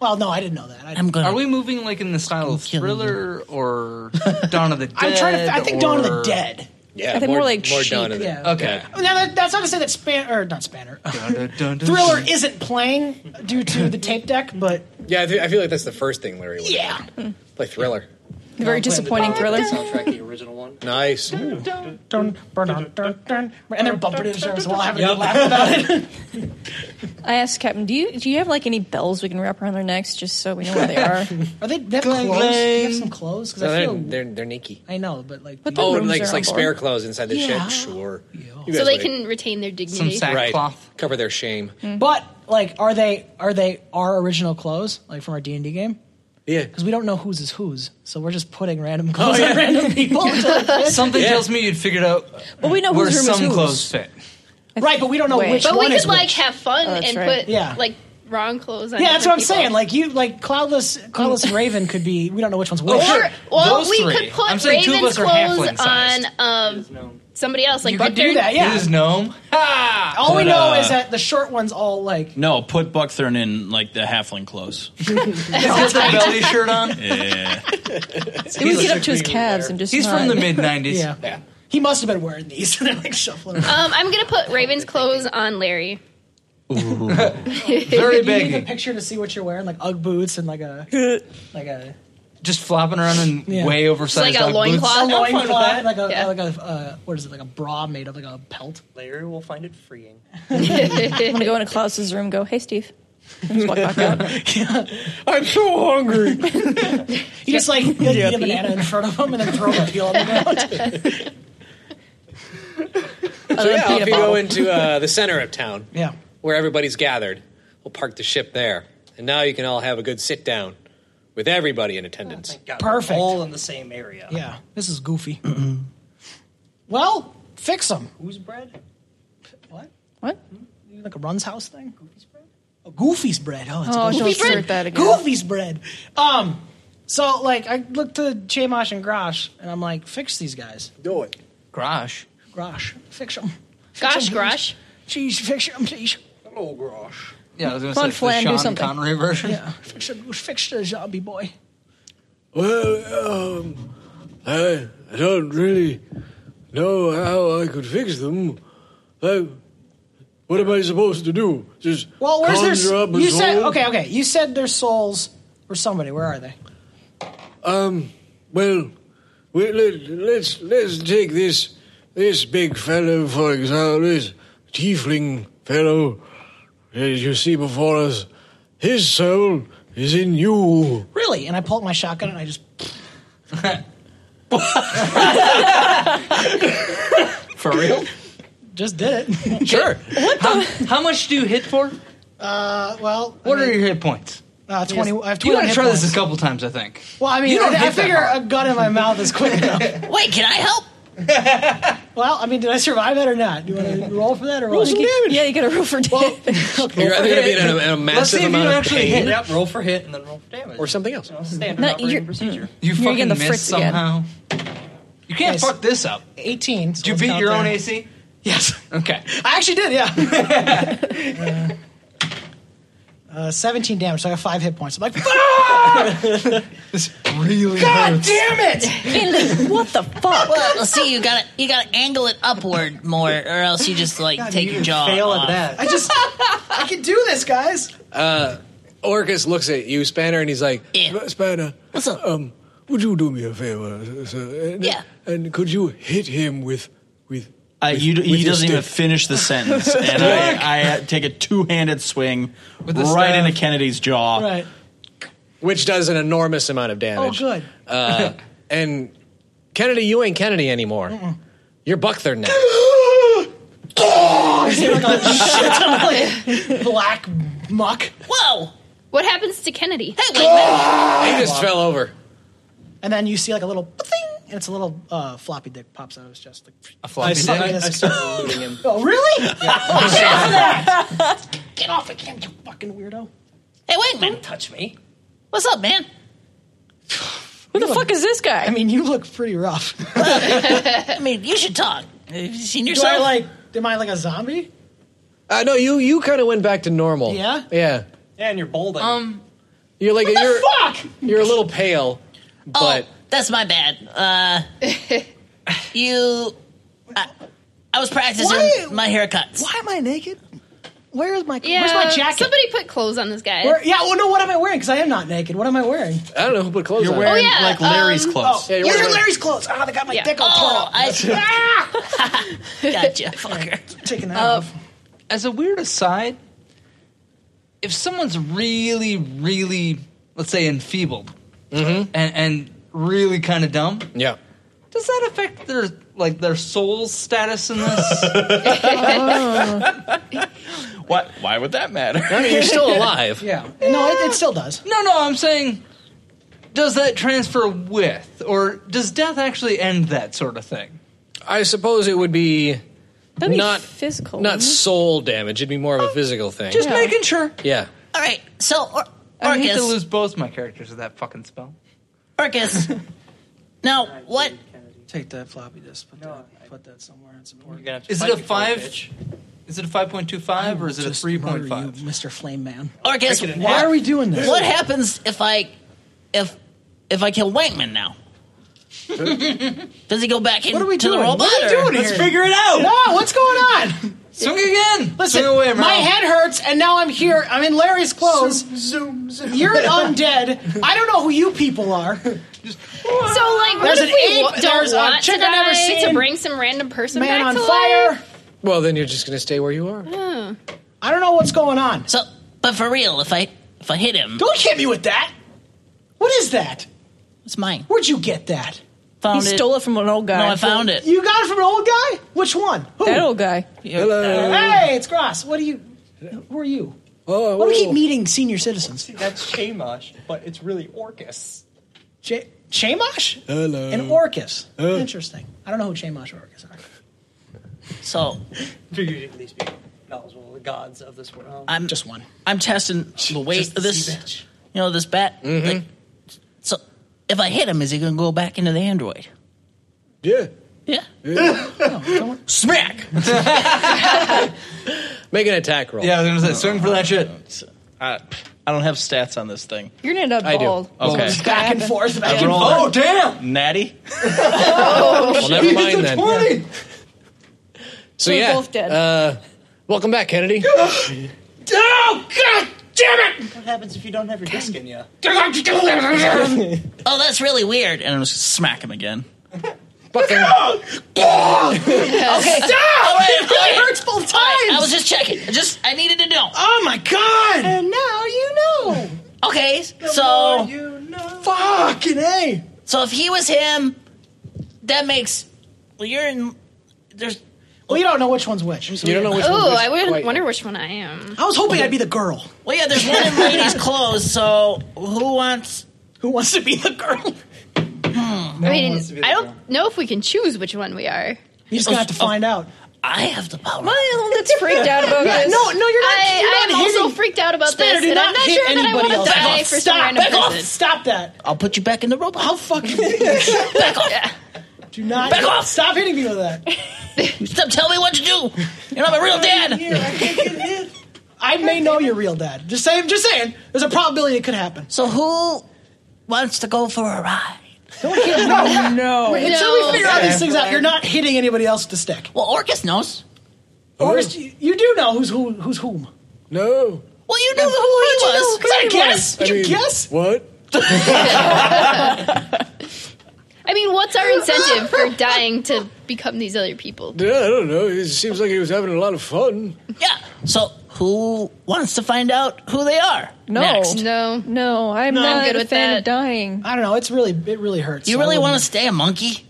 [SPEAKER 3] Well, no, I didn't know that. I,
[SPEAKER 10] I'm going.
[SPEAKER 6] Are we moving like in the style of
[SPEAKER 10] Kill you.
[SPEAKER 6] thriller or Dawn of the Dead?
[SPEAKER 3] I'm trying to. I think Dawn of the
[SPEAKER 6] or-
[SPEAKER 3] Dead.
[SPEAKER 2] Yeah.
[SPEAKER 5] I think more like
[SPEAKER 2] more
[SPEAKER 5] sheep,
[SPEAKER 2] Donovan.
[SPEAKER 3] yeah.
[SPEAKER 6] Okay.
[SPEAKER 3] Now that, that's not to say that Span or not Spanner.
[SPEAKER 6] Dun, dun, dun, dun,
[SPEAKER 3] Thriller
[SPEAKER 6] dun.
[SPEAKER 3] isn't playing due to the tape deck, but
[SPEAKER 2] Yeah, I, th- I feel like that's the first thing Larry would
[SPEAKER 3] yeah,
[SPEAKER 2] play. Thriller.
[SPEAKER 5] Very disappointing thriller.
[SPEAKER 9] Soundtrack, the original one.
[SPEAKER 2] Nice.
[SPEAKER 3] dun, dun, dun, dun, dun. and they're bumping it as well, having a good laugh about it.
[SPEAKER 5] I asked Captain, do you do you have like any bells we can wrap around their necks just so we know where they are?
[SPEAKER 3] Are they? They have clothes. Do you have some clothes because
[SPEAKER 2] No,
[SPEAKER 3] I
[SPEAKER 2] they're,
[SPEAKER 3] feel.
[SPEAKER 2] they're they're Nikki.
[SPEAKER 3] I know, but like.
[SPEAKER 5] But
[SPEAKER 2] Oh,
[SPEAKER 5] rooms
[SPEAKER 2] like
[SPEAKER 5] are
[SPEAKER 2] it's like
[SPEAKER 5] on
[SPEAKER 2] spare
[SPEAKER 5] board.
[SPEAKER 2] clothes inside the
[SPEAKER 3] Yeah.
[SPEAKER 2] ship. Sure. You
[SPEAKER 8] So
[SPEAKER 2] guys
[SPEAKER 8] they
[SPEAKER 2] would-
[SPEAKER 8] can retain their
[SPEAKER 6] Some
[SPEAKER 8] dignity.
[SPEAKER 2] right
[SPEAKER 6] sackcloth.
[SPEAKER 2] cover their shame.
[SPEAKER 3] Mm-hmm. But like, are they are they our original clothes like from our D and D game?
[SPEAKER 2] Yeah.
[SPEAKER 3] Because we don't know whose is whose, so we're just putting
[SPEAKER 6] Oh,
[SPEAKER 3] random clothes on random people.
[SPEAKER 6] Something tells me you'd figured out
[SPEAKER 5] But we know
[SPEAKER 6] where
[SPEAKER 5] whose room is
[SPEAKER 6] some
[SPEAKER 5] whose.
[SPEAKER 6] clothes fit.
[SPEAKER 3] right, but we don't know
[SPEAKER 5] Wait.
[SPEAKER 3] which
[SPEAKER 5] But
[SPEAKER 8] But we
[SPEAKER 3] one
[SPEAKER 8] could
[SPEAKER 3] is
[SPEAKER 8] like
[SPEAKER 3] which.
[SPEAKER 8] have fun
[SPEAKER 5] Oh, that's
[SPEAKER 8] and
[SPEAKER 5] right.
[SPEAKER 8] put
[SPEAKER 3] Yeah.
[SPEAKER 8] like wrong clothes on.
[SPEAKER 3] Yeah, that's what I'm
[SPEAKER 8] different
[SPEAKER 3] saying.
[SPEAKER 8] people.
[SPEAKER 3] Like you, like cloudless, cloudless and Raven could be. We don't know which one's which.
[SPEAKER 8] Or, well,
[SPEAKER 6] Oh, Those
[SPEAKER 8] we
[SPEAKER 6] three.
[SPEAKER 8] could put
[SPEAKER 6] I'm saying two of us
[SPEAKER 8] Raven's
[SPEAKER 6] are
[SPEAKER 8] clothes on
[SPEAKER 6] halfling-sized.
[SPEAKER 8] um, somebody else, like
[SPEAKER 3] You could do
[SPEAKER 8] Buckthorn.
[SPEAKER 3] that. Yeah.
[SPEAKER 6] It is gnome. Ha!
[SPEAKER 3] All we
[SPEAKER 6] But,
[SPEAKER 3] know
[SPEAKER 6] uh,
[SPEAKER 3] is that the short one's all like.
[SPEAKER 4] No, put Buckthorn in like the halfling clothes.
[SPEAKER 6] He's got the belly shirt on.
[SPEAKER 4] Yeah.
[SPEAKER 5] It would get up to his calves and just.
[SPEAKER 6] He's
[SPEAKER 5] nod.
[SPEAKER 6] from the mid '90s.
[SPEAKER 3] Yeah. He must have been wearing these. They're like shuffling. Around.
[SPEAKER 8] Um, I'm gonna put Raven's clothes on Larry.
[SPEAKER 6] Very
[SPEAKER 3] Do you need the
[SPEAKER 6] baggy,
[SPEAKER 3] picture to see what you're wearing? Like UGG boots and like a like a,
[SPEAKER 6] just flopping around in
[SPEAKER 3] Yeah.
[SPEAKER 6] way oversized
[SPEAKER 8] Like
[SPEAKER 6] dog
[SPEAKER 8] a
[SPEAKER 6] boots.
[SPEAKER 8] loincloth.
[SPEAKER 3] a
[SPEAKER 8] I'm fine with
[SPEAKER 3] loincloth,
[SPEAKER 8] that.
[SPEAKER 3] like a
[SPEAKER 8] Yeah.
[SPEAKER 3] like a uh, what is it? Like a bra made of like a pelt.
[SPEAKER 9] Larry will find it freeing.
[SPEAKER 5] I'm gonna go into Klaus's room. and Go, hey Steve. And just walk back out.
[SPEAKER 7] I'm so hungry.
[SPEAKER 3] You just like you eat a
[SPEAKER 5] Yuppie.
[SPEAKER 3] banana in front of him and then throw the peel on the ground.
[SPEAKER 2] So yeah,
[SPEAKER 5] Peter
[SPEAKER 2] if you
[SPEAKER 5] Paul.
[SPEAKER 2] go into uh, the center of town,
[SPEAKER 3] Yeah.
[SPEAKER 2] where everybody's gathered, we'll park the ship there, and now you can all have a good sit down with everybody in
[SPEAKER 10] Oh,
[SPEAKER 2] attendance.
[SPEAKER 9] Thank God.
[SPEAKER 3] Perfect.
[SPEAKER 9] We're all in the same area.
[SPEAKER 3] Yeah. This is goofy. Well, fix them.
[SPEAKER 9] Who's bread?
[SPEAKER 3] What? Hmm?
[SPEAKER 5] What?
[SPEAKER 3] Like a Run's house thing? Goofy's bread? Oh, Goofy's bread. Oh, it's
[SPEAKER 5] Oh,
[SPEAKER 3] Goofy's
[SPEAKER 5] don't
[SPEAKER 3] bread.
[SPEAKER 5] start that again.
[SPEAKER 3] Goofy's bread. Um, so like I looked to Chamash and Grosh, and I'm like, fix these guys.
[SPEAKER 7] Do it.
[SPEAKER 6] Grosh.
[SPEAKER 3] Grosh, fix them.
[SPEAKER 8] Gosh, Grosh.
[SPEAKER 3] Jeez, fix them, please.
[SPEAKER 7] Hello, Grosh.
[SPEAKER 6] Yeah, I was going
[SPEAKER 5] Come on,
[SPEAKER 6] to say
[SPEAKER 5] Flan, do
[SPEAKER 6] the Sean
[SPEAKER 5] something.
[SPEAKER 6] Connery version.
[SPEAKER 3] Yeah, fix them. Fix the zombie boy.
[SPEAKER 7] Well, um, I, I don't really know how I could fix them. I, What am I supposed to do? Just
[SPEAKER 3] Well, where's their?
[SPEAKER 7] conjure up a
[SPEAKER 3] You said
[SPEAKER 7] soul?
[SPEAKER 3] okay, okay. You said their souls or somebody. Where are they?
[SPEAKER 7] Um, well, we, let, let's let's take this this big fellow for example, this tiefling fellow as you see before us. His soul is in you.
[SPEAKER 3] Really? And I pulled my shotgun and I just
[SPEAKER 6] For real?
[SPEAKER 3] just did it.
[SPEAKER 6] sure. What the? How, how much do you hit for?
[SPEAKER 3] Uh, well,
[SPEAKER 6] What
[SPEAKER 3] I
[SPEAKER 6] are
[SPEAKER 3] mean,
[SPEAKER 6] your hit points?
[SPEAKER 3] Uh, twenty. I have twenty.
[SPEAKER 6] You gotta
[SPEAKER 3] hit
[SPEAKER 6] try
[SPEAKER 3] points.
[SPEAKER 6] this a couple times, I think.
[SPEAKER 3] Well, I mean,
[SPEAKER 6] You don't
[SPEAKER 3] I, I
[SPEAKER 6] hit that
[SPEAKER 3] figure a gun in my mouth is quick enough.
[SPEAKER 10] Wait, can I help?
[SPEAKER 3] Well, I mean, did I survive that or not? Do you want to roll for that or roll?
[SPEAKER 5] You get- yeah, you got to roll for damage.
[SPEAKER 2] You're either going to be in a, in a massive amount of pain
[SPEAKER 9] Yep, roll for hit and then roll for damage.
[SPEAKER 2] or something else.
[SPEAKER 9] Standard
[SPEAKER 5] No,
[SPEAKER 9] operating
[SPEAKER 5] you're-
[SPEAKER 9] procedure.
[SPEAKER 6] You
[SPEAKER 5] You're
[SPEAKER 6] fucking
[SPEAKER 5] getting the
[SPEAKER 6] missed
[SPEAKER 5] Fritz again.
[SPEAKER 6] somehow. You can't
[SPEAKER 3] Nice.
[SPEAKER 6] fuck this up.
[SPEAKER 3] Eighteen. so
[SPEAKER 6] Did you
[SPEAKER 3] let's
[SPEAKER 6] beat
[SPEAKER 3] count
[SPEAKER 6] your own
[SPEAKER 3] there.
[SPEAKER 6] AC?
[SPEAKER 3] Yes,
[SPEAKER 6] Okay.
[SPEAKER 3] I actually did. Yeah. uh, uh, Seventeen damage. So I got five hit points. I'm like,
[SPEAKER 6] This really
[SPEAKER 3] God
[SPEAKER 6] hurts.
[SPEAKER 3] damn it!
[SPEAKER 5] Finley, what the fuck?
[SPEAKER 10] Well, let's see, you gotta you gotta angle it upward more, or else you just like
[SPEAKER 3] God,
[SPEAKER 10] take
[SPEAKER 3] you
[SPEAKER 10] your jaw.
[SPEAKER 9] Fail
[SPEAKER 10] off.
[SPEAKER 9] at that.
[SPEAKER 3] I just, I can do this, guys.
[SPEAKER 2] Uh, Orcus looks at you, Spanner, and he's like,
[SPEAKER 10] Yeah.
[SPEAKER 7] Spanner,
[SPEAKER 10] What's up?
[SPEAKER 7] um, would you do me a favor, sir? And,
[SPEAKER 10] Yeah.
[SPEAKER 7] And could you hit him with with?
[SPEAKER 10] Uh,
[SPEAKER 4] I, Uh, you,
[SPEAKER 7] with
[SPEAKER 4] he
[SPEAKER 7] your
[SPEAKER 4] doesn't even
[SPEAKER 7] stick?
[SPEAKER 4] finish the sentence, and I, I take a two-handed swing
[SPEAKER 6] the
[SPEAKER 4] right
[SPEAKER 6] staff.
[SPEAKER 4] into Kennedy's jaw.
[SPEAKER 3] Right.
[SPEAKER 2] which does an enormous amount of
[SPEAKER 3] Oh,
[SPEAKER 2] damage.
[SPEAKER 3] good.
[SPEAKER 2] Uh, and Kennedy, you ain't Kennedy anymore. You're Buckthorn now.
[SPEAKER 3] Black muck.
[SPEAKER 10] Whoa!
[SPEAKER 8] What happens to Kennedy?
[SPEAKER 10] Hey, wait a minute.
[SPEAKER 2] he just fell over.
[SPEAKER 3] And then you see like a little thing, and it's a little uh, floppy dick pops out of his chest. Like,
[SPEAKER 6] A floppy disk.
[SPEAKER 3] Floppy
[SPEAKER 9] I, I
[SPEAKER 3] disk.
[SPEAKER 9] started looting him.
[SPEAKER 3] oh, really? Oh, shit, for that. Get off of him, you fucking weirdo.
[SPEAKER 10] Hey, wait a minute.
[SPEAKER 9] Touch me.
[SPEAKER 10] What's up, man?
[SPEAKER 5] Who the fuck is this guy?
[SPEAKER 3] I mean, you look pretty rough.
[SPEAKER 10] I mean, you should talk. Have you seen
[SPEAKER 3] Do
[SPEAKER 10] yourself?
[SPEAKER 3] I like? Am I like a zombie?
[SPEAKER 2] Uh, no, you you kind of went back to normal.
[SPEAKER 3] Yeah?
[SPEAKER 2] yeah.
[SPEAKER 9] Yeah, and you're balding.
[SPEAKER 6] Um,
[SPEAKER 2] You're like you're
[SPEAKER 3] Fuck!
[SPEAKER 2] you're a little pale,
[SPEAKER 10] oh,
[SPEAKER 2] but
[SPEAKER 10] that's my bad. Uh, you. I, I was practicing
[SPEAKER 3] Why-
[SPEAKER 10] my haircuts.
[SPEAKER 3] Why am I naked? Where is my?
[SPEAKER 8] Yeah.
[SPEAKER 3] Where's my jacket?
[SPEAKER 8] Somebody put clothes on this guy.
[SPEAKER 3] Where- yeah. Well, no. What am I wearing? Because I am not naked. What am I wearing?
[SPEAKER 2] I don't know who put clothes
[SPEAKER 4] You're
[SPEAKER 2] on.
[SPEAKER 4] wearing
[SPEAKER 5] Oh,
[SPEAKER 8] yeah,
[SPEAKER 4] like Larry's
[SPEAKER 8] um,
[SPEAKER 4] clothes.
[SPEAKER 2] Yeah, you're
[SPEAKER 3] Yours are
[SPEAKER 2] wearing-
[SPEAKER 3] Larry's clothes. Ah, they got my
[SPEAKER 8] Yeah.
[SPEAKER 3] dick all torn
[SPEAKER 10] Oh,
[SPEAKER 3] up.
[SPEAKER 10] I
[SPEAKER 8] Ah!
[SPEAKER 10] got you, fucker.
[SPEAKER 5] Um,
[SPEAKER 3] Taking that
[SPEAKER 6] Uh,
[SPEAKER 3] off.
[SPEAKER 6] as a weird aside, if someone's really, really, let's say, enfeebled and, and really kind of dumb,
[SPEAKER 2] Mm-hmm. Yeah.
[SPEAKER 6] does that affect their like their soul's status in this?
[SPEAKER 3] Ah.
[SPEAKER 4] What? Why would that matter?
[SPEAKER 2] I mean, you're still alive.
[SPEAKER 3] Yeah. No, it, it still does.
[SPEAKER 6] no, no, I'm saying, does that transfer with, or does death actually end that sort of thing?
[SPEAKER 2] I suppose it would be
[SPEAKER 5] That'd be
[SPEAKER 2] not-
[SPEAKER 5] physical.
[SPEAKER 2] not soul damage. It'd be more of a physical thing.
[SPEAKER 6] Just making sure.
[SPEAKER 2] yeah.
[SPEAKER 10] All right, so or-
[SPEAKER 6] I hate to
[SPEAKER 10] Orcus,
[SPEAKER 6] lose both my characters with that fucking spell.
[SPEAKER 10] Orcus. now what?
[SPEAKER 3] Take that floppy disk. Put, that, put that somewhere and support.
[SPEAKER 9] You're gonna have to
[SPEAKER 6] Is
[SPEAKER 9] fight
[SPEAKER 6] it a
[SPEAKER 9] me for
[SPEAKER 6] five?
[SPEAKER 9] bitch.
[SPEAKER 6] Is it a five point two five or is it a three point five?
[SPEAKER 3] Mr. Flame Man?
[SPEAKER 10] Orcus,
[SPEAKER 3] Why are we doing this?
[SPEAKER 10] What happens if I, if, if I kill Wankman now? Does he go back into
[SPEAKER 3] What are we doing?
[SPEAKER 10] the robot?
[SPEAKER 3] What are
[SPEAKER 10] or-
[SPEAKER 3] we doing here?
[SPEAKER 6] it out.
[SPEAKER 3] No, what's going on?
[SPEAKER 6] Swing again.
[SPEAKER 3] Listen,
[SPEAKER 6] Swing away,
[SPEAKER 3] my
[SPEAKER 6] Merle.
[SPEAKER 3] head hurts, and now I'm here. I'm in Larry's clothes.
[SPEAKER 9] Zoom, zoom.
[SPEAKER 3] You're an undead. I don't know who you people are.
[SPEAKER 8] So like, what
[SPEAKER 3] There's
[SPEAKER 8] if
[SPEAKER 3] an
[SPEAKER 8] we
[SPEAKER 3] ape,
[SPEAKER 8] wa-
[SPEAKER 3] there's
[SPEAKER 8] don't
[SPEAKER 3] a
[SPEAKER 8] want to
[SPEAKER 3] chick I never
[SPEAKER 8] die to
[SPEAKER 3] seen.
[SPEAKER 8] bring some random person
[SPEAKER 3] Man
[SPEAKER 8] back
[SPEAKER 3] on
[SPEAKER 8] to
[SPEAKER 3] fire.
[SPEAKER 8] life?
[SPEAKER 2] Well, then you're just gonna stay where you are.
[SPEAKER 3] I don't know what's going on.
[SPEAKER 10] So, but for real, if I if I hit him,
[SPEAKER 3] Don't hit me with that. What is that?
[SPEAKER 10] it's mine.
[SPEAKER 3] Where'd you get that?
[SPEAKER 10] Found
[SPEAKER 5] he
[SPEAKER 10] it.
[SPEAKER 5] stole it from an old guy.
[SPEAKER 10] No, I found it.
[SPEAKER 3] Oh, You got it from an old guy? Which one? Who? Uh,
[SPEAKER 5] that old guy.
[SPEAKER 2] Hello.
[SPEAKER 3] Hey, it's Gross. What are you? Who are you?
[SPEAKER 2] Oh,
[SPEAKER 3] Why do we
[SPEAKER 2] oh.
[SPEAKER 3] keep meeting senior citizens?
[SPEAKER 9] That's Shamash, but it's really Orcus.
[SPEAKER 3] J- Shamash
[SPEAKER 7] Hello.
[SPEAKER 3] and Orcus.
[SPEAKER 2] Uh.
[SPEAKER 3] Interesting. I don't know who Shamash or Orcus are.
[SPEAKER 10] So
[SPEAKER 9] Figuratively speaking, knowledgeable of the gods of this world.
[SPEAKER 10] I'm
[SPEAKER 3] Just one.
[SPEAKER 10] I'm testing the weight
[SPEAKER 9] Just
[SPEAKER 10] of
[SPEAKER 9] the
[SPEAKER 10] this.
[SPEAKER 9] sea bitch.
[SPEAKER 10] You know this bat. Like, so if I hit him, is he gonna go back into the android?
[SPEAKER 7] Yeah.
[SPEAKER 10] Yeah.
[SPEAKER 2] Smack. Make an attack roll. Uh,
[SPEAKER 6] Yeah, I was gonna say swing for that shit.
[SPEAKER 4] I, I don't have stats on this thing.
[SPEAKER 5] You're gonna end up
[SPEAKER 2] I do.
[SPEAKER 5] bald.
[SPEAKER 4] Okay.
[SPEAKER 3] Back and forth. Back and
[SPEAKER 4] Roll
[SPEAKER 3] forth.
[SPEAKER 6] Oh damn!
[SPEAKER 4] Natty.
[SPEAKER 8] Oh.
[SPEAKER 2] Well, never mind then.
[SPEAKER 6] Twenty.
[SPEAKER 2] So
[SPEAKER 5] We're
[SPEAKER 2] yeah,
[SPEAKER 5] both dead.
[SPEAKER 2] Uh, Welcome back, Kennedy.
[SPEAKER 10] Oh God damn
[SPEAKER 9] What happens if you don't have your disc in you?
[SPEAKER 10] it! oh, that's really weird.
[SPEAKER 4] And I'm just gonna smack him again.
[SPEAKER 2] Fucking.
[SPEAKER 10] okay,
[SPEAKER 9] Stop!
[SPEAKER 10] All right, all right.
[SPEAKER 9] It hurts both
[SPEAKER 10] All right, I
[SPEAKER 9] times!
[SPEAKER 10] was just checking. I just I needed to know.
[SPEAKER 9] Oh my god! And now you know!
[SPEAKER 10] Okay,
[SPEAKER 9] The
[SPEAKER 10] so
[SPEAKER 9] more you know.
[SPEAKER 10] fucking a. So if he was him, that makes well. You're in. There's
[SPEAKER 3] Well, you don't know which one's which. so
[SPEAKER 2] You don't know which
[SPEAKER 8] Oh,
[SPEAKER 2] one's
[SPEAKER 8] I would
[SPEAKER 2] quite-
[SPEAKER 8] wonder which one I am.
[SPEAKER 3] I was hoping I'd be the girl.
[SPEAKER 10] well, yeah. There's one in ladies' clothes. So who wants?
[SPEAKER 3] Who wants to be the girl? Hmm.
[SPEAKER 8] I mean, I don't know if we can choose which one we are.
[SPEAKER 3] You're just gonna have to find out.
[SPEAKER 10] I have the power.
[SPEAKER 5] Well, that's freaked out about this.
[SPEAKER 3] No, no, you're not. you're
[SPEAKER 8] I, I
[SPEAKER 3] not
[SPEAKER 8] am also
[SPEAKER 3] hitting-
[SPEAKER 8] freaked out about
[SPEAKER 3] Spanner,
[SPEAKER 8] this,
[SPEAKER 3] do
[SPEAKER 8] and I'm
[SPEAKER 3] not
[SPEAKER 8] not
[SPEAKER 3] hit
[SPEAKER 8] sure that I
[SPEAKER 3] anybody
[SPEAKER 8] want to
[SPEAKER 3] else.
[SPEAKER 8] die for some random
[SPEAKER 10] back off.
[SPEAKER 8] person.
[SPEAKER 3] Stop that!
[SPEAKER 10] I'll put you back in the robot.
[SPEAKER 3] How fucking
[SPEAKER 8] Yeah.
[SPEAKER 3] do not
[SPEAKER 10] Back off.
[SPEAKER 3] stop hitting me with that.
[SPEAKER 10] Stop telling me what to do. You're not my real dad.
[SPEAKER 3] I may know you're real dad. Just saying. Just saying. There's a probability it could happen.
[SPEAKER 10] So who wants to go for a ride?
[SPEAKER 3] No. Until we
[SPEAKER 8] No.
[SPEAKER 3] figure all these things out, you're not hitting anybody else with the stick.
[SPEAKER 10] Well, Orcus knows.
[SPEAKER 3] Or is- you you do know who's who, who's whom.
[SPEAKER 7] No.
[SPEAKER 10] Well, you knew who he was.
[SPEAKER 3] Is that a guess? Did
[SPEAKER 7] I
[SPEAKER 3] you
[SPEAKER 7] mean,
[SPEAKER 3] guess?
[SPEAKER 7] What?
[SPEAKER 8] I mean, what's our incentive for dying to become these other people?
[SPEAKER 7] Yeah, I don't know. It seems like he was having a lot of fun.
[SPEAKER 10] Yeah. So who wants to find out who they are?
[SPEAKER 5] No.
[SPEAKER 10] Next.
[SPEAKER 8] No.
[SPEAKER 5] No, I'm not
[SPEAKER 8] I'm good
[SPEAKER 5] a
[SPEAKER 8] with
[SPEAKER 5] fan
[SPEAKER 8] that.
[SPEAKER 5] of dying.
[SPEAKER 3] I don't know. It's really it really hurts. Um,
[SPEAKER 10] You
[SPEAKER 3] I
[SPEAKER 10] really
[SPEAKER 3] wouldn't-
[SPEAKER 10] want to stay a monkey?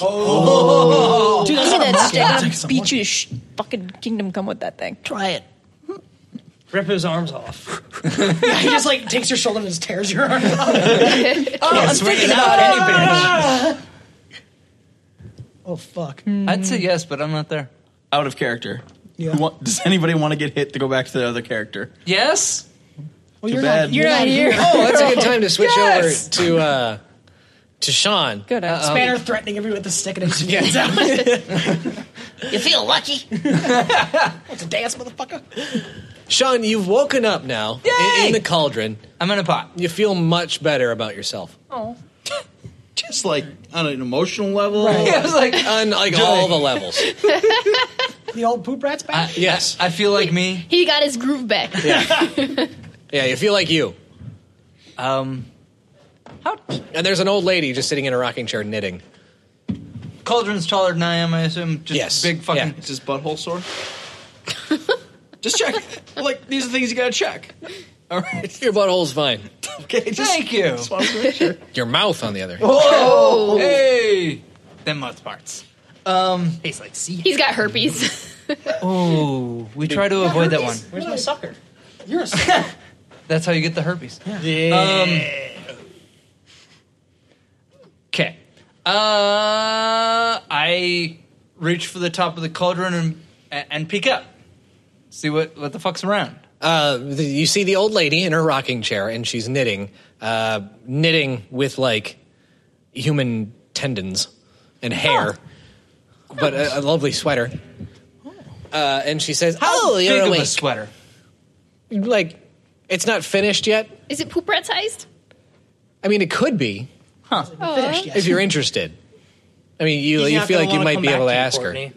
[SPEAKER 4] Oh.
[SPEAKER 3] Dude, that's not
[SPEAKER 5] Give me
[SPEAKER 3] a
[SPEAKER 5] that
[SPEAKER 3] monkey.
[SPEAKER 5] stick.
[SPEAKER 3] That's like
[SPEAKER 5] I'll
[SPEAKER 3] some
[SPEAKER 5] beat you to sh- fucking kingdom come with that thing.
[SPEAKER 10] Try it.
[SPEAKER 9] Rip his arms off.
[SPEAKER 3] monkey. He just like takes your shoulder and just tears your Oh, arm. out.
[SPEAKER 6] I'm thinking about
[SPEAKER 3] oh fuck.
[SPEAKER 6] I'd say yes, but I'm not there.
[SPEAKER 4] Out of character.
[SPEAKER 3] Yeah.
[SPEAKER 4] Who wa- Does anybody want to get hit to go back to the other character?
[SPEAKER 6] Yes.
[SPEAKER 3] Well, you're
[SPEAKER 4] bad.
[SPEAKER 3] not. You're not here.
[SPEAKER 2] Oh, that's a good time to switch over to uh, to Sean.
[SPEAKER 5] Good. I-
[SPEAKER 3] Spanner threatening everyone with the stick and it's
[SPEAKER 2] Yeah.
[SPEAKER 10] You feel lucky.
[SPEAKER 3] a dance, motherfucker.
[SPEAKER 2] Sean, you've woken up now in, in the cauldron.
[SPEAKER 6] I'm in a pot.
[SPEAKER 2] You feel much better about yourself.
[SPEAKER 5] Oh.
[SPEAKER 4] Just like on an emotional level.
[SPEAKER 6] Yeah, I was like,
[SPEAKER 2] On like all the levels.
[SPEAKER 3] The old poop rat's back.
[SPEAKER 2] Yes.
[SPEAKER 6] I feel like me.
[SPEAKER 8] He got his groove back.
[SPEAKER 2] Yeah, you feel like you.
[SPEAKER 6] Um,
[SPEAKER 2] And Uh, there's an old lady just sitting in a rocking chair knitting.
[SPEAKER 6] cauldron's taller than I am. I assume. Just
[SPEAKER 2] Yes.
[SPEAKER 6] Big fucking.
[SPEAKER 2] Yeah.
[SPEAKER 4] Is his butthole sore?
[SPEAKER 6] Just check. like these are things you gotta check. All right.
[SPEAKER 2] Your butthole's fine.
[SPEAKER 6] Okay. Thank you.
[SPEAKER 2] Your mouth, on the other hand.
[SPEAKER 6] Whoa. Oh, Hey. Them mouth parts.
[SPEAKER 9] Tastes like sea.
[SPEAKER 8] He's got herpes.
[SPEAKER 6] Oh, we try to avoid that one.
[SPEAKER 9] Where's my sucker?
[SPEAKER 3] You're a stick.
[SPEAKER 6] That's how you get the herpes.
[SPEAKER 3] Oh.
[SPEAKER 6] Um, Okay. Uh, I reach for the top of the cauldron and and peek up, see what what the fuck's around.
[SPEAKER 2] Uh, the, you see the old lady in her rocking chair, and she's knitting, uh, knitting with like human tendons and hair, but a, a lovely sweater. Uh, and she says, "Oh,
[SPEAKER 6] Oh. Big
[SPEAKER 2] you're
[SPEAKER 6] of a
[SPEAKER 2] awake."
[SPEAKER 6] sweater.
[SPEAKER 2] Like, it's not finished yet.
[SPEAKER 8] Is it poop rat sized?
[SPEAKER 2] I mean, it could be
[SPEAKER 3] Finished, yes.
[SPEAKER 2] if you're interested. I mean, you you feel like you might be able to ask her.
[SPEAKER 3] You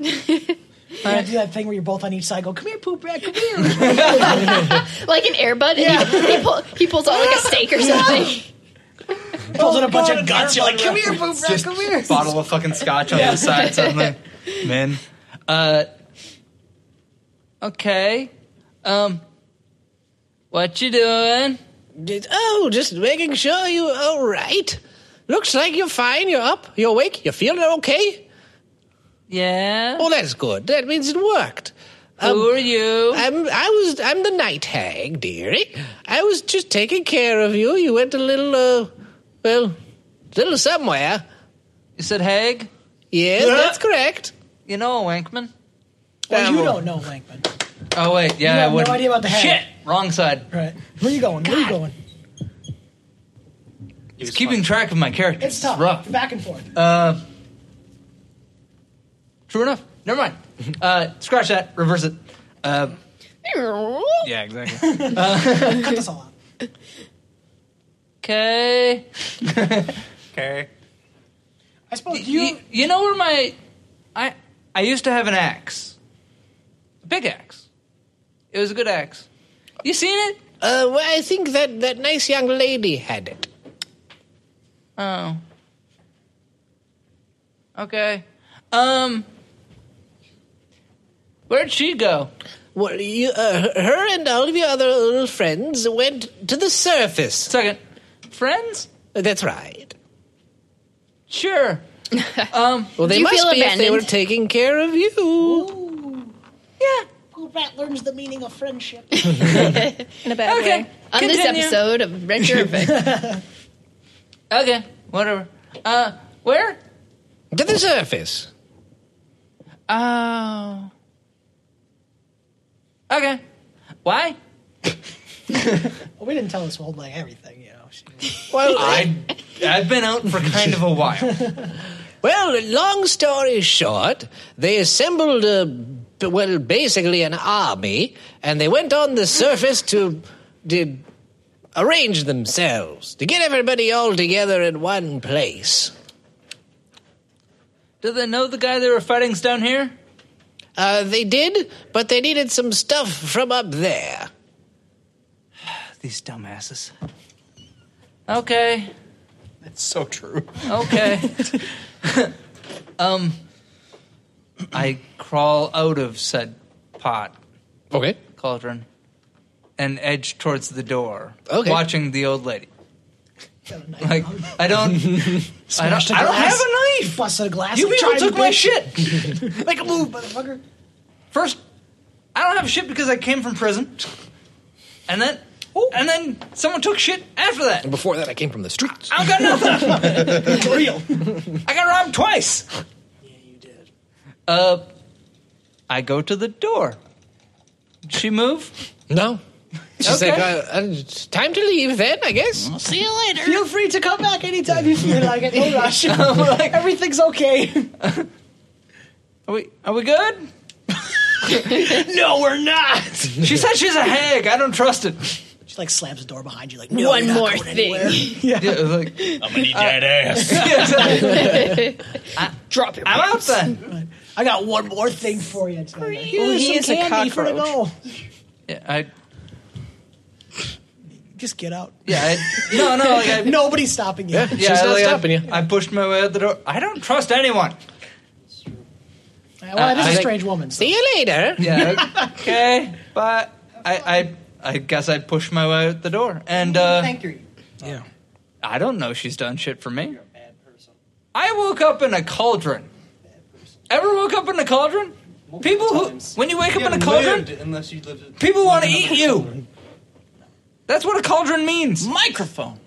[SPEAKER 3] gotta do that thing where you're both on each side. Go, come here, poop rat. Come here.
[SPEAKER 8] Like an airbud? And he, he, pull, he pulls out like a steak or something.
[SPEAKER 3] Pulls
[SPEAKER 6] Oh,
[SPEAKER 3] out a bunch of guts. You're like, come here, poop rat.
[SPEAKER 6] Just
[SPEAKER 3] Come here.
[SPEAKER 6] bottle of fucking scotch on the side suddenly. Man. Uh. Okay. Um. What you doing?
[SPEAKER 2] Oh, just making sure you're all right. Looks like you're fine. You're up. You're awake. You're feeling okay.
[SPEAKER 6] Yeah.
[SPEAKER 2] Oh, that's good. That means it worked. Um,
[SPEAKER 6] Who are you?
[SPEAKER 2] I'm I was I'm the night hag, dearie. I was just taking care of you. You went a little uh well little somewhere.
[SPEAKER 6] You said Hag.
[SPEAKER 2] Yes, that's correct.
[SPEAKER 6] You know Wankman.
[SPEAKER 3] Well, you
[SPEAKER 2] Devil.
[SPEAKER 3] don't know Lankman.
[SPEAKER 6] Oh wait, yeah,
[SPEAKER 3] You have
[SPEAKER 6] I
[SPEAKER 3] no
[SPEAKER 6] would.
[SPEAKER 3] idea about the Hag.
[SPEAKER 6] Shit, wrong side.
[SPEAKER 3] Right. Where you going? Where you going?
[SPEAKER 6] It's keeping track of my character.
[SPEAKER 3] It's tough.
[SPEAKER 6] rough.
[SPEAKER 3] Back and forth.
[SPEAKER 6] Uh, true enough. Never mind. Uh, scratch that. Reverse it. Uh, yeah, exactly. Uh,
[SPEAKER 3] Cut this all out.
[SPEAKER 6] Okay. okay.
[SPEAKER 3] I suppose
[SPEAKER 6] You,
[SPEAKER 3] you.
[SPEAKER 6] you know where my I I used to have an axe, a big axe. It was a good axe.
[SPEAKER 11] You seen it? Uh, well, I think that that nice young lady had it.
[SPEAKER 6] Oh. Okay. Um. Where'd she go?
[SPEAKER 11] Well, you, uh, her and all of your other little friends went to the surface.
[SPEAKER 6] Second, friends?
[SPEAKER 11] That's right.
[SPEAKER 6] Sure. um.
[SPEAKER 11] Well, they must be if they were taking care of you.
[SPEAKER 3] Poop rat learns the meaning of friendship.
[SPEAKER 5] In a bad
[SPEAKER 6] Okay,
[SPEAKER 5] way.
[SPEAKER 8] On this
[SPEAKER 6] continue.
[SPEAKER 8] episode of Red Jervin.
[SPEAKER 6] Okay. Whatever. Uh. Where?
[SPEAKER 11] To the surface.
[SPEAKER 6] Oh. Okay. Why?
[SPEAKER 3] Well, we didn't tell this whole like everything, you know.
[SPEAKER 11] Well, eh?
[SPEAKER 6] I, I've been out for kind of a while.
[SPEAKER 11] Well, long story short, they assembled a b- well, basically an army, and they went on the surface to, to arrange themselves to get everybody all together in one place.
[SPEAKER 6] Do they know the guy they were fighting's down here?
[SPEAKER 11] Uh, they did, but they needed some stuff from up there.
[SPEAKER 6] These dumbasses. Okay.
[SPEAKER 9] That's so true.
[SPEAKER 6] Okay. um, I crawl out of said pot.
[SPEAKER 2] Okay.
[SPEAKER 6] Cauldron. And edge towards the door.
[SPEAKER 2] Okay.
[SPEAKER 6] Watching the old lady. Like, I don't. I don't, I don't have a
[SPEAKER 3] knife. Busted a glass.
[SPEAKER 6] You
[SPEAKER 3] and
[SPEAKER 6] people
[SPEAKER 3] tried to
[SPEAKER 6] took my
[SPEAKER 3] bitch.
[SPEAKER 6] shit.
[SPEAKER 3] Make a move, motherfucker.
[SPEAKER 6] First, I don't have shit because I came from prison. And then. And then someone took shit after that.
[SPEAKER 2] And before that, I came from the streets.
[SPEAKER 6] I got nothing.
[SPEAKER 3] Real.
[SPEAKER 6] I got robbed twice. Yeah, you did. Uh, I go to the door. Did she move?
[SPEAKER 11] No. She's like, uh, uh, it's time to leave then, I guess.
[SPEAKER 3] See you later. Feel free to come back anytime you feel like it. No rush. Everything's okay.
[SPEAKER 6] Are we? Are we good?
[SPEAKER 3] no, we're not.
[SPEAKER 6] She said she's a hag. I don't trust it.
[SPEAKER 3] She like slams the door behind you. Like no,
[SPEAKER 8] One
[SPEAKER 3] you're not
[SPEAKER 8] more
[SPEAKER 3] going
[SPEAKER 8] thing.
[SPEAKER 3] anywhere.
[SPEAKER 6] Yeah, it was like I'm
[SPEAKER 4] gonna eat that ass.
[SPEAKER 3] Drop your.
[SPEAKER 6] I'm out then.
[SPEAKER 3] I got one more thing for you. Tonight.
[SPEAKER 6] you
[SPEAKER 3] Ooh,
[SPEAKER 6] he
[SPEAKER 3] some
[SPEAKER 6] is a
[SPEAKER 3] candy for the
[SPEAKER 6] cockroach.
[SPEAKER 3] goal.
[SPEAKER 6] Yeah, I.
[SPEAKER 3] Just get out.
[SPEAKER 6] Yeah, I, no, no. Like I,
[SPEAKER 3] Nobody's stopping you.
[SPEAKER 6] yeah, like, I- I pushed my way out the door. I don't trust anyone.
[SPEAKER 3] Well, that is
[SPEAKER 6] I-
[SPEAKER 3] a
[SPEAKER 6] I-
[SPEAKER 3] strange woman. So.
[SPEAKER 11] See you later.
[SPEAKER 6] Yeah. okay, but I, I, I guess I pushed my way out the door, and uh,
[SPEAKER 3] Thank you.
[SPEAKER 6] yeah, I don't know. She's done shit for me. I woke up in a cauldron. Ever woke up in a cauldron? People who, when you wake up in a cauldron,
[SPEAKER 9] unless you lived.
[SPEAKER 6] people want to eat you. That's what a cauldron means.
[SPEAKER 4] Microphone.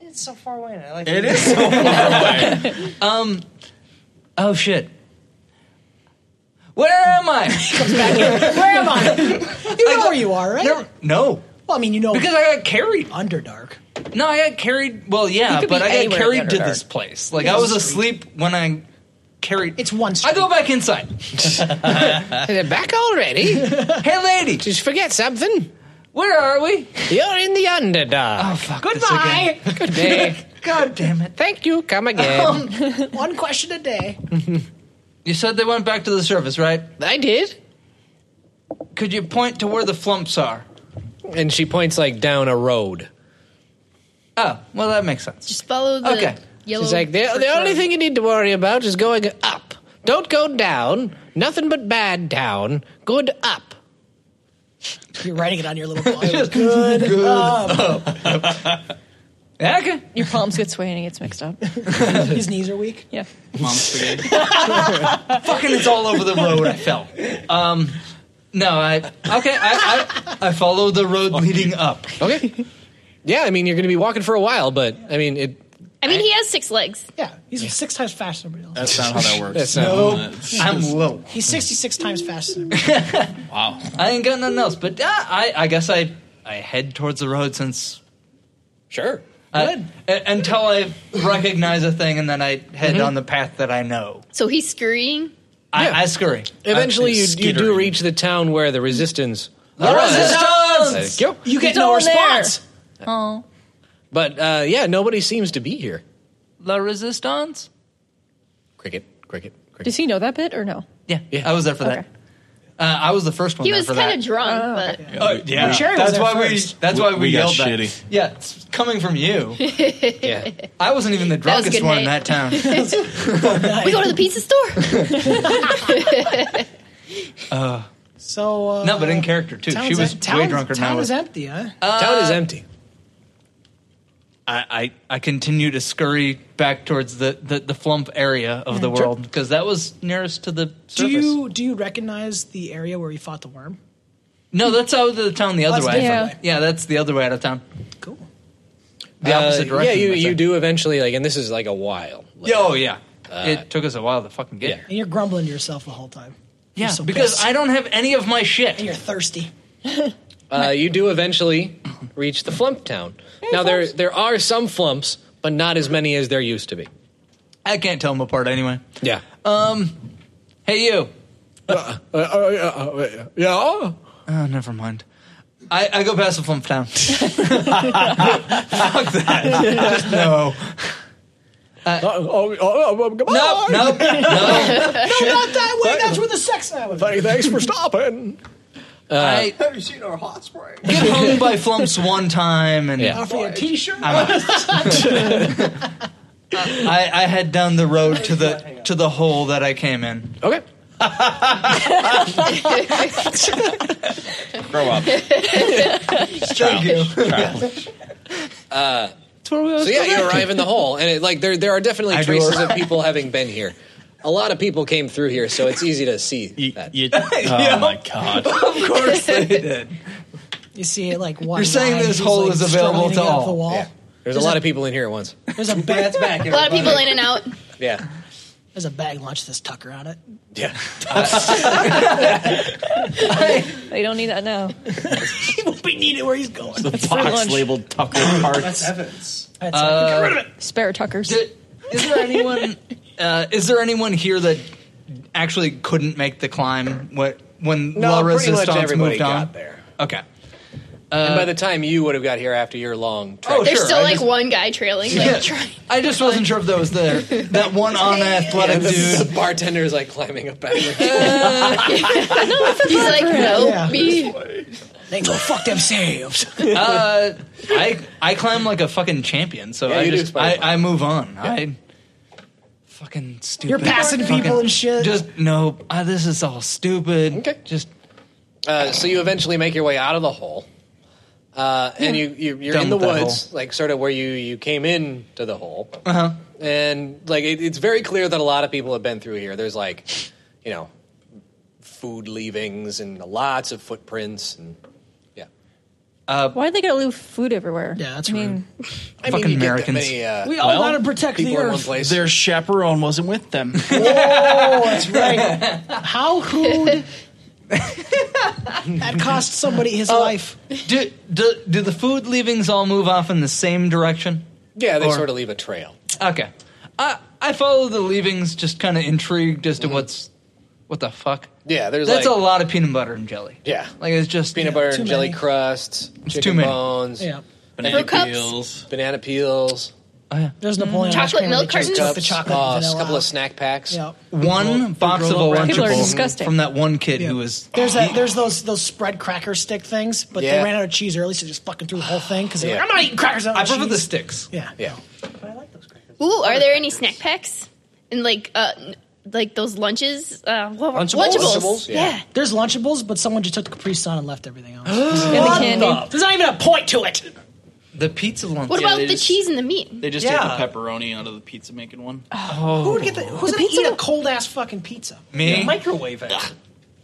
[SPEAKER 3] It's so far away. and I like
[SPEAKER 4] It is so far away.
[SPEAKER 6] Um. Oh shit. Where am I?
[SPEAKER 3] Where am I? You know where you are, right?
[SPEAKER 6] no.
[SPEAKER 3] Well, I mean, you know
[SPEAKER 6] Because I got carried.
[SPEAKER 3] Underdark.
[SPEAKER 6] No, I got carried. Well,
[SPEAKER 3] You
[SPEAKER 6] yeah,
[SPEAKER 3] could
[SPEAKER 6] but
[SPEAKER 3] be
[SPEAKER 6] I got
[SPEAKER 3] anywhere in
[SPEAKER 6] carried to
[SPEAKER 3] Underdark.
[SPEAKER 6] this place. Like
[SPEAKER 3] Yeah,
[SPEAKER 6] I was
[SPEAKER 3] it's
[SPEAKER 6] asleep when I carried.
[SPEAKER 3] It's one.
[SPEAKER 6] I go back inside.
[SPEAKER 11] They're back already.
[SPEAKER 6] hey, lady.
[SPEAKER 11] Did you forget something?
[SPEAKER 6] Where are we?
[SPEAKER 11] You're in the
[SPEAKER 6] Oh,
[SPEAKER 11] underdog.
[SPEAKER 6] Goodbye.
[SPEAKER 11] Good day.
[SPEAKER 6] God damn it.
[SPEAKER 11] Thank you. Come again.
[SPEAKER 3] One question a day.
[SPEAKER 6] You said they went back to the surface, right?
[SPEAKER 11] I did.
[SPEAKER 6] Could you point to where the flumps are?
[SPEAKER 2] And she points like down a road.
[SPEAKER 6] Oh, well, that makes sense.
[SPEAKER 8] Just follow the
[SPEAKER 6] Okay.
[SPEAKER 8] yellow.
[SPEAKER 11] She's like, the, the only thing you need to worry about is going up. Don't go down. Nothing but bad down. Good up.
[SPEAKER 3] You're writing it on your little blog. Good. Um, Good.
[SPEAKER 6] Yeah, okay.
[SPEAKER 5] Your palms get swaying and it gets mixed up.
[SPEAKER 3] His knees are weak.
[SPEAKER 5] Yeah.
[SPEAKER 6] Mom's spaghetti. Fucking, it's all over the road. I fell. Um, no, I okay. I I, I follow the road leading up.
[SPEAKER 2] Okay. yeah, I mean, you're going to be walking for a while, but I mean, it.
[SPEAKER 8] I mean, he has six legs.
[SPEAKER 3] Yeah, he's six times faster than everybody else.
[SPEAKER 4] That's not how that works.
[SPEAKER 2] That's not-
[SPEAKER 6] I'm low.
[SPEAKER 3] He's 66 times faster than everybody
[SPEAKER 4] Wow.
[SPEAKER 6] I ain't got nothing else. But uh, I I guess I I head towards the road since
[SPEAKER 2] Sure.
[SPEAKER 6] I- u- until I recognize a thing and then I
[SPEAKER 2] Mm-hmm.
[SPEAKER 6] head on the path that I know.
[SPEAKER 8] So he's scurrying.
[SPEAKER 2] Yeah.
[SPEAKER 6] I, I scurry.
[SPEAKER 2] Eventually, you, you do
[SPEAKER 4] skittering.
[SPEAKER 2] reach the town where the resistance.
[SPEAKER 6] The resistance.
[SPEAKER 2] Thank you.
[SPEAKER 3] You get
[SPEAKER 5] It's
[SPEAKER 3] no
[SPEAKER 5] all
[SPEAKER 3] response.
[SPEAKER 5] Oh.
[SPEAKER 2] But uh, yeah, nobody seems to be here.
[SPEAKER 6] La resistance.
[SPEAKER 2] Cricket, cricket, cricket.
[SPEAKER 5] Does he know that bit or no?
[SPEAKER 6] Yeah,
[SPEAKER 2] Yeah.
[SPEAKER 6] I was there for that. Uh, I was the first one.
[SPEAKER 8] He
[SPEAKER 6] there
[SPEAKER 8] was
[SPEAKER 6] for
[SPEAKER 8] kind
[SPEAKER 6] that.
[SPEAKER 8] of drunk, but
[SPEAKER 6] Oh, yeah,
[SPEAKER 8] Well, Sherry was
[SPEAKER 6] that's
[SPEAKER 8] there
[SPEAKER 6] why
[SPEAKER 8] first.
[SPEAKER 6] we. That's why
[SPEAKER 4] We-
[SPEAKER 6] we,
[SPEAKER 4] we got
[SPEAKER 6] yelled that.
[SPEAKER 4] shitty.
[SPEAKER 6] Yeah, it's coming from you.
[SPEAKER 8] yeah.
[SPEAKER 6] I wasn't even the
[SPEAKER 8] That was a
[SPEAKER 6] drunkest
[SPEAKER 8] good
[SPEAKER 6] one in
[SPEAKER 8] night.
[SPEAKER 6] that town.
[SPEAKER 8] we go to the pizza store.
[SPEAKER 6] Uh,
[SPEAKER 3] So uh,
[SPEAKER 6] no, but in character too. She
[SPEAKER 3] town's
[SPEAKER 6] was
[SPEAKER 3] em-
[SPEAKER 6] way
[SPEAKER 3] town's-
[SPEAKER 6] drunker than I
[SPEAKER 3] town
[SPEAKER 6] was. Uh,
[SPEAKER 3] is empty, huh?
[SPEAKER 2] Town is empty.
[SPEAKER 6] I, I, I continue to scurry back towards the, the, the flump area of the
[SPEAKER 3] Mm, sure.
[SPEAKER 6] world because that was nearest to the
[SPEAKER 3] Do
[SPEAKER 6] surface.
[SPEAKER 3] you do you recognize the area where we fought the worm?
[SPEAKER 6] no, that's out of the town the
[SPEAKER 3] Oh,
[SPEAKER 6] other
[SPEAKER 3] that's
[SPEAKER 6] way.
[SPEAKER 3] different
[SPEAKER 6] Yeah. that's the other way out of town. Cool. The
[SPEAKER 2] Uh,
[SPEAKER 6] opposite direction.
[SPEAKER 2] Yeah, you,
[SPEAKER 6] I
[SPEAKER 2] you
[SPEAKER 6] think.
[SPEAKER 2] do eventually. Like, and this is like a while.
[SPEAKER 6] Yeah, oh, yeah.
[SPEAKER 2] Uh,
[SPEAKER 6] it took us a while to fucking get here.
[SPEAKER 3] And you're grumbling to yourself the whole time.
[SPEAKER 6] Yeah,
[SPEAKER 3] You're so
[SPEAKER 6] because
[SPEAKER 3] pissed.
[SPEAKER 6] I don't have any of my shit.
[SPEAKER 3] And you're thirsty.
[SPEAKER 2] Uh, you do eventually reach the flump town. now there there are some flumps, but not as many as there used to be.
[SPEAKER 6] I can't tell them apart anyway.
[SPEAKER 2] Yeah.
[SPEAKER 6] Um, hey you.
[SPEAKER 7] Uh, yeah.
[SPEAKER 6] Oh, never mind. I, I go past the flump town. Fuck
[SPEAKER 10] Uh,
[SPEAKER 6] that. Just no.
[SPEAKER 7] oh, oh, oh,
[SPEAKER 6] on.
[SPEAKER 7] come
[SPEAKER 6] Uh,
[SPEAKER 3] no,
[SPEAKER 6] No, no,
[SPEAKER 3] not that way. That's where the sex now is.
[SPEAKER 7] Thanks for stopping. Uh,
[SPEAKER 6] I
[SPEAKER 9] Have you seen our hot spring?
[SPEAKER 6] get hung by flumps one time and
[SPEAKER 3] Offer you a T-shirt.
[SPEAKER 6] I'm I, I head down the road to the to the hole that I came in.
[SPEAKER 2] Okay.
[SPEAKER 6] Grow up.
[SPEAKER 2] Thank you. Uh, so yeah, you arrive in the hole, and it, like there there are definitely
[SPEAKER 4] I do
[SPEAKER 2] traces
[SPEAKER 4] arrive.
[SPEAKER 2] of people having been here. A lot of people came through here, so it's easy to see that.
[SPEAKER 4] oh my god!
[SPEAKER 6] Of course they did.
[SPEAKER 3] You see it like one.
[SPEAKER 6] You're saying
[SPEAKER 3] line,
[SPEAKER 6] this
[SPEAKER 3] he's,
[SPEAKER 6] hole
[SPEAKER 3] like,
[SPEAKER 6] is available
[SPEAKER 3] struggling
[SPEAKER 6] to
[SPEAKER 3] get off
[SPEAKER 6] all.
[SPEAKER 3] The wall.
[SPEAKER 2] Yeah. There's a lot of people in here at once.
[SPEAKER 3] There's a bag.
[SPEAKER 8] a lot of people in and out.
[SPEAKER 2] Yeah.
[SPEAKER 3] There's a bag lunch that's Tucker on it.
[SPEAKER 2] Yeah.
[SPEAKER 5] They don't need that now.
[SPEAKER 3] he won't be needed where he's going.
[SPEAKER 4] The
[SPEAKER 5] That's for
[SPEAKER 4] box
[SPEAKER 5] lunch.
[SPEAKER 4] labeled Tucker parts.
[SPEAKER 9] evidence.
[SPEAKER 6] Uh,
[SPEAKER 5] Spare Tuckers.
[SPEAKER 6] Is there anyone? Uh, is there anyone here that actually couldn't make the climb? What when
[SPEAKER 2] No,
[SPEAKER 6] La
[SPEAKER 2] pretty much
[SPEAKER 6] Resistance
[SPEAKER 2] everybody
[SPEAKER 6] moved on?
[SPEAKER 2] got there.
[SPEAKER 6] Okay.
[SPEAKER 2] and by the time you would have got here after your long trek,
[SPEAKER 8] There's still
[SPEAKER 6] Uh, Oh, I
[SPEAKER 8] like
[SPEAKER 6] just-
[SPEAKER 8] one guy trailing, like
[SPEAKER 6] Yeah.
[SPEAKER 8] trying.
[SPEAKER 6] I just wasn't sure if that was there. That one
[SPEAKER 2] Yeah,
[SPEAKER 6] unathletic
[SPEAKER 2] the,
[SPEAKER 6] dude. Uh,
[SPEAKER 2] the bartender is like climbing up back.
[SPEAKER 8] He's like, no,
[SPEAKER 3] Yeah.
[SPEAKER 8] me.
[SPEAKER 3] They go fuck themselves.
[SPEAKER 6] Uh, I I climb like a fucking champion, so
[SPEAKER 2] Yeah,
[SPEAKER 6] I
[SPEAKER 2] you do
[SPEAKER 6] just
[SPEAKER 2] spider
[SPEAKER 6] I,
[SPEAKER 2] climb.
[SPEAKER 6] I move on. I fucking stupid.
[SPEAKER 3] You're passing
[SPEAKER 6] Fucking-
[SPEAKER 3] people and shit.
[SPEAKER 6] Just no. Uh, this is all stupid.
[SPEAKER 2] Okay.
[SPEAKER 6] Just
[SPEAKER 2] Uh, so you eventually make your way out of the hole, uh, and you, you you're
[SPEAKER 6] Done
[SPEAKER 2] in the
[SPEAKER 6] with that
[SPEAKER 2] woods, like sort of where you you came in to the hole,
[SPEAKER 6] uh
[SPEAKER 8] Uh-huh.
[SPEAKER 6] huh.
[SPEAKER 2] and like it, it's very clear that a lot of people have been through here. There's like, you know, food leavings and lots of footprints, and yeah,
[SPEAKER 6] Uh,
[SPEAKER 5] Why would they gotta leave food everywhere?
[SPEAKER 3] Yeah, that's
[SPEAKER 5] I mean,
[SPEAKER 2] I
[SPEAKER 6] Fucking
[SPEAKER 2] you get that
[SPEAKER 6] Americans.
[SPEAKER 2] many, uh,
[SPEAKER 3] We all
[SPEAKER 4] Well,
[SPEAKER 3] gotta protect the
[SPEAKER 2] people in one
[SPEAKER 3] earth.
[SPEAKER 2] place.
[SPEAKER 4] Their chaperone wasn't with them.
[SPEAKER 3] Oh, that's right. How could that cost somebody his life?
[SPEAKER 6] Uh, Do, do do the food leavings all move off in the same direction?
[SPEAKER 2] yeah, they
[SPEAKER 6] or-
[SPEAKER 2] sort of leave a trail.
[SPEAKER 6] Okay. I I follow the leavings, just kind of intrigued as to what's what the fuck.
[SPEAKER 2] Mm-hmm. Yeah, there's
[SPEAKER 6] That's
[SPEAKER 2] like
[SPEAKER 6] a lot of peanut butter and jelly.
[SPEAKER 2] yeah,
[SPEAKER 6] Like it's just
[SPEAKER 2] peanut butter
[SPEAKER 3] too
[SPEAKER 2] and jelly
[SPEAKER 3] many.
[SPEAKER 2] crusts,
[SPEAKER 6] too
[SPEAKER 2] chicken
[SPEAKER 6] many.
[SPEAKER 2] bones,
[SPEAKER 3] Yeah,
[SPEAKER 4] Banana
[SPEAKER 8] cups.
[SPEAKER 4] peels.
[SPEAKER 2] banana peels,
[SPEAKER 3] there's Napoleon ice
[SPEAKER 8] Chocolate
[SPEAKER 3] cream
[SPEAKER 8] milk
[SPEAKER 3] that just took
[SPEAKER 8] cartons?
[SPEAKER 3] the
[SPEAKER 2] cups,
[SPEAKER 3] chocolate
[SPEAKER 2] uh,
[SPEAKER 3] and
[SPEAKER 2] a
[SPEAKER 3] vanilla
[SPEAKER 2] couple of
[SPEAKER 3] out.
[SPEAKER 2] snack packs.
[SPEAKER 3] Yeah.
[SPEAKER 6] One box of a
[SPEAKER 5] People are
[SPEAKER 6] lunchable
[SPEAKER 5] disgusting.
[SPEAKER 6] from that one kid who was
[SPEAKER 3] There's that. There's those those spread cracker stick things, but
[SPEAKER 2] Yeah.
[SPEAKER 3] they ran out of cheese early, so they just fucking threw the whole thing because
[SPEAKER 2] Yeah.
[SPEAKER 3] like, I'm not eating crackers. Out of
[SPEAKER 6] I prefer
[SPEAKER 3] cheese.
[SPEAKER 6] the sticks.
[SPEAKER 3] Yeah,
[SPEAKER 2] Yeah.
[SPEAKER 8] Ooh, are there any snack packs and like uh n- like those lunches? Uh, what were-
[SPEAKER 3] Lunchables?
[SPEAKER 8] Lunchables.
[SPEAKER 2] Lunchables, yeah.
[SPEAKER 8] Yeah.
[SPEAKER 3] There's Lunchables, but someone just took the Capri Sun and left everything else.
[SPEAKER 5] and the candy.
[SPEAKER 3] There's not even a point to it.
[SPEAKER 6] The pizza lunch.
[SPEAKER 8] What
[SPEAKER 4] Yeah,
[SPEAKER 8] about
[SPEAKER 4] they
[SPEAKER 8] the
[SPEAKER 4] just-
[SPEAKER 8] cheese and the meat?
[SPEAKER 4] They just
[SPEAKER 6] Yeah.
[SPEAKER 4] take the pepperoni out of the pizza making one.
[SPEAKER 3] Who would get the? Who's gonna eat a cold ass fucking pizza?
[SPEAKER 6] Me?
[SPEAKER 3] Yeah, microwave it.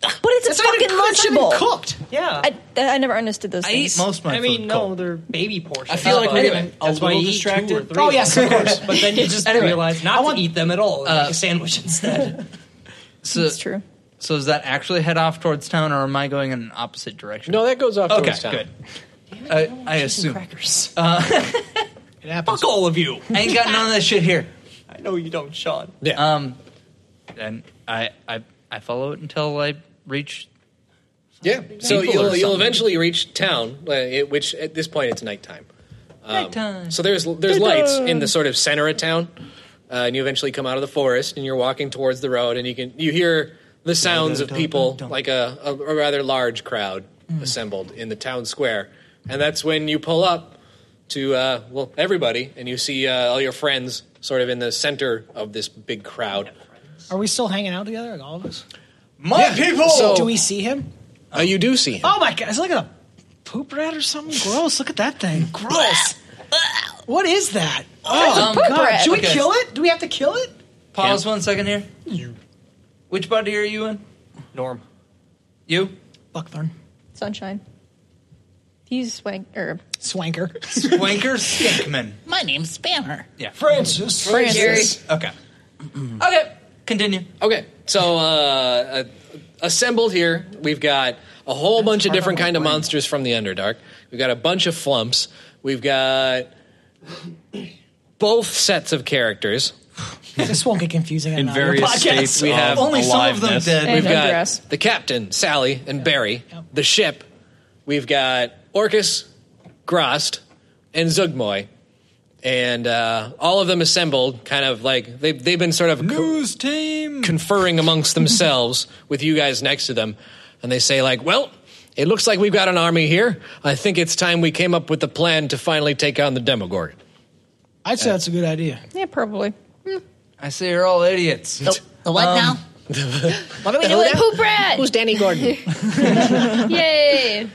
[SPEAKER 5] But it's a
[SPEAKER 3] It's not
[SPEAKER 5] fucking
[SPEAKER 3] even cooked, it's not even
[SPEAKER 5] lunchable.
[SPEAKER 3] cooked. Yeah.
[SPEAKER 5] I, I never understood those
[SPEAKER 6] I
[SPEAKER 5] things.
[SPEAKER 6] eat most of my
[SPEAKER 9] I mean,
[SPEAKER 6] food
[SPEAKER 9] no,
[SPEAKER 6] cold.
[SPEAKER 9] they're baby portions.
[SPEAKER 6] I feel like
[SPEAKER 9] But
[SPEAKER 6] we're
[SPEAKER 9] anyway,
[SPEAKER 6] getting a
[SPEAKER 9] that's why
[SPEAKER 6] little
[SPEAKER 9] you eat two
[SPEAKER 6] distracted.
[SPEAKER 9] or three
[SPEAKER 3] Oh, yes, of course.
[SPEAKER 9] But then you just
[SPEAKER 6] Anyway,
[SPEAKER 9] realize not to eat them at all. and
[SPEAKER 6] Uh,
[SPEAKER 9] make a sandwich instead.
[SPEAKER 6] So,
[SPEAKER 5] That's true.
[SPEAKER 6] So does that actually head off towards town, or am I going in an opposite direction?
[SPEAKER 2] No, that goes off
[SPEAKER 6] Okay,
[SPEAKER 2] towards town.
[SPEAKER 6] good. I, I assume. Uh,
[SPEAKER 9] Crackers.
[SPEAKER 3] It happens.
[SPEAKER 9] all of you.
[SPEAKER 6] I ain't got none of that shit here.
[SPEAKER 9] I know you don't, Sean.
[SPEAKER 2] Yeah.
[SPEAKER 6] Um, and I I I follow it until I reach.
[SPEAKER 2] Yeah.
[SPEAKER 6] People
[SPEAKER 2] So
[SPEAKER 6] or
[SPEAKER 2] you'll, you'll
[SPEAKER 6] something.
[SPEAKER 2] eventually reach town, uh, it- which at this point it's nighttime. Um,
[SPEAKER 6] Nighttime.
[SPEAKER 2] So there's there's lights in the sort of center of town, uh, and you eventually come out of the forest and you're walking towards the road, and you can you hear the sounds of people, like a, a, a rather large crowd assembled in the town square. And that's when you pull up to, uh, well, everybody, and you see uh, all your friends sort of in the center of this big crowd.
[SPEAKER 3] Are we still hanging out together, like all of us?
[SPEAKER 2] My people! So-
[SPEAKER 3] do we see him?
[SPEAKER 2] Uh, you do see him.
[SPEAKER 3] Oh my god! It's like a poop rat or something. Gross! Look at that thing. Gross. what is that?
[SPEAKER 6] Oh,
[SPEAKER 3] Oh,
[SPEAKER 6] um,
[SPEAKER 3] my
[SPEAKER 6] poop
[SPEAKER 3] god!
[SPEAKER 6] rat.
[SPEAKER 3] Should we
[SPEAKER 6] Okay.
[SPEAKER 3] kill it? Do we have to kill it?
[SPEAKER 6] Pause one second here. Which body are you in? Norm. You?
[SPEAKER 3] Buckthorn.
[SPEAKER 5] Sunshine. He's swank er. or
[SPEAKER 3] swanker.
[SPEAKER 6] Swanker Stinkman.
[SPEAKER 10] My name's Spanner.
[SPEAKER 6] Yeah.
[SPEAKER 3] Francis.
[SPEAKER 10] Francis.
[SPEAKER 6] Okay. Okay. Continue.
[SPEAKER 2] Okay. So uh, uh, assembled here, we've got a whole bunch of different kind of monsters from the Underdark. We've got a bunch of flumps. We've got both sets of characters.
[SPEAKER 3] This won't get confusing
[SPEAKER 2] In
[SPEAKER 3] on your
[SPEAKER 2] various
[SPEAKER 3] podcast.
[SPEAKER 2] states We of have
[SPEAKER 3] only some of them
[SPEAKER 2] aliveness.
[SPEAKER 3] dead.
[SPEAKER 2] We've got the captain, Sally, and Barry. The ship. We've got Orcus, Grost, and Zugmoy. And uh, all of them assembled, kind of like they've, they've been sort of news team conferring amongst themselves with you guys next to them. And they say, like, well, it looks like we've got an army here. I think it's time we came up with a plan to finally take on the Demogorgon.
[SPEAKER 3] I'd say that's a good idea.
[SPEAKER 5] Yeah, probably.
[SPEAKER 6] I say you're all idiots. Um, The,
[SPEAKER 10] what now?
[SPEAKER 6] what are
[SPEAKER 8] The holy poop rat. Who's Danny Gordon? Yay!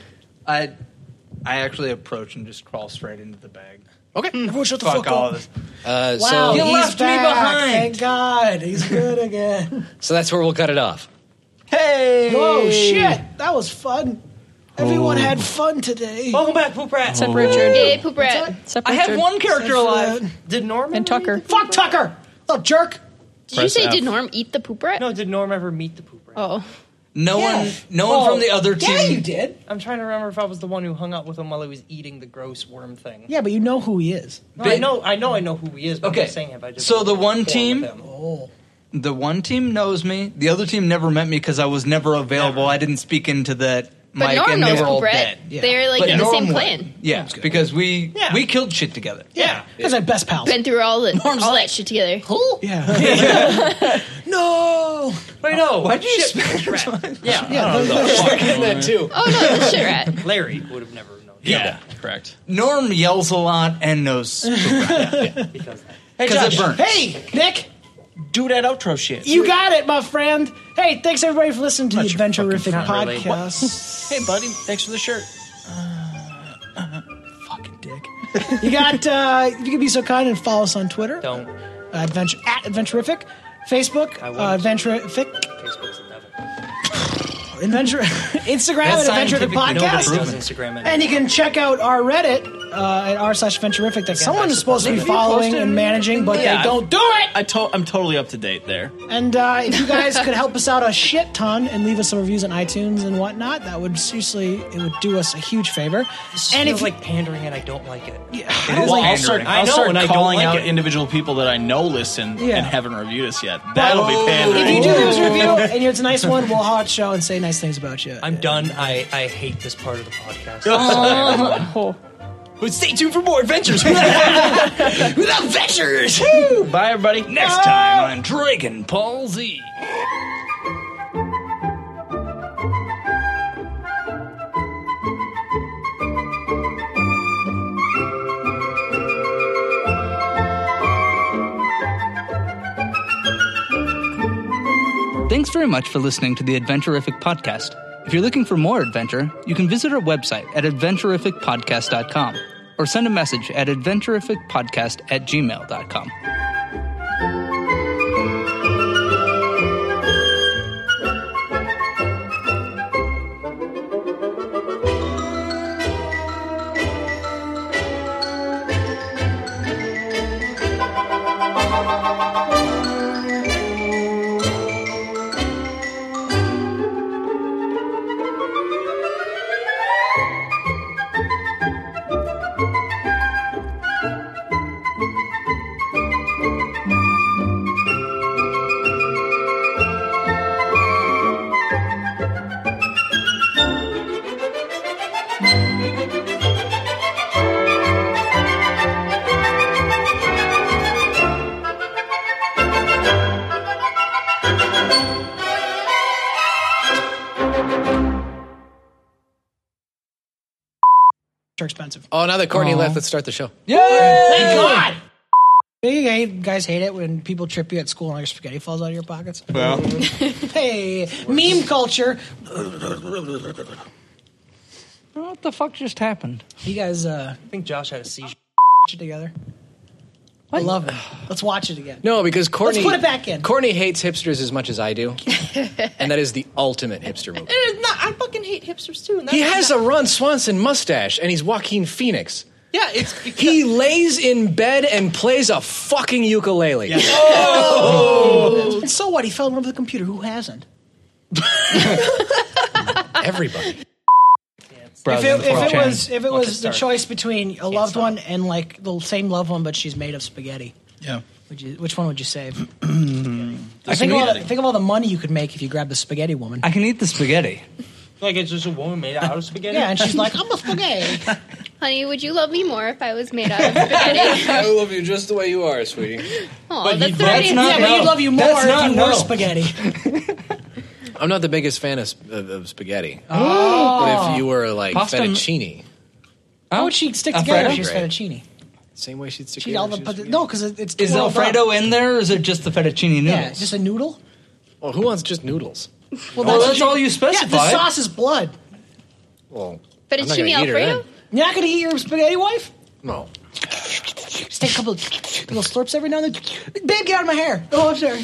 [SPEAKER 6] I, I actually approach and just crawl straight into the bag.
[SPEAKER 2] Okay.
[SPEAKER 3] Everyone shut the
[SPEAKER 6] Hmm. fuck,
[SPEAKER 3] fuck
[SPEAKER 6] all
[SPEAKER 3] up.
[SPEAKER 6] this.
[SPEAKER 2] Uh,
[SPEAKER 3] Wow,
[SPEAKER 2] so,
[SPEAKER 3] he's back. Thank God, he's good again.
[SPEAKER 2] so that's where we'll cut it off.
[SPEAKER 6] hey!
[SPEAKER 3] Whoa, shit! That was fun. Everyone
[SPEAKER 2] Oh.
[SPEAKER 3] had fun today.
[SPEAKER 9] Welcome back, poop rat.
[SPEAKER 5] Except Richard.
[SPEAKER 8] Yay, poop rat.
[SPEAKER 5] Except
[SPEAKER 9] I
[SPEAKER 5] Richard.
[SPEAKER 9] have one character alive.
[SPEAKER 3] Did Norm and Tucker? Fuck Tucker! Oh, jerk!
[SPEAKER 8] Did you
[SPEAKER 6] Press
[SPEAKER 8] say
[SPEAKER 6] F.
[SPEAKER 8] did Norm eat the poop rat? No, did Norm ever meet the poop rat? Oh,
[SPEAKER 6] No one, no one from the other team.
[SPEAKER 3] Oh. did.
[SPEAKER 9] I'm trying to remember if I was the one who hung out with him while he was eating the gross worm thing.
[SPEAKER 3] Yeah, but you know who he is.
[SPEAKER 9] No, I know, I know, I know who he is. But I'm
[SPEAKER 6] Okay.
[SPEAKER 9] just saying have I just
[SPEAKER 6] So the one
[SPEAKER 9] formed
[SPEAKER 6] team,
[SPEAKER 9] him.
[SPEAKER 6] the one team knows me. The other team never met me because I was never available. I didn't speak into that
[SPEAKER 8] But
[SPEAKER 6] mic,
[SPEAKER 8] Norm
[SPEAKER 6] and
[SPEAKER 8] knows
[SPEAKER 6] they were all
[SPEAKER 8] Brett.
[SPEAKER 6] dead.
[SPEAKER 8] They're, like, in the same clan.
[SPEAKER 6] would. Yeah, because we we killed shit together.
[SPEAKER 3] Yeah, that's my best pal.
[SPEAKER 8] been through all the all that shit together.
[SPEAKER 3] Cool. Yeah. no.
[SPEAKER 8] Oh,
[SPEAKER 9] Wait, no.
[SPEAKER 6] Why'd you
[SPEAKER 9] shit rat? Yeah,
[SPEAKER 6] Yeah,
[SPEAKER 9] I don't know.
[SPEAKER 6] that too.
[SPEAKER 8] Oh no, the shit rat.
[SPEAKER 9] Larry would have never known.
[SPEAKER 6] Yeah, correct. Norm yells a lot and knows
[SPEAKER 3] Hey,
[SPEAKER 6] because it
[SPEAKER 3] Josh.
[SPEAKER 6] burns.
[SPEAKER 3] Hey, Nick.
[SPEAKER 9] Do that outro shit.
[SPEAKER 3] You got it, my friend. Hey, thanks everybody for listening to the Adventurific
[SPEAKER 9] friend, really.
[SPEAKER 3] podcast.
[SPEAKER 9] Hey, buddy. Thanks for the shirt.
[SPEAKER 3] you got uh if you could be so kind and follow us on Twitter.
[SPEAKER 9] Don't.
[SPEAKER 3] Uh, adventure at Adventurific. Facebook,
[SPEAKER 9] I won't.
[SPEAKER 3] uh, Adventurific.
[SPEAKER 9] Facebook's the devil.
[SPEAKER 3] Adventure Instagram
[SPEAKER 9] That's
[SPEAKER 3] at Adventurific
[SPEAKER 9] scientifically
[SPEAKER 3] Podcast.
[SPEAKER 9] nobody does Instagram anymore.
[SPEAKER 3] and you can check out our Reddit uh, at r slash Venturific that someone is supposed to be
[SPEAKER 9] Have you
[SPEAKER 3] following
[SPEAKER 9] posted
[SPEAKER 3] and managing, but
[SPEAKER 9] Yeah.
[SPEAKER 3] they don't do it.
[SPEAKER 4] I to- I'm totally up to date there.
[SPEAKER 3] And uh, if you guys could help us out a shit ton and leave us some reviews on iTunes and whatnot, that would seriously it would do us a huge favor.
[SPEAKER 9] This
[SPEAKER 3] and
[SPEAKER 9] feels
[SPEAKER 3] if you-
[SPEAKER 9] like pandering, and I don't like it.
[SPEAKER 3] Yeah,
[SPEAKER 4] It is
[SPEAKER 3] Well,
[SPEAKER 4] pandering.
[SPEAKER 3] I'll start-
[SPEAKER 4] I'll
[SPEAKER 9] I know,
[SPEAKER 4] start
[SPEAKER 9] and I don't
[SPEAKER 4] calling
[SPEAKER 9] like
[SPEAKER 4] out
[SPEAKER 9] it.
[SPEAKER 4] individual people that I know listen
[SPEAKER 3] Yeah.
[SPEAKER 4] and haven't reviewed us yet. That'll
[SPEAKER 9] oh,
[SPEAKER 4] be pandering.
[SPEAKER 3] if you do leave us a review and it's a nice one, we'll hot show and say nice things about you.
[SPEAKER 9] I'm done. I, I hate this part of the podcast.
[SPEAKER 6] But stay tuned for more adventures. Without adventures.
[SPEAKER 4] Bye, everybody.
[SPEAKER 6] Next time on Dragon Paul Z. Thanks very much for listening to the Adventurific Podcast. If you're looking for more adventure, you can visit our website at adventurificpodcast.com or send a message at adventurificpodcast at gmail.com.
[SPEAKER 12] Thank you.
[SPEAKER 3] They're expensive.
[SPEAKER 2] Oh, now that Courtney
[SPEAKER 3] Aw.
[SPEAKER 2] left, let's start the show.
[SPEAKER 3] Thank God. You guys- guys hate it when people trip you at school and all your spaghetti falls out of your pockets.
[SPEAKER 2] Well.
[SPEAKER 3] hey, meme culture.
[SPEAKER 6] What the fuck just happened?
[SPEAKER 3] You guys, uh,
[SPEAKER 1] I think Josh had a seizure.
[SPEAKER 3] together. I love it. Let's watch it again.
[SPEAKER 2] No, because Courtney
[SPEAKER 3] Let's put it back in.
[SPEAKER 2] Courtney hates hipsters as much as I do, and that is the ultimate hipster move.
[SPEAKER 1] It is not. I fucking hate hipsters too. and
[SPEAKER 2] He
[SPEAKER 1] that's
[SPEAKER 2] has
[SPEAKER 1] not-
[SPEAKER 2] a Ron Swanson mustache, and he's Joaquin Phoenix.
[SPEAKER 1] Yeah, it's
[SPEAKER 2] He lays in bed and plays a fucking ukulele.
[SPEAKER 3] Oh! And so what? He fell in love with the computer. Who hasn't?
[SPEAKER 2] Everybody.
[SPEAKER 3] If it, if it was, if it
[SPEAKER 2] Look,
[SPEAKER 3] was the
[SPEAKER 2] start.
[SPEAKER 3] choice between a loved one and like the same loved one, but she's made of spaghetti,
[SPEAKER 4] Yeah.
[SPEAKER 3] would you, which one would you save? I
[SPEAKER 4] Just
[SPEAKER 3] think, of all the,
[SPEAKER 4] spaghetti.
[SPEAKER 3] think of all the money you could make if you grabbed the spaghetti woman.
[SPEAKER 6] I can eat the spaghetti.
[SPEAKER 9] Like it's just a woman made out of spaghetti.
[SPEAKER 3] Yeah, and she's like, I'm a spaghetti.
[SPEAKER 8] Honey, would you love me more if I was made out of spaghetti?
[SPEAKER 2] I love you just the way you are, sweetie.
[SPEAKER 8] Aw,
[SPEAKER 2] But
[SPEAKER 8] that's
[SPEAKER 2] you'd-
[SPEAKER 8] the right
[SPEAKER 2] that's
[SPEAKER 8] answer.
[SPEAKER 2] not Yeah, but no. you'd love you more That's if not you were no.
[SPEAKER 3] spaghetti.
[SPEAKER 2] I'm not the biggest fan of, sp- of, of spaghetti.
[SPEAKER 3] Oh.
[SPEAKER 2] But if you were like
[SPEAKER 3] Pasta-
[SPEAKER 2] fettuccine,
[SPEAKER 3] How would she stick together if she was fettuccine?
[SPEAKER 2] same way she'd stick
[SPEAKER 3] She'd all the, but the- no, because it, it's
[SPEAKER 6] Is
[SPEAKER 3] too oiled up.
[SPEAKER 6] Alfredo in there, or is it just the fettuccine noodles?
[SPEAKER 3] Yeah, just a noodle.
[SPEAKER 2] Well, who wants just noodles?
[SPEAKER 6] Well, that's all you specified.
[SPEAKER 3] Yeah, the sauce is blood.
[SPEAKER 2] Well,
[SPEAKER 3] But
[SPEAKER 2] I'm not gonna eat her eh? then.
[SPEAKER 3] You're not going to eat your spaghetti wife?
[SPEAKER 2] No.
[SPEAKER 3] Just take a couple of little slurps every now and then. Babe, get out of my hair. Oh, I'm sorry.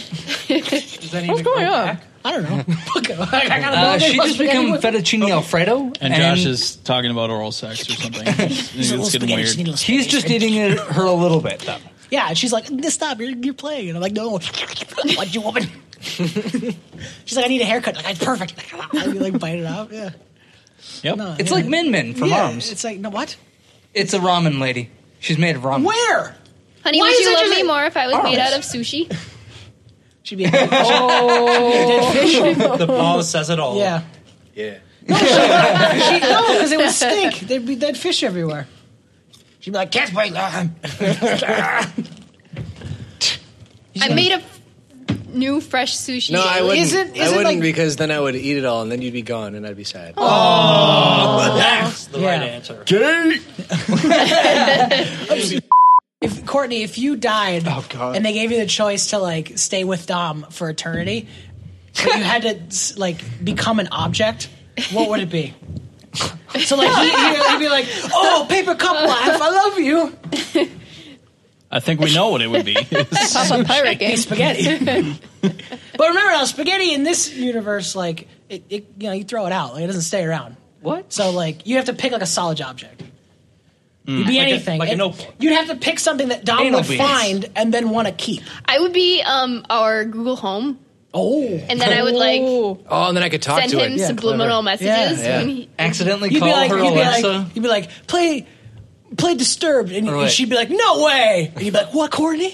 [SPEAKER 3] What's going on? I don't know. Fuck it. I gotta
[SPEAKER 6] Uh,
[SPEAKER 3] know.
[SPEAKER 6] she
[SPEAKER 3] Must
[SPEAKER 6] just
[SPEAKER 3] be
[SPEAKER 6] became
[SPEAKER 3] anyone-
[SPEAKER 6] fettuccine Alfredo,
[SPEAKER 4] And Josh is talking about oral sex or something. it's
[SPEAKER 6] He's a little
[SPEAKER 4] getting
[SPEAKER 6] spaghetti,
[SPEAKER 4] weird.
[SPEAKER 6] just need a little He's just spaghetti. eating it- her a little bit. Though.
[SPEAKER 3] Yeah, and she's like, "This stop, you're, you're playing. And I'm like, no. What, you woman? she's like, I need a haircut. Like, it's perfect. I'd be like, bite it off. Yeah.
[SPEAKER 4] Yep.
[SPEAKER 6] it's like Min Min from
[SPEAKER 3] yeah,
[SPEAKER 6] Arms.
[SPEAKER 3] It's like, no, what?
[SPEAKER 6] It's a ramen lady. She's made of ramen.
[SPEAKER 3] Where?
[SPEAKER 8] Honey,
[SPEAKER 3] Why
[SPEAKER 8] would
[SPEAKER 3] is
[SPEAKER 8] you
[SPEAKER 3] it
[SPEAKER 8] love
[SPEAKER 3] just
[SPEAKER 8] me
[SPEAKER 3] a-
[SPEAKER 8] more if I was made
[SPEAKER 3] Arms.
[SPEAKER 8] out of sushi?
[SPEAKER 3] She'd be a Oh.
[SPEAKER 9] the pause says it all.
[SPEAKER 3] Yeah.
[SPEAKER 2] Yeah.
[SPEAKER 3] she, no, because it would stink. There'd be dead fish everywhere. She'd be like, catch my lamb.
[SPEAKER 8] I made a new fresh sushi.
[SPEAKER 2] No, I wouldn't.
[SPEAKER 8] Isn't,
[SPEAKER 2] I
[SPEAKER 8] isn't
[SPEAKER 2] wouldn't
[SPEAKER 8] like,
[SPEAKER 2] because then I would eat it all, and then you'd be gone, and I'd be sad.
[SPEAKER 9] Oh, that's the right answer.
[SPEAKER 3] if Courtney, if you died and they gave you the choice to like stay with Dom for eternity, but you had to s- like become an object, what would it be? So like he, he, would be like, "Oh, paper cup life, I love you."
[SPEAKER 4] I think we know what it would be.
[SPEAKER 3] Papa pirate game spaghetti. but remember now, spaghetti in this universe, like it, it you know, you throw it out, like it doesn't stay around. What? So like you have to pick like a solid object.
[SPEAKER 10] Hmm.
[SPEAKER 3] It'd
[SPEAKER 4] Mm.
[SPEAKER 3] be
[SPEAKER 9] Like a-
[SPEAKER 3] anything.
[SPEAKER 9] like a
[SPEAKER 3] It-
[SPEAKER 9] notebook.
[SPEAKER 3] You'd have to pick something that Dom
[SPEAKER 9] Anal
[SPEAKER 3] would
[SPEAKER 9] beads.
[SPEAKER 3] find and then want to keep.
[SPEAKER 8] I would be um, our Google Home,
[SPEAKER 3] Oh.
[SPEAKER 8] and then I would like
[SPEAKER 2] Oh, and then I could talk
[SPEAKER 8] send
[SPEAKER 2] to
[SPEAKER 8] him
[SPEAKER 2] it.
[SPEAKER 8] subliminal messages.
[SPEAKER 2] Yeah.
[SPEAKER 8] When he,
[SPEAKER 6] Accidentally
[SPEAKER 3] You'd be
[SPEAKER 6] call
[SPEAKER 3] like,
[SPEAKER 6] her
[SPEAKER 3] you'd be like-
[SPEAKER 6] Alexa.
[SPEAKER 3] you'd be like, play, play Disturbed, and
[SPEAKER 6] Or like-
[SPEAKER 3] she'd be like, "No way!" And you'd be like, "What, Courtney?"